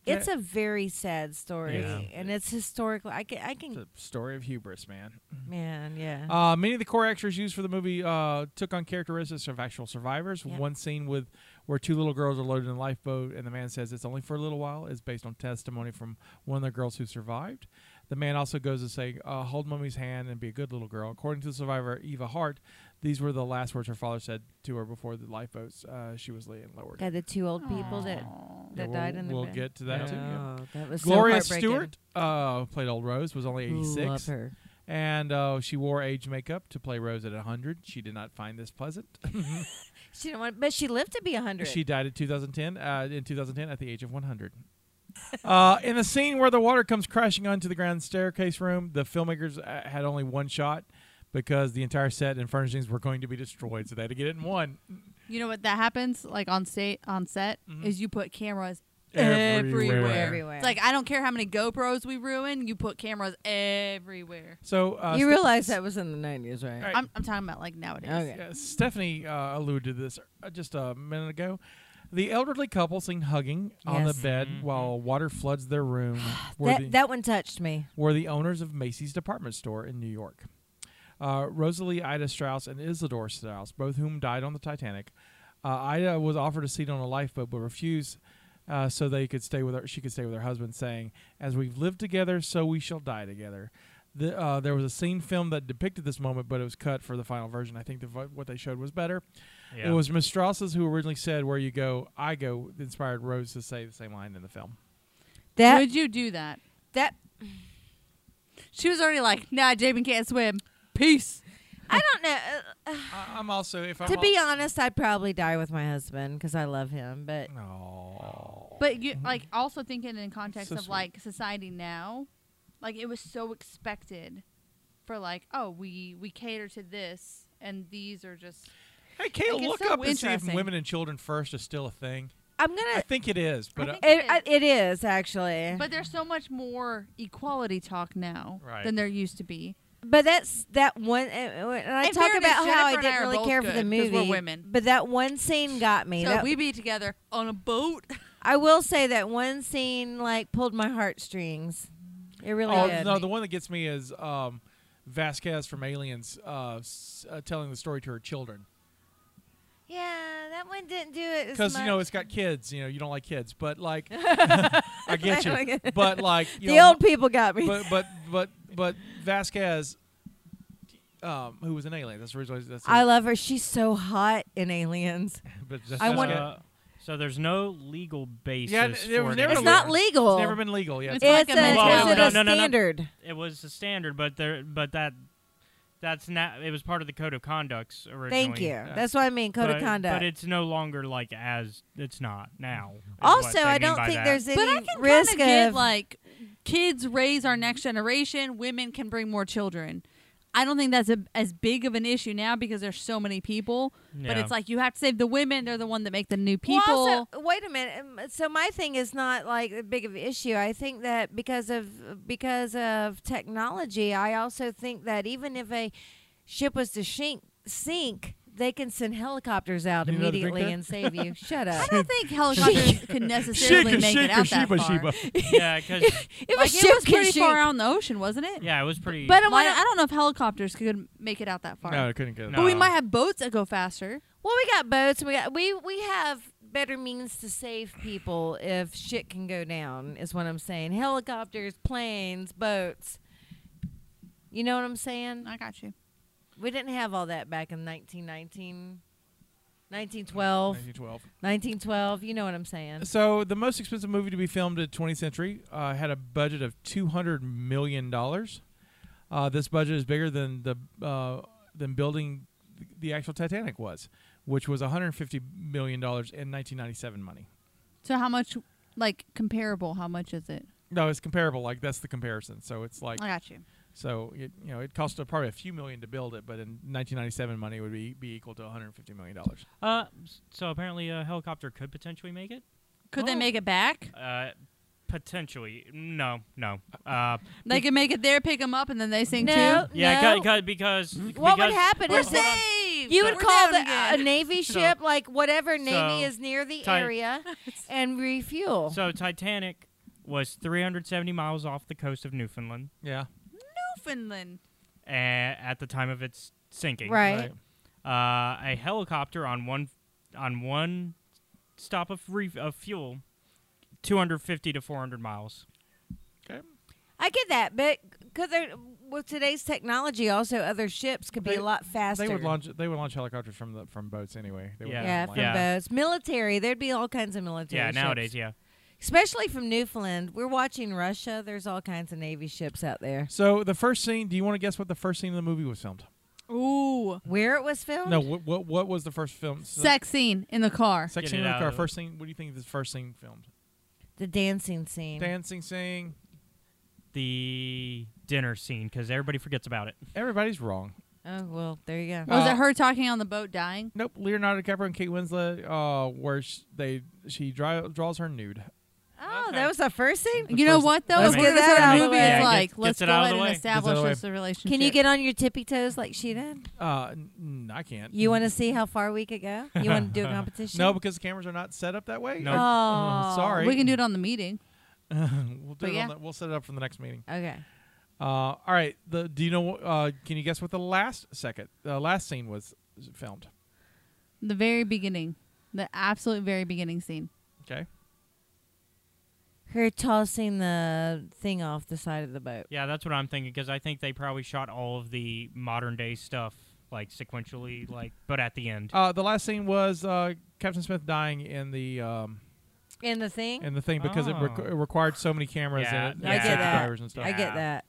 S1: Yeah.
S3: it's a very sad story,
S1: Yeah.
S3: and it's historical. I can, I
S1: It's
S3: can,
S1: a story of hubris, man.
S3: man, yeah.
S1: Uh, many of the core extras used for the movie uh, took on characteristics of actual survivors.
S3: Yep.
S1: One scene with where two little girls are loaded in a lifeboat, and the man says it's only for a little while, is based on testimony from one of the girls who survived. The man also goes to say, uh, "Hold mommy's hand and be a good little girl." According to the survivor Eva Hart, these were the last words her father said to her before the lifeboats uh, she was laying lowered.
S3: Got the two old people
S5: Aw.
S3: that
S1: Yeah,
S3: that
S1: we'll-
S3: died in the
S1: We'll
S3: bed.
S1: get to that too. yeah.
S3: Oh, that was
S1: Gloria
S3: so
S1: Stewart uh, played old Rose, was only eighty
S3: Love
S1: six
S3: her.
S1: and uh, she wore age makeup to play Rose at 100. She did not find this pleasant.
S3: She didn't want, but she lived to be hundred.
S1: she died in 2010. Uh, in 2010, at the age of 100. uh, in the scene where the water comes crashing onto the ground staircase room, the filmmakers uh, had only one shot because the entire set and furnishings were going to be destroyed, so they had to get it in one.
S5: You know what that happens like on state on set
S1: Mhm.
S5: is you put cameras
S1: Everywhere.
S5: everywhere.
S3: Everywhere.
S5: It's like I don't care how many GoPros we ruin, you put cameras everywhere.
S1: So uh,
S3: you
S1: Ste-
S3: realize that was in the nineties, right?
S1: Right.
S5: I'm, I'm talking about like nowadays.
S3: Okay.
S1: Yeah, Stephanie uh, alluded to this uh, just a minute ago. The elderly couple seen hugging on the
S3: Yes.
S1: bed
S6: Mhm.
S1: while water floods their room. were
S3: That
S1: the-
S3: that one touched me.
S1: were the owners of Macy's department store in New York. Uh, Rosalie Ida Strauss and Isidore Strauss, both whom died on the Titanic. Uh, Ida was offered a seat on a lifeboat but refused, uh, so they could stay with her. She could stay with her husband, saying, "As we've lived together, so we shall die together." The, uh, there was a scene film that depicted this moment, but it was cut for the final version. I think the, vo- what they showed was better.
S6: Yeah.
S1: It was Miss Strauss's who originally said, "Where you go, I go," that inspired Rose to say the same line in the film.
S3: That
S5: Would you do that?
S3: that
S5: She was already like, nah, Jamin can't swim. Peace.
S3: I don't know. Uh,
S1: I, I'm also, if I'm
S3: to be honest, I'd probably die with my husband because I love him. But
S1: Mm.
S5: But you like also thinking in context
S1: Mm-hmm. So
S5: of
S1: sweet.
S5: like society now, like it was so expected for like, oh, we we cater to this and these are just
S1: Hey, Kayla,
S5: it's
S1: look
S5: so
S1: up and see if
S5: interesting.
S1: women and children first is still a thing.
S3: I'm gonna.
S1: I think it is, but uh,
S7: think-
S3: it, I, it is actually, but,
S5: But there's so much more equality talk now
S1: Right.
S5: than there used to be.
S3: that's that one. And and I
S5: In
S3: talk
S5: fairness,
S3: about how
S5: Jennifer
S3: I
S5: and I
S3: didn't
S5: are
S3: really
S5: both
S3: care for
S5: good
S3: the
S5: 'cause
S3: movie.
S5: we're women.
S3: But that one scene got me.
S5: So
S3: That-
S5: we be together on a boat.
S3: I will say that one scene like pulled my heartstrings. It really
S1: oh
S3: did.
S1: no, the one that gets me is um, Vasquez from Aliens uh, s- uh, telling the story to her children
S3: yeah, that one didn't do it
S1: because
S3: because
S1: you know it's got kids. You know you don't like kids, but like I get
S3: I
S1: you.
S3: like it.
S1: But like you
S3: the
S1: know,
S3: old people got me.
S1: but but but but Vasquez, um, who was an alien. That's the reason. why- That's the-
S3: I love her. She's so hot in Aliens.
S1: But that's
S3: I
S1: just
S3: wonder-
S1: it.
S6: Uh, so there's no legal basis.
S1: Yeah, there
S6: for
S1: was
S6: it
S1: never
S3: It's
S1: a-
S6: anymore.
S3: not legal.
S1: It's never been legal yet.
S5: It's
S3: It's
S5: like
S3: a,
S5: a mental
S3: is it a
S6: health. No, no, no, no.
S3: standard?
S6: It was the standard, but there, but that, that's not. It was part of the code of conducts originally.
S3: Thank you.
S1: Yeah.
S3: That's what I mean. Code
S6: but,
S3: of conduct.
S6: But it's no longer like as it's not now. is what
S3: also,
S6: they
S3: I
S6: mean
S3: don't
S6: by
S3: think
S6: that.
S3: there's any
S5: But I can kind
S3: risk
S5: of get
S3: of
S5: like kids raise our next generation. Women can bring more children. I don't think that's a, as big of an issue now because there's so many people. But
S6: Yeah.
S5: it's like you have to save the women. They're the one that make the new
S3: Well,
S5: people.
S3: also- wait a minute. um, So my thing is not like a big of an issue. I think that because of because of technology, I also think that even if a ship was to sink, sink they can send helicopters out
S1: You need another drink
S3: immediately
S1: there?
S3: and save you. Shut
S5: I
S3: up.
S5: don't think helicopters could necessarily make it out that far.
S6: yeah, because
S3: If
S5: Like,
S3: a
S5: it
S3: ship
S5: was
S3: can
S5: pretty far
S3: sink-
S5: out in the ocean, wasn't it?
S6: yeah, it was pretty.
S3: But I
S5: Like,
S3: wanna-
S5: I don't know if helicopters could make it out that far.
S1: No, it couldn't get.
S5: But we
S6: No.
S5: might have boats that go faster.
S3: Well, we got boats. And we got we we have better means to save people if shit can go down. Is what I'm saying. Helicopters, planes, boats. You know what I'm saying?
S5: I got you.
S3: We didn't have all that back in 1919, 1912,
S1: 1912.
S3: 1912. You know what I'm saying?
S1: So the most expensive movie to be filmed in 20th century uh, had a budget of 200 million dollars. Uh, this budget is bigger than the uh, than building the actual Titanic was, which was 150 million dollars in 1997 money.
S5: So how much, like comparable? How much is it?
S1: No, it's comparable. Like that's the comparison. So it's like
S5: I got you.
S1: so it, you know it cost uh, probably a few million to build it, but in 1997 money it would be be equal to 150 million dollars.
S6: uh, so apparently a helicopter could potentially make it.
S5: Could they
S1: Oh.
S5: make it back?
S6: Uh, potentially, no, no. Uh,
S5: They could make it there, pick them up, and then they sing
S3: No.
S5: too.
S6: yeah,
S3: No.
S6: cu- cu- because
S3: What would
S6: because-
S3: happen
S6: Hold
S3: is
S6: on,
S3: that-
S6: hold on.
S5: saved.
S3: You
S6: So-
S3: would
S5: We're
S3: call
S5: down
S3: the,
S5: again.
S3: a navy ship like whatever navy
S6: So,
S3: is near the
S6: Ti-
S3: area and refuel.
S6: So Titanic was 370 miles off the coast of Newfoundland
S1: Yeah,
S5: Newfoundland.
S6: uh, at the time of its sinking.
S3: Right.
S6: Uh, a helicopter on one on one stop of, re- of fuel, 250 to 400 miles.
S3: I get that, but could there with today's technology also other ships could be
S1: They-
S3: a lot faster.
S1: They would launch they would launch helicopters from the from boats anyway. They would
S6: Yeah.
S3: Yeah,
S1: like-
S3: from boats, military. There'd be all kinds of military.
S6: yeah,
S3: ships.
S6: nowadays, yeah.
S3: especially from Newfoundland. We're watching Russia. There's all kinds of navy ships out there.
S1: So the first scene. Do you want to guess what the first scene of the movie was filmed?
S5: Ooh,
S3: Where it was filmed?
S1: No. What what, what was the first film? s-
S5: sex scene in the car.
S1: Sex
S6: Get
S1: scene
S6: it
S1: in the
S6: out
S1: car.
S6: of the-
S1: First scene. What do you think the first scene filmed?
S3: the dancing scene.
S1: Dancing scene.
S6: The dinner scene because everybody forgets about it.
S1: Everybody's wrong.
S3: oh well, there you go.
S5: Was
S1: Uh,
S5: it her talking on the boat dying?
S1: Nope. Leonardo DiCaprio and Kate Winslet. Uh, where sh- they she dry, draws her nude.
S3: Oh,
S6: okay.
S3: that was the first scene.
S1: The
S5: You know
S1: first-
S5: what though? If
S3: Let's get
S5: we're gonna
S3: that
S5: start
S3: out
S5: a
S3: of the
S5: movie
S3: way.
S5: is
S3: Yeah,
S6: get-
S5: like,
S6: gets
S5: let's
S6: it
S5: go
S6: out of
S5: ahead
S6: the
S5: and
S6: way. Gets it out
S5: establish
S1: of the
S5: this relationship.
S3: Can you get on your tippy toes like she did?
S1: Uh, n- I can't.
S3: You want to see how far we could go? You want to do a competition?
S1: No, because the cameras are not set up that way.
S6: No.
S3: Oh,
S1: sorry.
S5: We can do it on the meeting.
S1: we'll do
S5: But
S1: it
S5: yeah.
S1: on the, We'll set it up for the next meeting.
S3: Okay.
S1: Uh, all right. The do you know? what- Uh, can you guess what the last second, the last scene was filmed?
S5: The very beginning, the absolute very beginning scene.
S1: Okay.
S3: Her tossing the thing off the side of the boat.
S6: Yeah, that's what I'm thinking because I think they probably shot all of the modern day stuff like sequentially, like but at the end.
S1: Uh, the last scene was uh, Captain Smith dying in the um,
S3: In the thing?
S1: in the thing because it, requ-
S6: Oh.
S1: it required so many cameras
S6: Yeah,
S1: and it,
S6: I
S1: and
S6: get
S1: safety
S3: that.
S1: drivers and stuff.
S3: I get
S6: Yeah.
S3: that.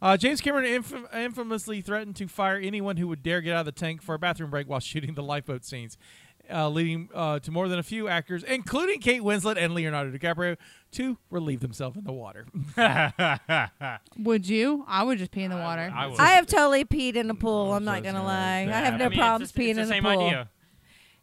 S1: Uh, James Cameron inf- infamously threatened to fire anyone who would dare get out of the tank for a bathroom break while shooting the lifeboat scenes. uh, leading uh, to more than a few actors, including Kate Winslet and Leonardo DiCaprio, to relieve themselves in the water.
S5: Would you? I would just pee in the water.
S6: I would.
S3: I have totally peed in a
S6: Mm,
S3: pool. I'm not
S1: Those
S3: gonna
S1: are
S3: lie. I
S1: bad.
S3: have no
S1: I
S6: mean, it's
S3: problems
S6: just- it's
S3: peeing
S6: the
S3: in
S6: same
S3: the pool.
S6: idea.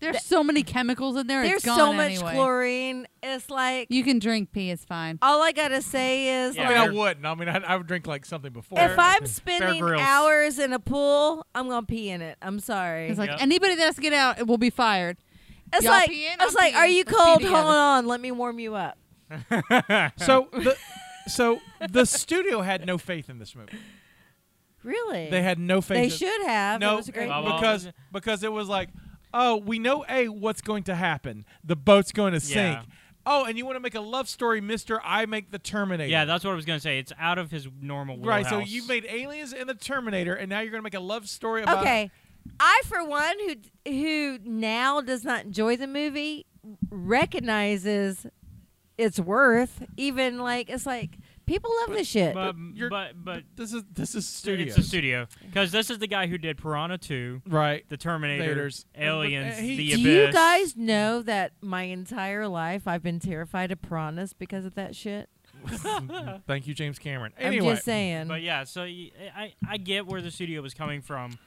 S5: There's so many chemicals in there.
S3: There's
S5: it's gone
S3: so much
S5: anyway.
S3: chlorine. It's like
S5: You can drink pee. It's fine.
S3: all I gotta say is
S1: I
S6: Yeah,
S1: mean, I
S6: they're-
S1: wouldn't. I mean, I, I would drink like something before.
S3: if I'm spending
S6: Grylls.
S3: hours in a pool, I'm gonna pee in it. I'm sorry.
S5: It's like
S6: Yep.
S5: anybody that has to get out it will be fired.
S3: It's
S5: Y'all
S3: like
S5: peeing?
S3: it's
S5: I'm
S3: like, are
S5: peeing.
S3: you
S5: Let's pee
S3: cold? Hold
S5: together.
S3: on, let me warm you up.
S1: so the so the studio had no faith in this movie.
S3: Really?
S1: They had no faith.
S3: They
S1: in-
S3: should have.
S1: No, uh,
S3: it was a great.
S6: Well,
S3: movie.
S6: well,
S1: because because it was like, oh, we know a what's going to happen. The boat's going to sink.
S6: Yeah.
S1: Oh, and you want to make a love story, Mister? I make the Terminator.
S6: Yeah, that's what I was gonna say. It's out of his normal
S1: right.
S6: wheelhouse.
S1: So you made Aliens and the Terminator, and now you're going to make a love story about.
S3: okay, I for one who who now does not enjoy the movie recognizes its worth. Even like it's like people love this shit.
S6: but
S1: you're-
S6: but but
S1: This is this is studio.
S6: it's a studio because this is the guy who did Piranha Two,
S1: Right.
S6: The Terminator,
S1: Vators.
S6: Aliens,
S1: Uh, he-
S6: The
S3: Do
S6: Abyss.
S3: you guys know that my entire life I've been terrified of piranhas because of that shit?
S1: Thank you, James Cameron. Anyway,
S3: I'm just saying.
S6: But yeah, so y- I I get where the studio was coming from.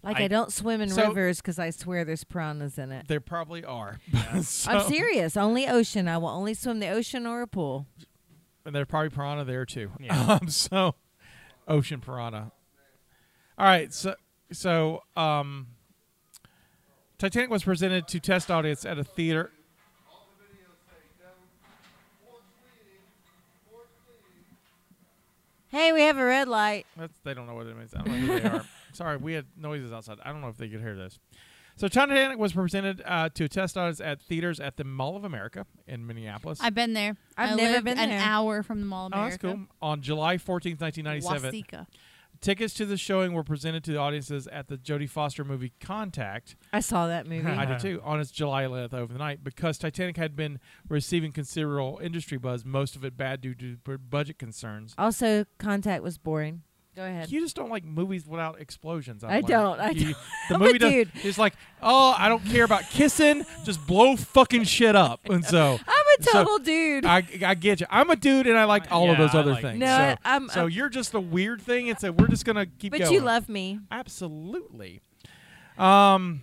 S3: Like I,
S6: I-
S3: don't swim in rivers
S1: So-
S3: 'cause rivers because I swear there's piranhas in it.
S1: there probably are. So-
S3: I'm serious. Only ocean. I will only swim the ocean or a pool.
S1: And there are probably piranha there too.
S6: Yeah.
S1: Um, so, ocean piranha. All right. So, so um, Titanic was presented to test audience at a theater.
S3: Hey, we have a red light.
S1: That's, they don't know what it means. I don't know who they are. Sorry, we had noises outside. I don't know if they could hear this. So, Titanic was presented uh, to test audience at theaters at the Mall of America in Minneapolis.
S5: I've been there.
S3: I've
S5: I
S3: never
S5: lived
S3: been
S5: an
S3: there.
S5: hour from the Mall of
S1: oh, that's
S5: America.
S1: cool. On July 14th, 1997.
S5: Wasika.
S1: Tickets to the showing were presented to the audiences at the Jodie Foster movie Contact.
S3: I saw that movie.
S1: I did too on its July 11th over the night because Titanic had been receiving considerable industry buzz, most of it bad due to b- budget concerns.
S3: also, Contact was boring. Go ahead.
S1: You just don't like movies without explosions. I'm
S3: I
S1: like,
S3: don't, I
S1: you- The
S3: I'm
S1: movie
S3: a
S1: does.
S3: dude.
S1: It's like, oh, I don't care about kissing. Just blow fucking shit up. And so
S3: I'm a
S1: So,
S3: total dude.
S1: I, I get you. I'm a dude, and I like all of
S6: Yeah,
S1: those
S6: I
S1: other
S6: like
S1: things.
S3: no,
S1: so,
S3: I, I'm.
S1: so
S3: I'm-
S1: you're just a weird thing. It's a we're just gonna keep.
S3: but
S1: going.
S3: you love me.
S1: absolutely. Um,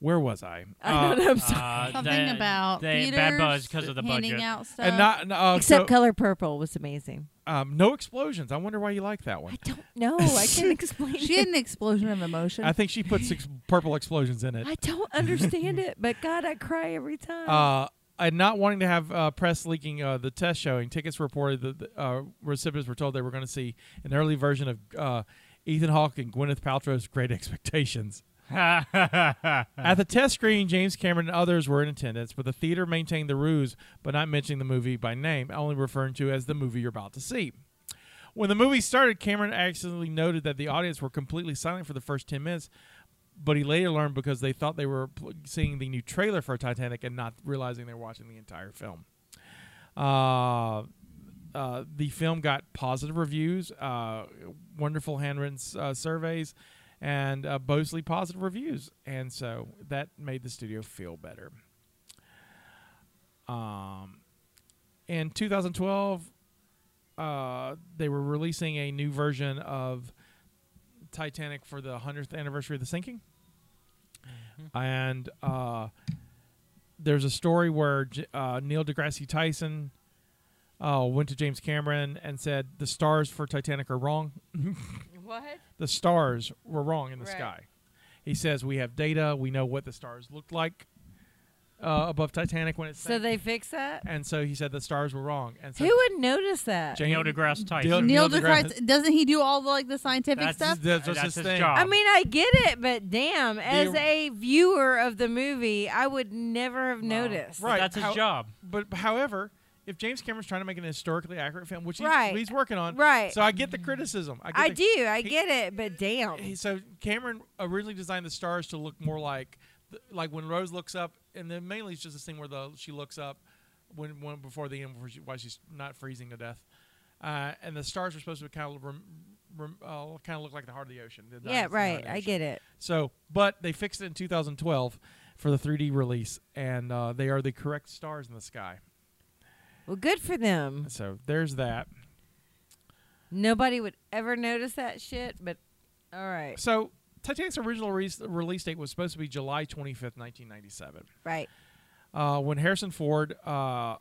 S1: where was I?
S3: I
S1: Uh,
S3: don't know. I'm sorry.
S6: Uh,
S5: Something
S6: they-
S5: about
S6: they- bad
S5: theaters
S6: buzz because of the
S5: handing
S6: budget.
S5: out stuff.
S1: and not uh,
S3: Except
S1: so-
S3: Color Purple was amazing.
S1: Um, no explosions. I wonder why you like that one.
S3: I don't know. I can't explain.
S5: she
S3: it.
S5: had an explosion of emotion.
S1: I think she put six purple explosions in it.
S3: I don't understand it. But God, I cry every time.
S1: Uh, and not wanting to have uh, press leaking uh, the test showing, tickets were reported that the, uh, recipients were told they were going to see an early version of uh, Ethan Hawke and Gwyneth Paltrow's Great Expectations. At the test screening, James Cameron and others were in attendance, but the theater maintained the ruse by not mentioning the movie by name, only referring to it as the movie you're about to see. When the movie started, Cameron accidentally noted that the audience were completely silent for the first 10 minutes, but he later learned because they thought they were pl- seeing the new trailer for Titanic and not realizing they were watching the entire film. Uh, uh, the film got positive reviews, uh, wonderful handwritten uh, surveys, and uh, mostly positive reviews. And so that made the studio feel better. Um, in 2012, uh, they were releasing a new version of Titanic for the 100th anniversary of the sinking. And uh, there's a story where J- uh, Neil deGrasse Tyson uh, went to James Cameron and said, The stars for Titanic are wrong.
S3: what?
S1: The stars were wrong in the
S3: Right.
S1: sky. He says, We have data. We know what the stars looked like uh, above Titanic when it
S3: So
S1: sank."
S3: they fixed that.
S1: and so he said the stars were wrong. And so
S3: Who would notice that?
S1: James-
S6: Neil deGrasse Tyson.
S1: Neil
S5: Neil
S1: deGrasse-
S5: deGrasse doesn't he do all the, like the scientific
S6: That's-
S5: stuff?
S1: That's just
S6: That's
S1: his
S6: his
S1: thing.
S6: job.
S3: I mean, I get it, but damn, as
S1: The-
S3: a viewer of the movie, I would never have noticed.
S1: Right.
S6: That's his
S1: How-
S6: job.
S1: But however, if James Cameron's trying to make an historically accurate film, which he's,
S3: Right.
S1: he's working on,
S3: Right.
S1: So I get the criticism. I, get
S3: I
S1: the-
S3: do. I
S1: he-
S3: get it, but damn.
S1: he- so Cameron originally designed the stars to look more like, th- like when Rose looks up, and then mainly it's just a scene where the she looks up, when, when before the end, before she, while she's not freezing to death, uh, and the stars are supposed to kind of rem, rem, uh, kind of look like the heart of the ocean. the
S3: Yeah,
S1: diamonds in the heart of
S3: right.
S1: the
S3: I
S1: ocean.
S3: get it.
S1: So, but they fixed it in 2012 for the 3D release, and uh, they are the correct stars in the sky.
S3: Well, good for them.
S1: So there's that.
S3: Nobody would ever notice that shit, but all right.
S1: So Titanic's original re- release date was supposed to be July 25th, 1997.
S3: Right.
S1: uh, when Harrison Ford, uh,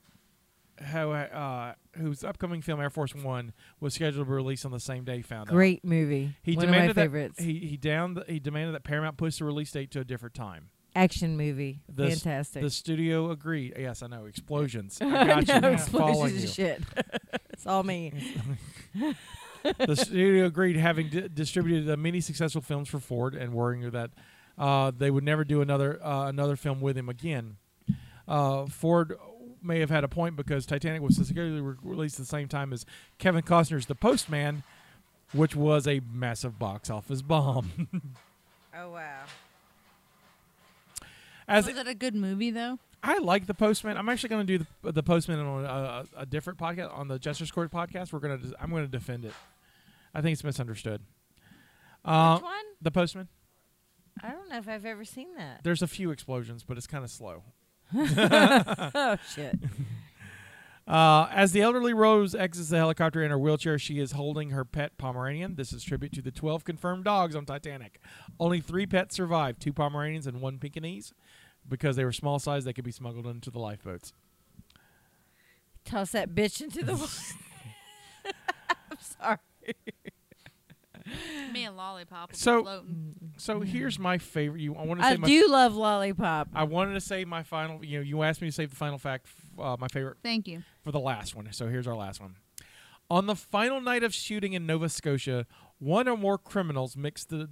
S1: how, uh, whose upcoming film Air Force One was scheduled to release on the same day, found out.
S3: Great movie.
S1: He
S3: One of
S1: demanded
S3: my
S1: that-
S3: favorites.
S1: he he down he demanded that Paramount push the release date to a different time.
S3: Action movie.
S1: The s-
S3: Fantastic.
S1: The studio agreed. Yes, I know explosions. I got you. I'm following
S3: explosions
S1: you.
S3: and shit. it's all me.
S1: the studio agreed, having di- distributed uh, many successful films for Ford and worrying that uh, they would never do another uh, another film with him again. Uh, Ford may have had a point because Titanic was scheduled re- released at the same time as Kevin Costner's The Postman, which was a massive box office bomb.
S3: Oh wow.
S1: as
S5: Was it a good movie though?
S1: I like the Postman. I'm actually going to do the, the Postman on a, a different podcast on the Justice Court podcast. We're going to I'm going to defend it. I think it's misunderstood. Uh,
S3: Which one?
S1: the Postman.
S3: I don't know if I've ever seen that.
S1: There's a few explosions, but it's kind of slow.
S3: Oh shit.
S1: Uh, as the elderly Rose exits the helicopter in her wheelchair, she is holding her pet Pomeranian. This is tribute to the 12 confirmed dogs on Titanic. Only three pets survived two Pomeranians and one Pekingese. Because they were small size, they could be smuggled into the lifeboats.
S3: Toss that bitch into the. wa- I'm sorry.
S7: Me and Lollipop. will be
S1: So-
S7: floating.
S1: So here's my favorite. You, I want to say
S3: I
S1: my,
S3: do love lollipop.
S1: I wanted to say my final. You know, you asked me to save the final fact. f- Uh, my favorite
S5: Thank you.
S1: for the last one. So here's our last one. On the final night of shooting in Nova Scotia, one or more criminals mixed the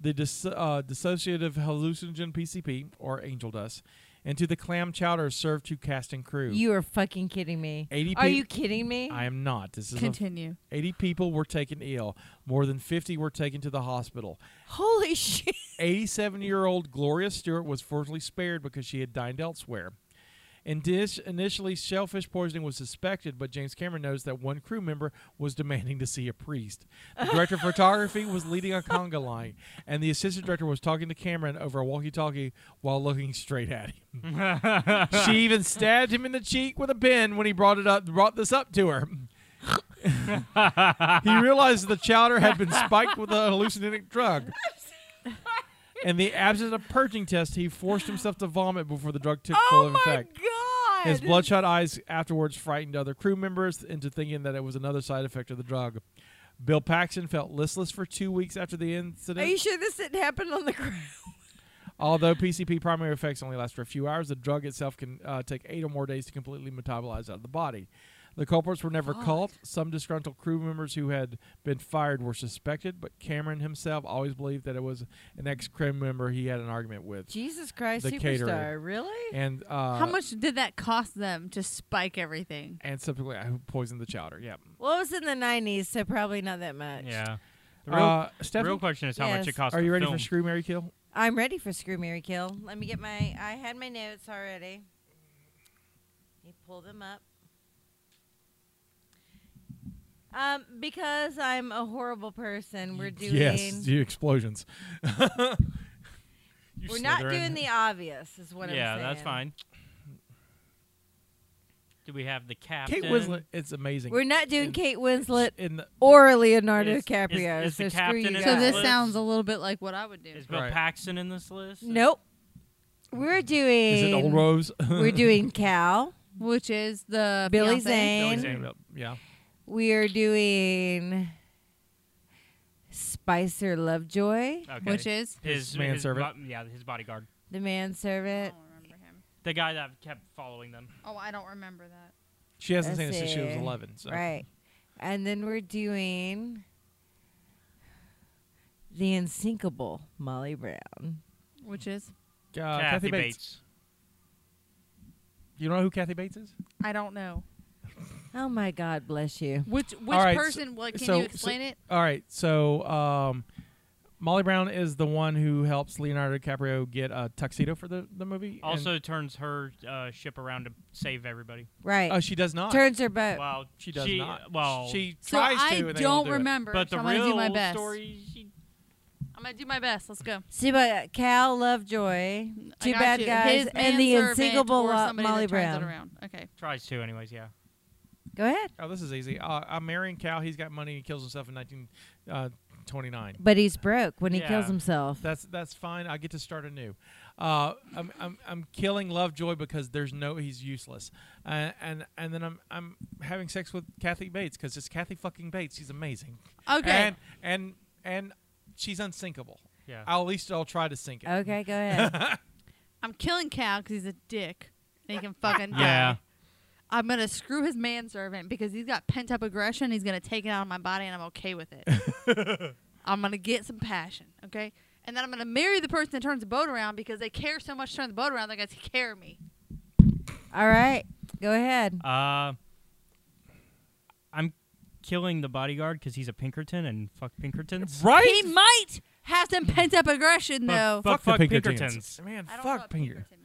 S1: the dis, uh, dissociative hallucinogen PCP or angel dust into the clam chowder served to cast and crew.
S3: You are fucking kidding me.
S1: 80
S3: Are
S1: peop-
S3: you kidding me?
S1: I am not. This is a-
S5: Continue.
S1: 80 people were taken ill. More than 50 were taken to the hospital.
S3: Holy shit.
S1: 87 year old Gloria Stewart was fortunately spared because she had dined elsewhere. And dish, initially, shellfish poisoning was suspected, but James Cameron noticed that one crew member was demanding to see a priest. The director of photography was leading a conga line, and the assistant director was talking to Cameron over a walkie talkie while looking straight at him. she even stabbed him in the cheek with a pin when he brought, it up, brought this up to her. he realized the chowder had been spiked with a hallucinogenic drug. In the absence of purging test, he forced himself to vomit before the drug took full
S3: Oh my
S1: effect.
S3: god.
S1: His bloodshot eyes afterwards frightened other crew members into thinking that it was another side effect of the drug. Bill Paxton felt listless for two weeks after the
S3: Are
S1: incident.
S3: you sure this didn't happen on the ground?
S1: Although PCP primary effects only last for a few hours, the drug itself can uh, take eight or more days to completely metabolize out of the body. The culprits were never caught. Some disgruntled crew members who had been fired were suspected, but Cameron himself always believed that it was an ex crew member he had an argument with.
S3: Jesus Christ,
S1: The
S3: superstar!
S1: caterer.
S3: Really?
S1: And uh,
S5: How much did that cost them to spike everything?
S1: And subsequently, I poisoned the chowder. Yeah.
S3: Well, it was in the '90s, so probably not that much.
S6: Yeah. The real,
S1: Uh,
S6: the
S1: Stephanie,
S6: real question is how much
S3: Yes.
S6: it costs.
S1: are
S6: to
S1: you ready
S6: film.
S1: for Screw Mary Kill?
S3: I'm ready for Screw Mary Kill. Let me get my. I had my notes already. You pull them up. Um, because I'm a horrible person, we're doing.
S1: Yes, do explosions. You
S3: we're not
S1: Slytherin.
S3: doing the obvious, is what
S6: yeah,
S3: I'm saying.
S6: that's fine. Do we have the captain?
S1: Kate Winslet. It's amazing.
S3: We're not doing
S1: In-
S3: Kate Winslet
S1: in the,
S3: or Leonardo
S6: Is- is-
S3: DiCaprio.
S6: is
S3: so
S6: the
S3: screw you
S6: captain in
S3: guys.
S5: So this
S6: Netflix.
S5: sounds a little bit like what I would do.
S6: Is Bill
S1: Right.
S6: Paxton in this list?
S3: Nope. We're doing.
S1: is it Old Rose?
S3: We're doing Cal.
S5: Which is the
S3: Billy
S5: fiancé?
S3: Zane.
S1: Billy
S3: And-
S1: Zane, yep, yeah.
S3: We are doing Spicer Lovejoy,
S6: Okay.
S5: Which is
S6: his
S1: manservant.
S6: bo- yeah, his bodyguard.
S3: the
S5: I
S3: manservant.
S5: don't remember him.
S6: The guy that kept following them.
S5: Oh, I don't remember that.
S1: She hasn't seen it
S3: Let's
S1: since she was
S3: see.
S1: 11.
S6: Oh,
S1: So.
S3: Right. And then we're doing The Unsinkable Molly Brown.
S5: Which is
S1: Uh, Kathy Bates. You know who Kathy Bates is?
S5: I don't know.
S3: Oh my God, bless you.
S5: Which which
S1: right, so-
S5: person? what can
S1: so-
S5: you explain it?
S1: All right. So um, Molly Brown is the one who helps Leonardo DiCaprio get a tuxedo for the, the movie. and-
S6: Also turns her uh, ship around to save everybody.
S3: Right.
S1: oh, she does not.
S3: Turns her boat.
S6: Well,
S1: she does not.
S6: Well,
S1: she
S5: So
S1: tries
S5: I
S1: to. and they won't
S5: don't
S1: do it.
S5: remember.
S6: But
S5: so
S6: the
S5: I'm gonna
S6: real
S5: do my best.
S6: story, she
S2: I'm gonna do my best. Let's go.
S3: See, but Cal Lovejoy,
S2: I
S3: two
S2: got
S3: bad
S2: you.
S3: guys,
S2: His
S3: and the
S2: manservant
S3: unsinkable
S2: or
S5: uh,
S3: Lo-
S2: somebody that
S3: Molly
S2: turns it
S3: Brown.
S2: around. Okay.
S6: Tries to, anyways. Yeah.
S3: Go ahead.
S1: Oh, this is easy. Uh, I'm marrying Cal. He's got money. He kills himself in 1929.
S3: But he's broke when he kills
S6: Yeah.
S3: himself.
S1: That's that's fine. I get to start anew. Uh, I'm, I'm I'm killing Lovejoy because there's no he's useless, uh, and and then I'm I'm having sex with Kathy Bates because it's Kathy fucking Bates. She's amazing.
S2: Okay.
S1: And and and she's unsinkable.
S6: Yeah.
S1: I'll, at least I'll try to sink it.
S3: Okay, go ahead.
S2: I'm killing Cal because he's a dick. And he can fucking
S6: Yeah.
S2: die. I'm gonna screw his manservant because he's got pent up aggression. He's gonna take it out of my body, and I'm okay with it. I'm gonna get some passion, okay? And then I'm gonna marry the person that turns the boat around because they care so much to turn the boat around. They got to take care of me.
S3: All right, go ahead.
S6: Uh, I'm killing the bodyguard because he's a Pinkerton and fuck Pinkertons.
S1: Right.
S2: He might have some pent up aggression
S6: Fuck-
S2: though.
S6: fuck,
S1: the
S6: fuck Pinkertons.
S1: Pinkertons. Man,
S2: I don't know
S1: fuck
S2: what
S1: Pinkerton.
S2: Pinkerton means.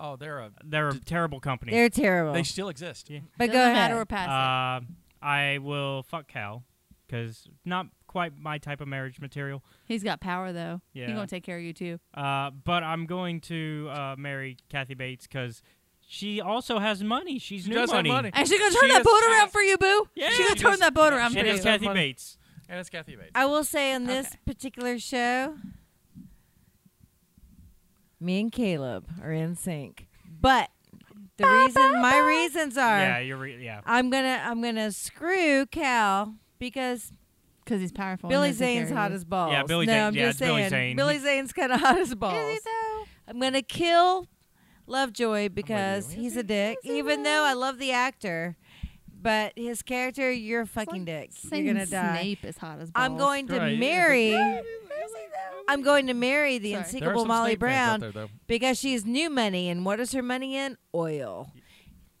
S1: Oh, they're a.
S6: They're a terrible company.
S3: They're terrible.
S1: They still exist.
S6: Yeah.
S3: but
S2: Doesn't
S3: go ahead.
S2: matter or pass it.
S6: Uh, I will fuck Cal because not quite my type of marriage material.
S5: He's got power though.
S6: Yeah.
S5: He's gonna take care of you too.
S6: Uh, but I'm going to uh, marry Kathy Bates because she also has money. She's
S1: She
S6: new
S1: does have
S6: money.
S1: money.
S5: And she's gonna
S1: She
S5: turn that
S1: is-
S5: boat around for you, boo.
S6: Yeah,
S5: she's gonna
S6: she
S5: turn
S6: is-
S5: that boat around for
S6: And
S5: you.
S6: it's Kathy
S1: money.
S6: Bates.
S1: And it's Kathy Bates.
S3: I will say on this
S5: Okay.
S3: particular show, me and Caleb are in sync. But the reason, my reasons are,
S6: Yeah, you're re- yeah.
S3: I'm gonna, I'm gonna screw Cal because
S5: Because he's powerful. and
S3: Billy
S5: he'll take care
S3: Zane's
S5: of
S3: hot
S5: you.
S3: as balls.
S6: Billy
S3: no,
S6: Zane-
S3: I'm
S6: yeah,
S3: just
S6: it's Billy
S3: saying,
S6: Zane. He-
S3: Zane's kind of hot as balls. I'm gonna kill Lovejoy because he's a dick. Even though I love the actor, but his character, you're a fucking dick. You're
S5: Saying
S3: gonna die.
S5: Snape is hot as balls.
S3: I'm going to
S1: Right.
S3: marry. I'm going to marry
S5: Sorry.
S3: the
S1: There are
S3: unsinkable
S1: some
S3: Molly
S1: Snape fans out
S3: Brown
S1: there, though.
S3: because she's new money, and what is her money in? Oil.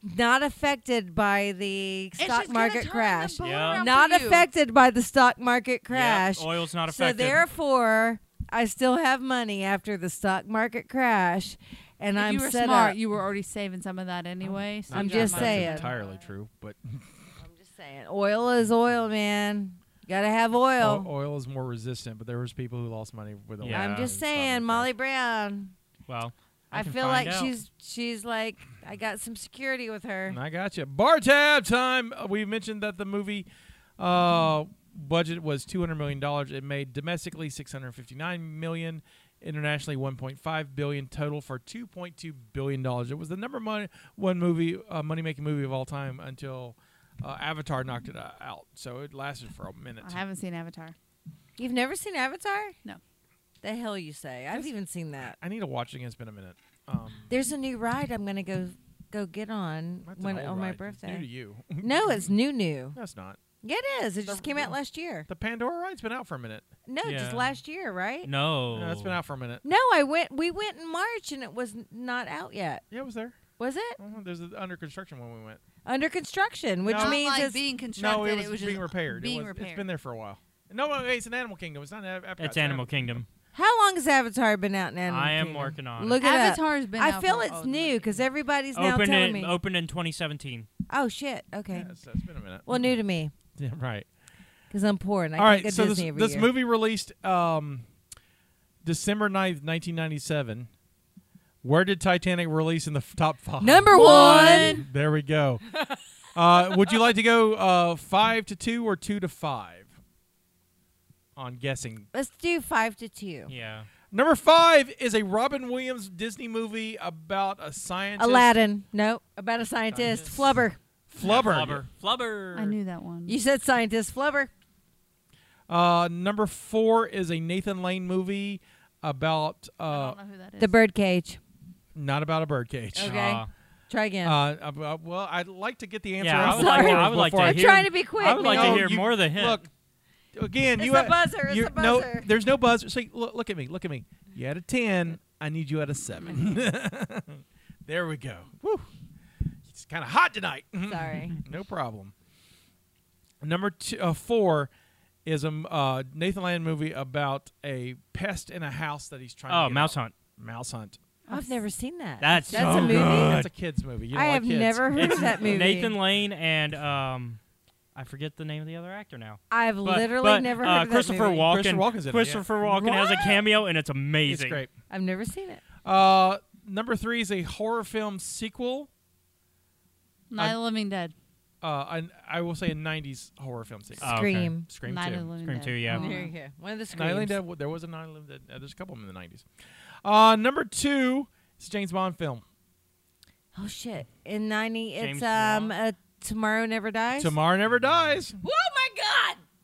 S3: Not affected by the
S2: And she's
S3: stock
S2: gonna turn
S3: market
S2: the
S3: crash.
S2: boat
S6: Yeah.
S2: around
S3: Not
S2: for you.
S3: affected by the stock market crash.
S6: Yep, oil's not
S3: so
S6: affected.
S3: therefore, I still have money after the stock market crash, and
S5: If
S3: I'm
S5: you were
S3: set
S5: smart,
S3: up.
S5: you were already saving some of that anyway. So
S3: I'm
S5: you got
S3: just
S5: money.
S1: That's
S3: saying.
S1: entirely true, but
S3: I'm just saying, oil is oil, man. Gotta have oil.
S1: oil, oil is more resistant. But there was people who lost money with oil.
S6: Yeah.
S1: and
S3: I'm just
S1: stuff like
S3: saying,
S1: that.
S3: Molly Brown.
S6: well, I,
S3: I,
S6: can
S3: feel
S6: find
S3: like
S6: out.
S3: she's she's like I got some security with her.
S1: I got you. Bar tab time. Uh, We mentioned that the movie uh, budget was two hundred million dollars. It made domestically six hundred fifty-nine million, internationally one point five billion total for two point two billion dollars. It was the number mon- one movie uh, money-making movie of all time until uh, Avatar knocked it uh, out. So it lasted for a minute.
S5: I haven't seen Avatar.
S3: You've never seen Avatar?
S5: No.
S3: The hell you say? I've even seen that.
S1: I need to watch it again. It's been a minute. Um,
S3: There's a new ride I'm gonna go go get on
S1: that's an
S3: when
S1: old
S3: on my
S1: ride. It's New to
S3: birthday.
S1: you.
S3: No, it's new new.
S1: That's not.
S3: Yeah, it is. It just
S1: The-
S3: came out last year.
S1: The Pandora ride's been out for a minute.
S3: No,
S6: Yeah.
S3: just last year, right?
S6: no.
S1: Yeah, it's been out for a minute.
S3: No, I went. We went in March and it was n- not out yet.
S1: Yeah, it was there.
S3: Was it
S1: Mhm, There's an under construction when we went.
S3: under construction? Which
S2: Not
S3: means
S2: like
S3: it's
S2: being constructed.
S1: no, it was,
S2: just
S1: being repaired.
S2: Being
S1: it was,
S2: repaired.
S1: It's been there for a while. No, wait, it's an Animal Kingdom. It's not Av- Epcot.
S6: It's Animal Kingdom.
S3: how long has Avatar been out now?
S6: I am working on it.
S3: Look at it. up.
S5: Avatar's been.
S3: I
S5: out
S3: feel
S5: for-
S3: it's
S5: oh,
S3: new because everybody's now
S6: opened
S3: telling
S6: in,
S3: me.
S6: opened in 2017.
S3: oh shit. Okay.
S1: Yeah, so it's been a minute.
S3: Well, new to me
S1: yeah, right.
S3: because I'm poor and I
S1: All
S3: can't
S1: right.
S3: get
S1: So this,
S3: Disney every
S1: this
S3: year.
S1: movie released um, December 9th, 1997. Where did Titanic release in the f- top five?
S3: Number one.
S1: There we go. uh, would you like to go uh, five to two or two to five? On guessing
S3: Let's do five to two.
S6: Yeah.
S1: Number five is a Robin Williams Disney movie about a scientist.
S3: Aladdin. Nope. About a scientist.
S6: Scientist.
S3: Flubber.
S1: Flubber.
S6: Flubber. Flubber.
S5: I knew that one.
S3: You said scientist. Flubber.
S1: Uh, number four is a Nathan Lane movie about
S2: I
S1: uh,
S2: don't know who that is.
S3: The birdcage.
S1: not about a birdcage.
S3: Okay.
S6: Ah.
S3: Try again.
S1: Uh, about- well, I'd like to get the answer.
S6: Yeah, I
S1: out
S6: would like to-
S1: before-
S6: I would like to
S1: before
S3: I'm
S6: hear-
S3: trying to be quick.
S6: I would like
S1: No,
S6: to hear
S1: you-
S6: more of the hint.
S1: Look, again,
S3: It's
S1: you
S3: a
S1: have-
S3: buzzer, it's
S1: you-
S3: a
S1: No,
S3: buzzer.
S1: there's no buzzer. See, look, look at me. Look at me. You had a ten. I need you at a seven. there we go. Woo. It's kind of hot tonight. Mm-hmm.
S3: Sorry.
S1: No problem. Number two, uh, four is a m- uh, Nathan Lane movie about a pest in a house that he's trying. to
S6: Oh,
S1: get
S6: Mouse
S1: out.
S6: Hunt.
S1: Mouse Hunt. Oh,
S3: I've never seen that.
S6: That's
S3: That's
S6: so
S3: a movie?
S6: good.
S1: That's a kids movie. You don't
S3: I
S1: like
S3: have
S1: kids.
S3: never heard
S6: It's
S3: of that movie.
S6: Nathan Lane and um, I forget the name of the other actor now.
S3: I've
S6: But-
S3: literally
S6: but,
S3: never
S6: uh,
S3: heard of that
S6: Christopher
S3: movie.
S6: Walken.
S1: Christopher Walken's in it, yeah.
S6: Christopher Walken has a cameo, and it's amazing.
S1: It's great.
S3: I've never seen it.
S1: Uh, number three is a horror film sequel.
S5: Night
S1: I'm-
S5: of the Living Dead.
S1: Uh, an, I will say a '90s horror film sequel.
S6: Oh, okay.
S3: Scream.
S1: Scream
S5: Night of the
S1: Two.
S5: Living
S6: Scream
S5: Dead.
S6: two, yeah.
S5: Oh.
S3: There you go.
S1: Night
S3: One of the
S1: of the
S3: screams.
S1: Living Dead. There was a Night of the Living Dead. Uh, there's a couple of them in the '90s. Uh, number two is a James Bond film.
S3: Oh shit! In ninety,
S6: James
S3: it's um
S6: Wan.
S3: uh, Tomorrow Never Dies. Oh,
S1: Tomorrow Never Dies.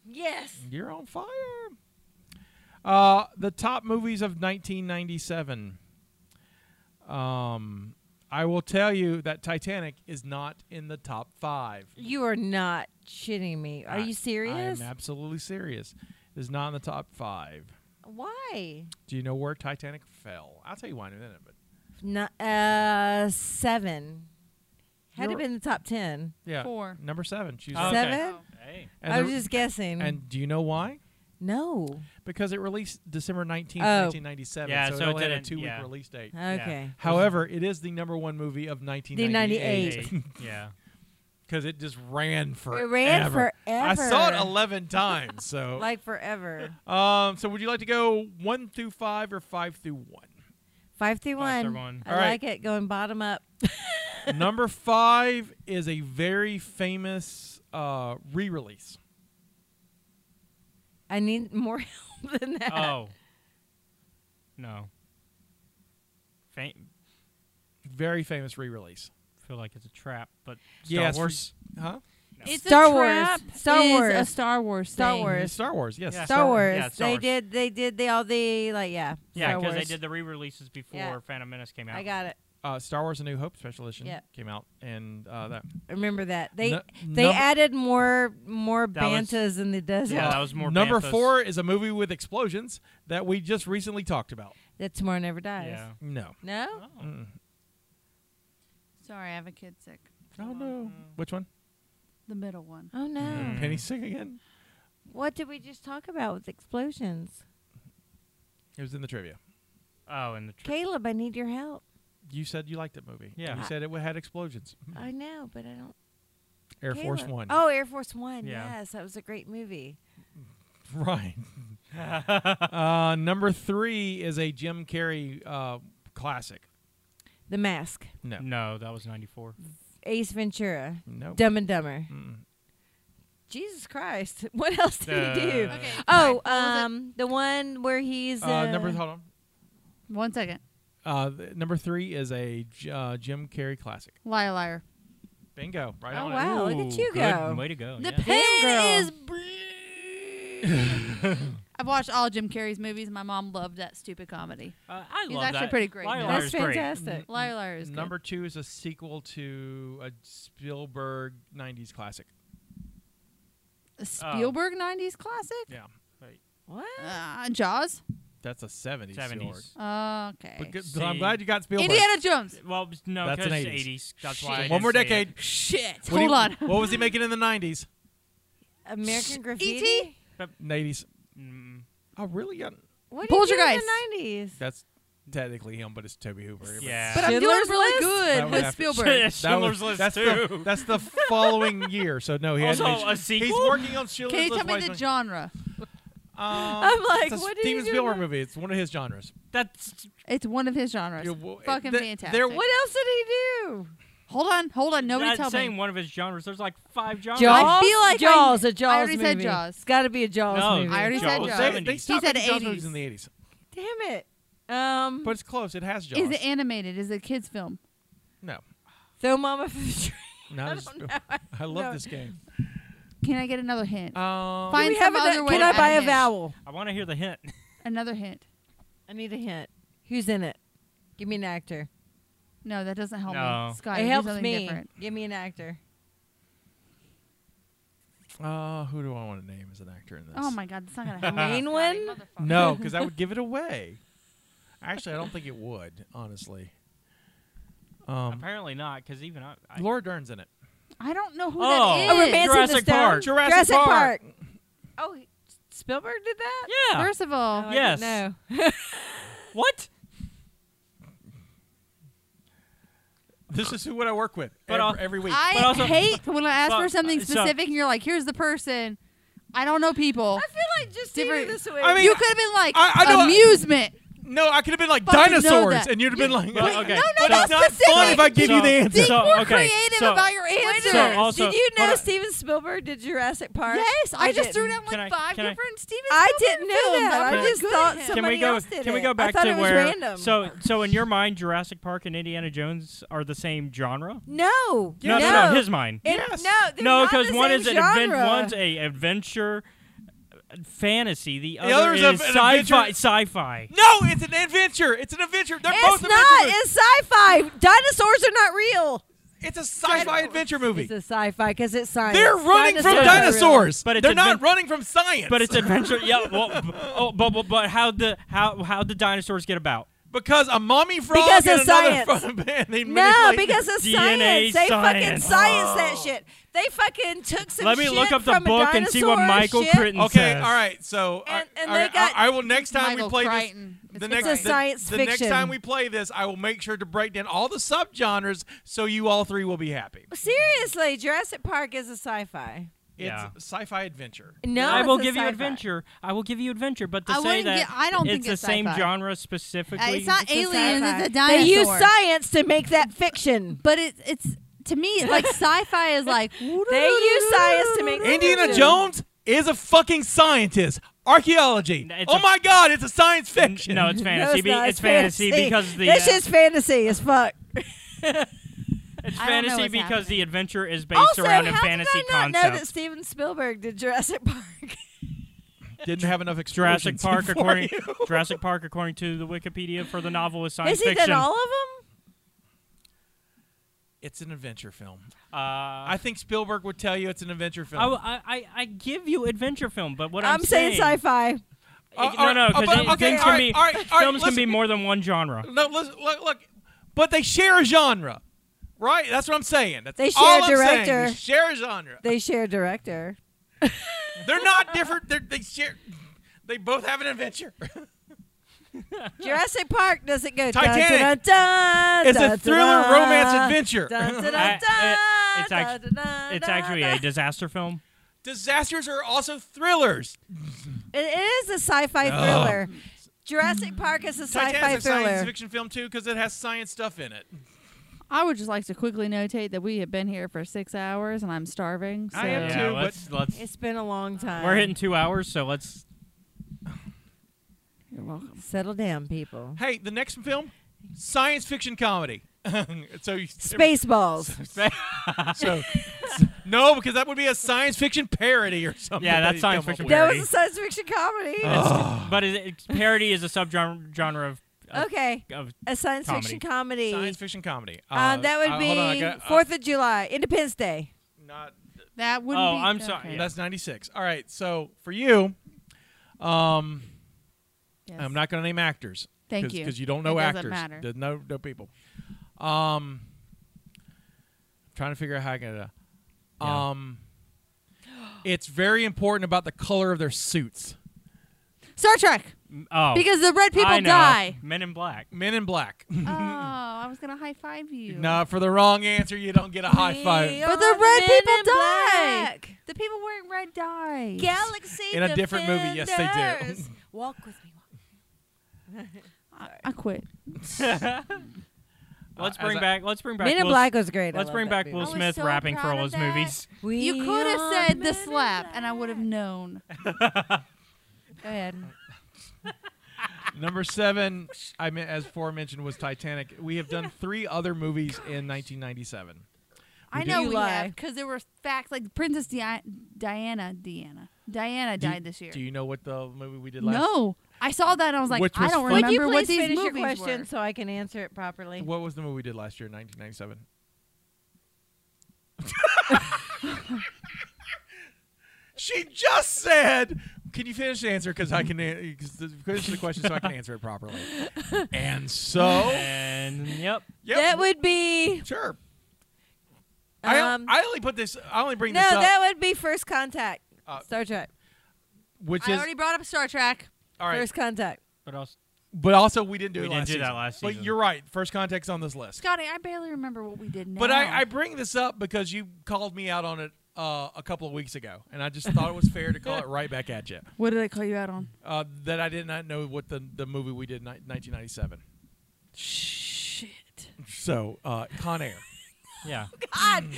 S3: Yes.
S1: You're on fire. Uh, the top movies of 1997. Um, I will tell you that Titanic is not in the top five.
S3: You are not shitting me. Are
S1: I-
S3: you serious?
S1: I am absolutely serious. It is not in the top five.
S3: Why?
S1: Do you know where Titanic fell? I'll tell you why in a minute. But
S3: No, uh, seven. Had
S1: You're-
S3: it been the top ten,
S1: yeah,
S5: Four.
S1: number seven. She's
S6: Oh, okay.
S3: seven.
S6: Hey.
S1: and,
S3: Uh, I
S1: the-
S3: was just guessing.
S1: and do you know why?
S3: no.
S1: Because it released December nineteenth,
S3: Oh.
S1: nineteen ninety seven.
S6: Yeah,
S1: so,
S6: so
S1: it
S6: it
S1: only had a
S6: didn't-
S1: two week
S6: yeah.
S1: release date.
S3: Okay.
S1: However, it is the number one movie of nineteen ninety eight.
S3: 98.
S6: Hey. yeah.
S1: because it just ran for
S3: It ran
S1: I saw it
S3: forever.
S1: eleven times.
S6: Oh.
S1: So,
S3: Like forever.
S1: um, so would you like to go one through five or five through one?
S3: Five through one.
S6: Five through one.
S3: I
S1: All right.
S3: like it going bottom up.
S1: Number five is a very famous uh, re-release.
S3: I need more help than that.
S6: Oh. No. Faint.
S1: Very famous re-release.
S6: Feel like it's a trap, but Star
S1: Yes,
S6: Wars.
S1: Huh?
S5: It's
S3: Star
S5: a trap.
S3: Wars. Star
S5: It is
S3: Wars.
S5: a Star Wars.
S3: Star
S5: thing.
S3: Wars.
S1: Mm-hmm. Star Wars. Yes.
S6: Yeah.
S3: Star,
S6: Star-
S3: Wars.
S6: yeah, Star
S3: they
S6: Wars.
S3: did. They did the all the like. Yeah.
S6: Yeah,
S3: Star
S6: because they
S3: Wars.
S6: did the re-releases before
S3: Yeah.
S6: Phantom Menace came out.
S3: I got it.
S1: Uh, Star Wars: A New Hope Special Edition
S3: Yeah.
S1: came out, and
S6: Mm-hmm.
S1: uh, that
S3: I Remember that they
S1: Nu-
S3: they
S1: number-
S3: added more more
S6: That was-
S3: bantas in the desert.
S6: Yeah, that was more.
S1: number
S6: Banthos.
S1: four is a movie with explosions that we just recently talked about.
S3: That tomorrow never dies.
S6: Yeah.
S1: No.
S3: No.
S6: Oh.
S1: Mm.
S5: Sorry, I have a kid sick.
S1: Oh no. Which one?
S5: The middle one.
S3: Oh no.
S6: Mm-hmm.
S1: Penny sick again.
S3: What did we just talk about with explosions?
S1: It was in the trivia.
S6: Oh, and the. Tri-
S3: Caleb, I need your help.
S1: You said you liked that movie.
S6: Yeah.
S1: You said it had explosions.
S6: Hmm.
S3: I know, but I don't.
S1: Air Force
S3: Caleb.
S1: One.
S3: Oh, Air Force One.
S6: Yeah.
S3: Yes, that was a great movie.
S1: Right. uh, number three is a Jim Carrey uh, classic.
S3: The Mask,
S1: No.
S6: no, that was '94.
S3: Ace Ventura,
S1: No.
S3: Dumb and Dumber.
S1: Mm.
S3: Jesus Christ! What else did he do?
S6: The-
S5: Okay.
S3: Oh,
S5: what was it?
S3: um, the one where he's uh,
S1: Uh, number hold on.
S5: One second.
S1: Uh, th- number three is a J- uh, Jim Carrey classic.
S5: Liar, liar.
S1: Bingo. Right
S3: Oh,
S1: on.
S3: wow.
S1: it.
S3: look at
S6: Ooh,
S3: you
S6: good
S3: go.
S6: Way to
S1: Oh,
S6: go.
S5: The
S6: yeah.
S5: pen
S3: girl.
S5: is blue. I've watched all Jim Carrey's movies. My mom loved that stupid comedy.
S6: Uh, I
S5: He's
S6: love
S5: actually
S6: that.
S5: pretty great
S6: Liar
S5: now.
S6: Liar
S3: That's
S6: is great.
S3: fantastic.
S5: Liar, liar is good.
S1: Number two is a sequel to a Spielberg 90s classic.
S5: A
S1: uh,
S5: Spielberg '90s classic.
S1: Yeah.
S3: What?
S5: Uh, Jaws.
S1: That's a 70s.
S6: 70s.
S5: Okay.
S1: But good,
S6: See.
S1: I'm glad you got Spielberg.
S5: Indiana Jones.
S6: Well, no,
S1: That's an
S6: 'cause
S1: 80s.
S6: 80s. That's why. I
S1: One
S6: didn't
S1: more
S6: say it.
S1: decade.
S5: Shit.
S1: What do
S5: Hold
S1: you-
S5: on.
S1: What was he making in the 90s?
S3: American Graffiti.
S5: E.T.
S1: 90s.
S6: Mm,
S1: Oh, really? young.
S3: What
S5: Pulls
S3: did you
S5: your
S3: do in
S5: guys.
S3: the nineties?
S1: That's technically him, but it's Toby Hooper. But-
S6: Yeah.
S5: But I'm doing
S3: Schindler's
S5: really
S3: List?
S1: That
S5: good
S1: was
S5: with
S1: after-
S5: Spielberg.
S1: That was-
S6: Schindler's List
S1: that's
S6: too.
S1: The, that's the following year. So no, he
S6: Also,
S1: hasn't-
S6: a
S1: He's
S6: sequel?
S1: working on Schindler's
S5: Can you tell
S1: List.
S5: me the genre?
S1: I'm Um,
S3: like,
S1: it's a
S3: what did he
S1: Steven
S3: do
S1: Spielberg
S3: with-
S1: movie. It's one of his genres.
S6: That's
S5: It's one of his genres.
S1: Yeah, well, it-
S5: Fucking
S1: th-
S5: fantastic.
S1: there-
S3: What else did he do?
S5: Hold on, hold on. Nobody
S6: not
S5: tell
S6: saying
S5: me.
S6: one of his genres. There's like five genres.
S5: I feel like I-
S3: Jaws, a Jaws
S5: I already
S3: movie.
S5: said Jaws.
S3: It's got to be a Jaws
S6: No,
S3: movie.
S5: I already said
S6: Jaws.
S5: Jaws.
S1: They, they
S6: 70s.
S1: stopped
S5: He said
S1: making Jaws movies
S5: 80s.
S1: in the 80s,
S3: Damn it. Um,
S1: but it's close. It has Jaws.
S5: Is it animated? Is it a kids film?
S1: no,
S3: throw Mama from the tree.
S1: not as- I love
S3: No.
S1: this game.
S5: Can I get another hint?
S1: Um,
S5: Fine.
S3: Do we
S5: Find some
S3: have a-
S5: other way
S3: Can
S5: to
S3: I
S5: add
S3: buy
S5: it
S3: a
S5: in.
S3: vowel?
S6: I want to hear the hint.
S5: another hint.
S3: I need a hint. Who's in it? Give me an actor.
S5: No, that doesn't help
S6: No.
S5: me. Scott,
S3: it
S5: do
S3: helps
S5: something
S3: me.
S5: different.
S3: Give me an actor.
S1: uh, who do I want to name as an actor in this?
S5: Oh my god, that's not gonna
S3: A
S5: help.
S3: main one?
S1: No, because I would give it away. Actually, I don't think it would. Honestly, um,
S6: Apparently not, because even I. I
S1: Laura Dern's in it.
S5: I don't know who
S6: Oh.
S5: that
S6: Oh,
S5: is.
S6: we're banned. Jurassic
S3: Stone?
S6: Park.
S1: Jurassic
S3: Park.
S1: Park.
S3: Oh, Spielberg did that? Oh,
S6: yeah.
S5: First of all,
S6: Yes.
S3: No.
S6: What?
S1: This is who what I work with
S6: But
S1: ev-
S6: I'll-
S1: every week.
S2: I
S6: But also-
S2: hate when I ask
S6: but,
S2: for something
S6: uh, so-
S2: specific and you're like, here's the person. I don't know
S6: Oh.
S2: people.
S3: I feel like just
S2: Different-
S3: different this way.
S1: I mean,
S2: you could have been like
S1: I- I know-
S2: amusement.
S1: no, I could have been like
S2: Fucking know
S1: dinosaurs,
S2: that.
S1: and you'd have been like,
S6: Well,
S2: No,
S6: okay.
S2: no,
S6: But
S2: no,
S6: it's not
S2: specific.
S1: fun if I give you the answer.
S2: Think
S6: So,
S2: more
S6: okay,
S2: creative
S6: so-
S2: about your
S3: Wait a
S2: answers.
S6: minute.
S3: minute.
S6: also-
S3: did you
S6: hold
S3: know
S6: on.
S3: Steven Spielberg did Jurassic Park?
S2: yes, I, just
S3: didn't.
S2: threw down like
S6: Can I-
S2: five
S6: can I-
S2: different Steven
S3: I
S2: Spielberg
S3: didn't know
S2: films.
S3: that.
S2: I'm
S3: I
S2: really
S3: just
S2: good
S3: thought
S2: at him.
S3: some-
S6: Can we
S3: Somebody
S6: go?
S3: else did
S6: Can we
S3: it.
S6: go
S3: I
S6: back
S3: thought
S6: to
S3: it was
S6: where?
S3: random.
S6: So, so in your mind, Jurassic Park and Indiana Jones are the same genre?
S3: No.
S6: No, no, no. His mind.
S3: It-
S1: Yes.
S3: No, they're
S6: no,
S3: not the
S6: one
S3: same
S6: is an adven-
S3: genre.
S6: one's a adventure uh, fantasy. The,
S1: other
S6: other
S1: is
S6: is,
S1: a- an
S6: sci-fi.
S1: adventure-
S6: Sci-fi.
S1: no, it's an adventure. It's an adventure. They're
S3: It's
S1: both
S3: not.
S1: adventure.
S3: It's sci-fi. Dinosaurs are not real.
S1: It's, it's a sci-fi adventure movie.
S3: It's a sci-fi because it's science.
S1: They're running from
S6: Dinosaurs are real.
S1: dinosaurs,
S6: But it's
S1: they're not
S6: adven-
S1: running from science.
S6: But it's adventure. yeah. Well, b- oh, but, but but how the how how the dinosaurs get about?
S1: because a mommy frog
S3: Because
S1: and
S3: of
S1: another
S3: science.
S1: frog- man, they
S3: No,
S1: manipulate
S3: because
S1: the-
S3: of
S6: DNA
S3: science. They fucking
S6: science.
S3: science that shit. They fucking took some.
S6: Let me
S3: shit
S6: look up the
S3: from a
S6: book and see what
S3: dinosaur
S6: Michael
S3: shit.
S6: Crichton
S1: Okay,
S6: says.
S1: all right. So I-
S3: And- and
S1: all
S3: they
S1: right,
S3: got-
S1: I, I will next time
S2: Michael
S1: we play
S2: Crichton.
S1: this.
S2: It's
S1: The
S2: a
S1: next the-
S3: science
S1: the, next
S3: fiction.
S1: time we play this, I will make sure to break down all the subgenres so you all three will be happy.
S3: Seriously, Jurassic Park is a sci-fi.
S1: It's
S6: Yeah.
S1: sci-fi adventure.
S3: No,
S6: I will
S3: it's a
S6: give you
S3: sci-fi.
S6: adventure. I will give you adventure. But to
S5: I
S6: say
S5: wouldn't
S6: that
S5: get- I don't
S6: it's
S5: think
S6: the
S5: it's
S6: same
S5: sci-fi.
S6: genre specifically.
S5: Uh, it's not
S3: a
S5: aliens.
S3: sci-fi.
S5: It's a
S3: They
S5: dinosaur.
S3: use science to make that fiction.
S5: but it's it's to me it's like sci-fi is like
S3: They use science to make
S1: Indiana
S3: fiction.
S1: Jones is a fucking scientist. Archaeology.
S6: It's
S1: oh
S6: a-
S1: my God! It's a science
S6: N-
S1: fiction.
S6: No, it's fantasy.
S3: No, it's,
S6: be-
S3: not.
S6: it's fantasy, because the
S3: this
S6: uh,
S3: is fantasy as fuck.
S6: it's
S5: I don't know
S6: fantasy
S5: what's
S6: because
S5: happening.
S6: the adventure is based
S3: Also, how
S6: around a
S3: did
S6: fantasy
S3: I not
S6: concept.
S3: know that Steven Spielberg did Jurassic Park?
S1: Didn't have enough
S6: Jurassic
S1: explosions
S6: Park,
S1: for
S6: according
S1: you.
S6: Jurassic Park, according to the Wikipedia for the novel, is
S3: Has
S6: science
S3: he
S6: fiction.
S3: done all of them?
S1: It's an adventure film.
S6: Uh, I,
S1: I think Spielberg would tell you it's an adventure film.
S6: w- I, I, I give you adventure film, but what
S3: I'm,
S6: I'm,
S3: saying sci-fi.
S1: Uh,
S6: no, no,
S1: uh,
S6: because
S1: but- okay,
S6: things
S1: all
S6: can
S1: right,
S6: be
S1: all right, all right,
S6: films can be
S1: listen.
S6: more than one genre.
S1: No, listen, look, look, but they share a genre, right? That's what I'm saying. That's
S3: They
S1: all
S3: share a
S1: I'm saying.
S3: director.
S1: They share a genre.
S3: They share director.
S1: They're not different. They're, they share. They both have an adventure.
S3: Jurassic Park doesn't go.
S1: Titanic.
S3: Dun, dun, dun,
S1: It's a
S3: dun,
S1: thriller
S3: dun,
S1: romance adventure.
S3: Dun, dun, dun,
S6: I- it-
S3: dun,
S6: it's act-
S3: dun, dun, dun,
S6: It's actually
S3: dun.
S6: a disaster film.
S1: Disasters are also thrillers.
S3: It- it is a sci-fi
S1: Ugh.
S3: thriller. Jurassic Park is a sci-fi
S1: Titanic's a science
S3: thriller.
S1: fiction film too because it has science stuff in it.
S2: I would just like to quickly notate that we have been here for six hours and I'm starving. So
S1: I am
S6: yeah,
S1: too, but-
S6: let's, let's
S3: It's been a long time.
S6: we're hitting two hours, so let's.
S2: You're welcome.
S3: Settle down, people.
S1: Hey, the next film, science fiction comedy. so you,
S3: Spaceballs.
S1: So, no, because that would be a science fiction parody or something.
S6: Yeah,
S1: that
S6: that's
S1: he'd
S6: science
S1: come up
S6: fiction
S1: with.
S3: That was
S6: Parody.
S3: a science fiction comedy.
S1: Uh,
S6: But it, it- parody is a subgenre genre of, of,
S3: okay,
S6: of
S3: a science
S6: comedy.
S3: fiction comedy.
S1: uh, Science fiction comedy.
S3: um, that would
S1: uh,
S3: be
S1: hold on, I got- uh, Oh.
S3: Fourth of July, Independence Day.
S1: not
S2: That wouldn't
S6: Oh,
S2: be.
S6: I'm sorry.
S2: okay.
S6: Yeah.
S1: That's 96. All right. So for you, um,
S2: Yes.
S1: I'm not going to name actors.
S2: Thank you.
S1: Because you don't
S2: It
S1: know
S2: doesn't
S1: actors.
S2: matter.
S1: There's No, no people. Um, I'm trying to figure out how I can. Uh,
S6: Yeah.
S1: um, it's very important about the color of their suits.
S2: Star Trek
S6: oh,
S2: because the red people
S6: I know.
S2: die.
S6: Men in Black.
S1: Men in black.
S2: oh, I was gonna high five you.
S1: nah, for the wrong answer, you don't get a high five.
S2: But the
S3: are
S2: red
S3: men
S2: people
S3: in
S2: die.
S3: black.
S2: The people wearing red die.
S3: Galaxy
S1: In a different movie, yes, they do.
S3: Defenders. Walk with me.
S2: I, I quit.
S6: Let's
S1: Uh, as
S6: bring
S1: I-
S6: back. let's bring back.
S3: Men in
S6: Will-
S3: Black was great. I
S6: Let's
S3: love
S6: bring
S3: that
S6: back
S3: movie.
S6: Will
S2: was
S6: Smith
S2: so
S6: rapping for
S2: proud
S6: all
S2: of
S6: his
S2: that.
S6: movies.
S3: We
S2: You could have
S3: are
S2: said the
S3: men in
S2: slap, and I would have known. Go ahead.
S1: Number seven, I mean, as aforementioned, was Titanic. We have done three other movies in 1997.
S2: I
S1: do.
S2: know
S3: You
S2: we
S3: lie.
S2: have because there were facts like Princess Di- Diana, Diana, Diana
S1: Do-
S2: died this year.
S1: Do you know what the movie we did last?
S2: no, I saw that and I was like,
S1: Which
S2: I
S1: was
S2: don't
S1: fun.
S2: remember
S3: Would you please
S2: what these
S3: finish
S2: movies
S3: your question
S2: were.
S3: so I can answer it properly?
S1: What was the movie we did last year in 1997? she just said, "Can you finish the answer? Because I can an- 'cause the- finish the question so I can answer it properly." And
S3: Oh.
S1: so,
S6: And yep.
S1: yep,
S3: That would be
S1: sure. I,
S3: Um,
S1: I only put this. I only bring
S3: no.
S1: this up,
S3: That would be First Contact.
S1: Uh,
S3: Star Trek.
S1: which
S2: I
S1: is
S2: already brought up Star Trek.
S1: all right.
S3: First Contact.
S6: What else?
S1: But also, we didn't do
S6: We
S1: it
S6: didn't
S1: last
S6: do that
S1: season.
S6: last
S1: But
S6: season.
S1: you're right. First context on this list.
S2: Scotty, I barely remember what we did now.
S1: But I, I bring this up because you called me out on it uh, a couple of weeks ago, and I just thought it was fair to call it right back at you.
S2: what did I call you out on?
S1: Uh, that I did not know what the, the movie we did in ni- 1997.
S2: Shit.
S1: So, uh, Con Air.
S6: Yeah.
S3: God, Con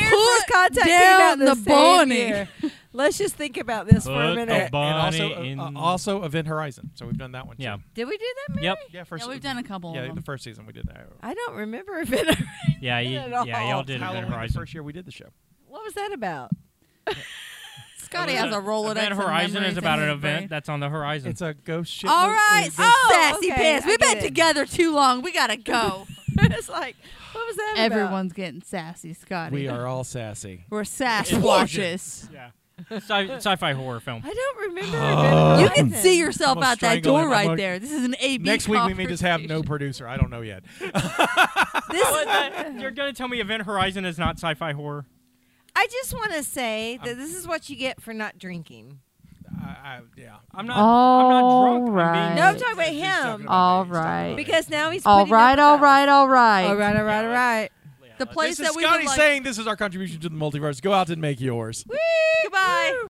S3: Air
S2: Put
S3: first contact came
S2: down
S3: out in
S2: the
S3: the, same
S2: bunny.
S3: year. Let's just think about this for a
S6: Put the
S3: minute.
S6: bu- Bonnie
S1: and also, uh,
S6: in-
S1: uh, also Event Horizon. So we've done that one.
S6: Yeah.
S1: Too.
S3: Did we do that? Mary?
S6: Yep.
S1: Yeah. First.
S5: yeah, we've done a couple
S1: yeah,
S5: of
S1: the
S5: them.
S1: first season we did that.
S3: I don't remember if it.
S6: Yeah. You,
S3: Not at
S6: yeah.
S3: all.
S6: Y'all did it
S1: Halloween,
S6: in
S1: the
S6: Horizon.
S1: first year we did the show.
S3: What was that about?
S2: Scotty has a Rolodex.
S6: Event
S2: of
S6: Horizon
S2: memories
S6: is
S2: in
S6: about
S2: his
S6: an event
S2: brain.
S6: that's on the horizon.
S1: It's a ghost ship.
S2: All right.
S1: It's
S2: Oh,
S3: Sassy
S2: sassy pants.
S3: pants. I
S2: We've
S3: get
S2: been
S3: it.
S2: together too long. We gotta go.
S3: it's like what was that? about?
S5: Everyone's getting sassy, Scotty.
S1: we are all sassy.
S5: We're Sasquatches.
S6: yeah. Sci- sci-fi horror film.
S3: I don't remember.
S1: Oh.
S3: Event
S2: You can
S3: Horizon.
S2: see yourself
S1: I'm gonna
S2: out that
S1: strangle
S2: door
S1: him. I'm
S2: right
S1: gonna-
S2: there. This is an AB.
S1: Next week we may just have no producer. I don't know yet.
S6: You're gonna tell me Event Horizon is not sci-fi horror?
S3: I just want to say that this is what you get for not drinking.
S1: I, I, yeah.
S6: I'm not. I'm not drunk. I'm
S5: Alright.
S6: being
S3: No, I'm talking about
S1: He's talking
S3: him
S1: about
S5: All
S1: me. He's talking
S5: right.
S1: about me.
S3: because now he's.
S5: All
S3: putting up
S5: right,
S3: with
S5: all
S3: us.
S5: right, all right.
S3: All right, all right, all
S6: Yeah,
S3: right.
S2: The place
S1: this is
S2: that we
S1: Scotty
S2: would like.
S1: saying this is our contribution to the multiverse. Go out and make yours.
S3: Goodbye.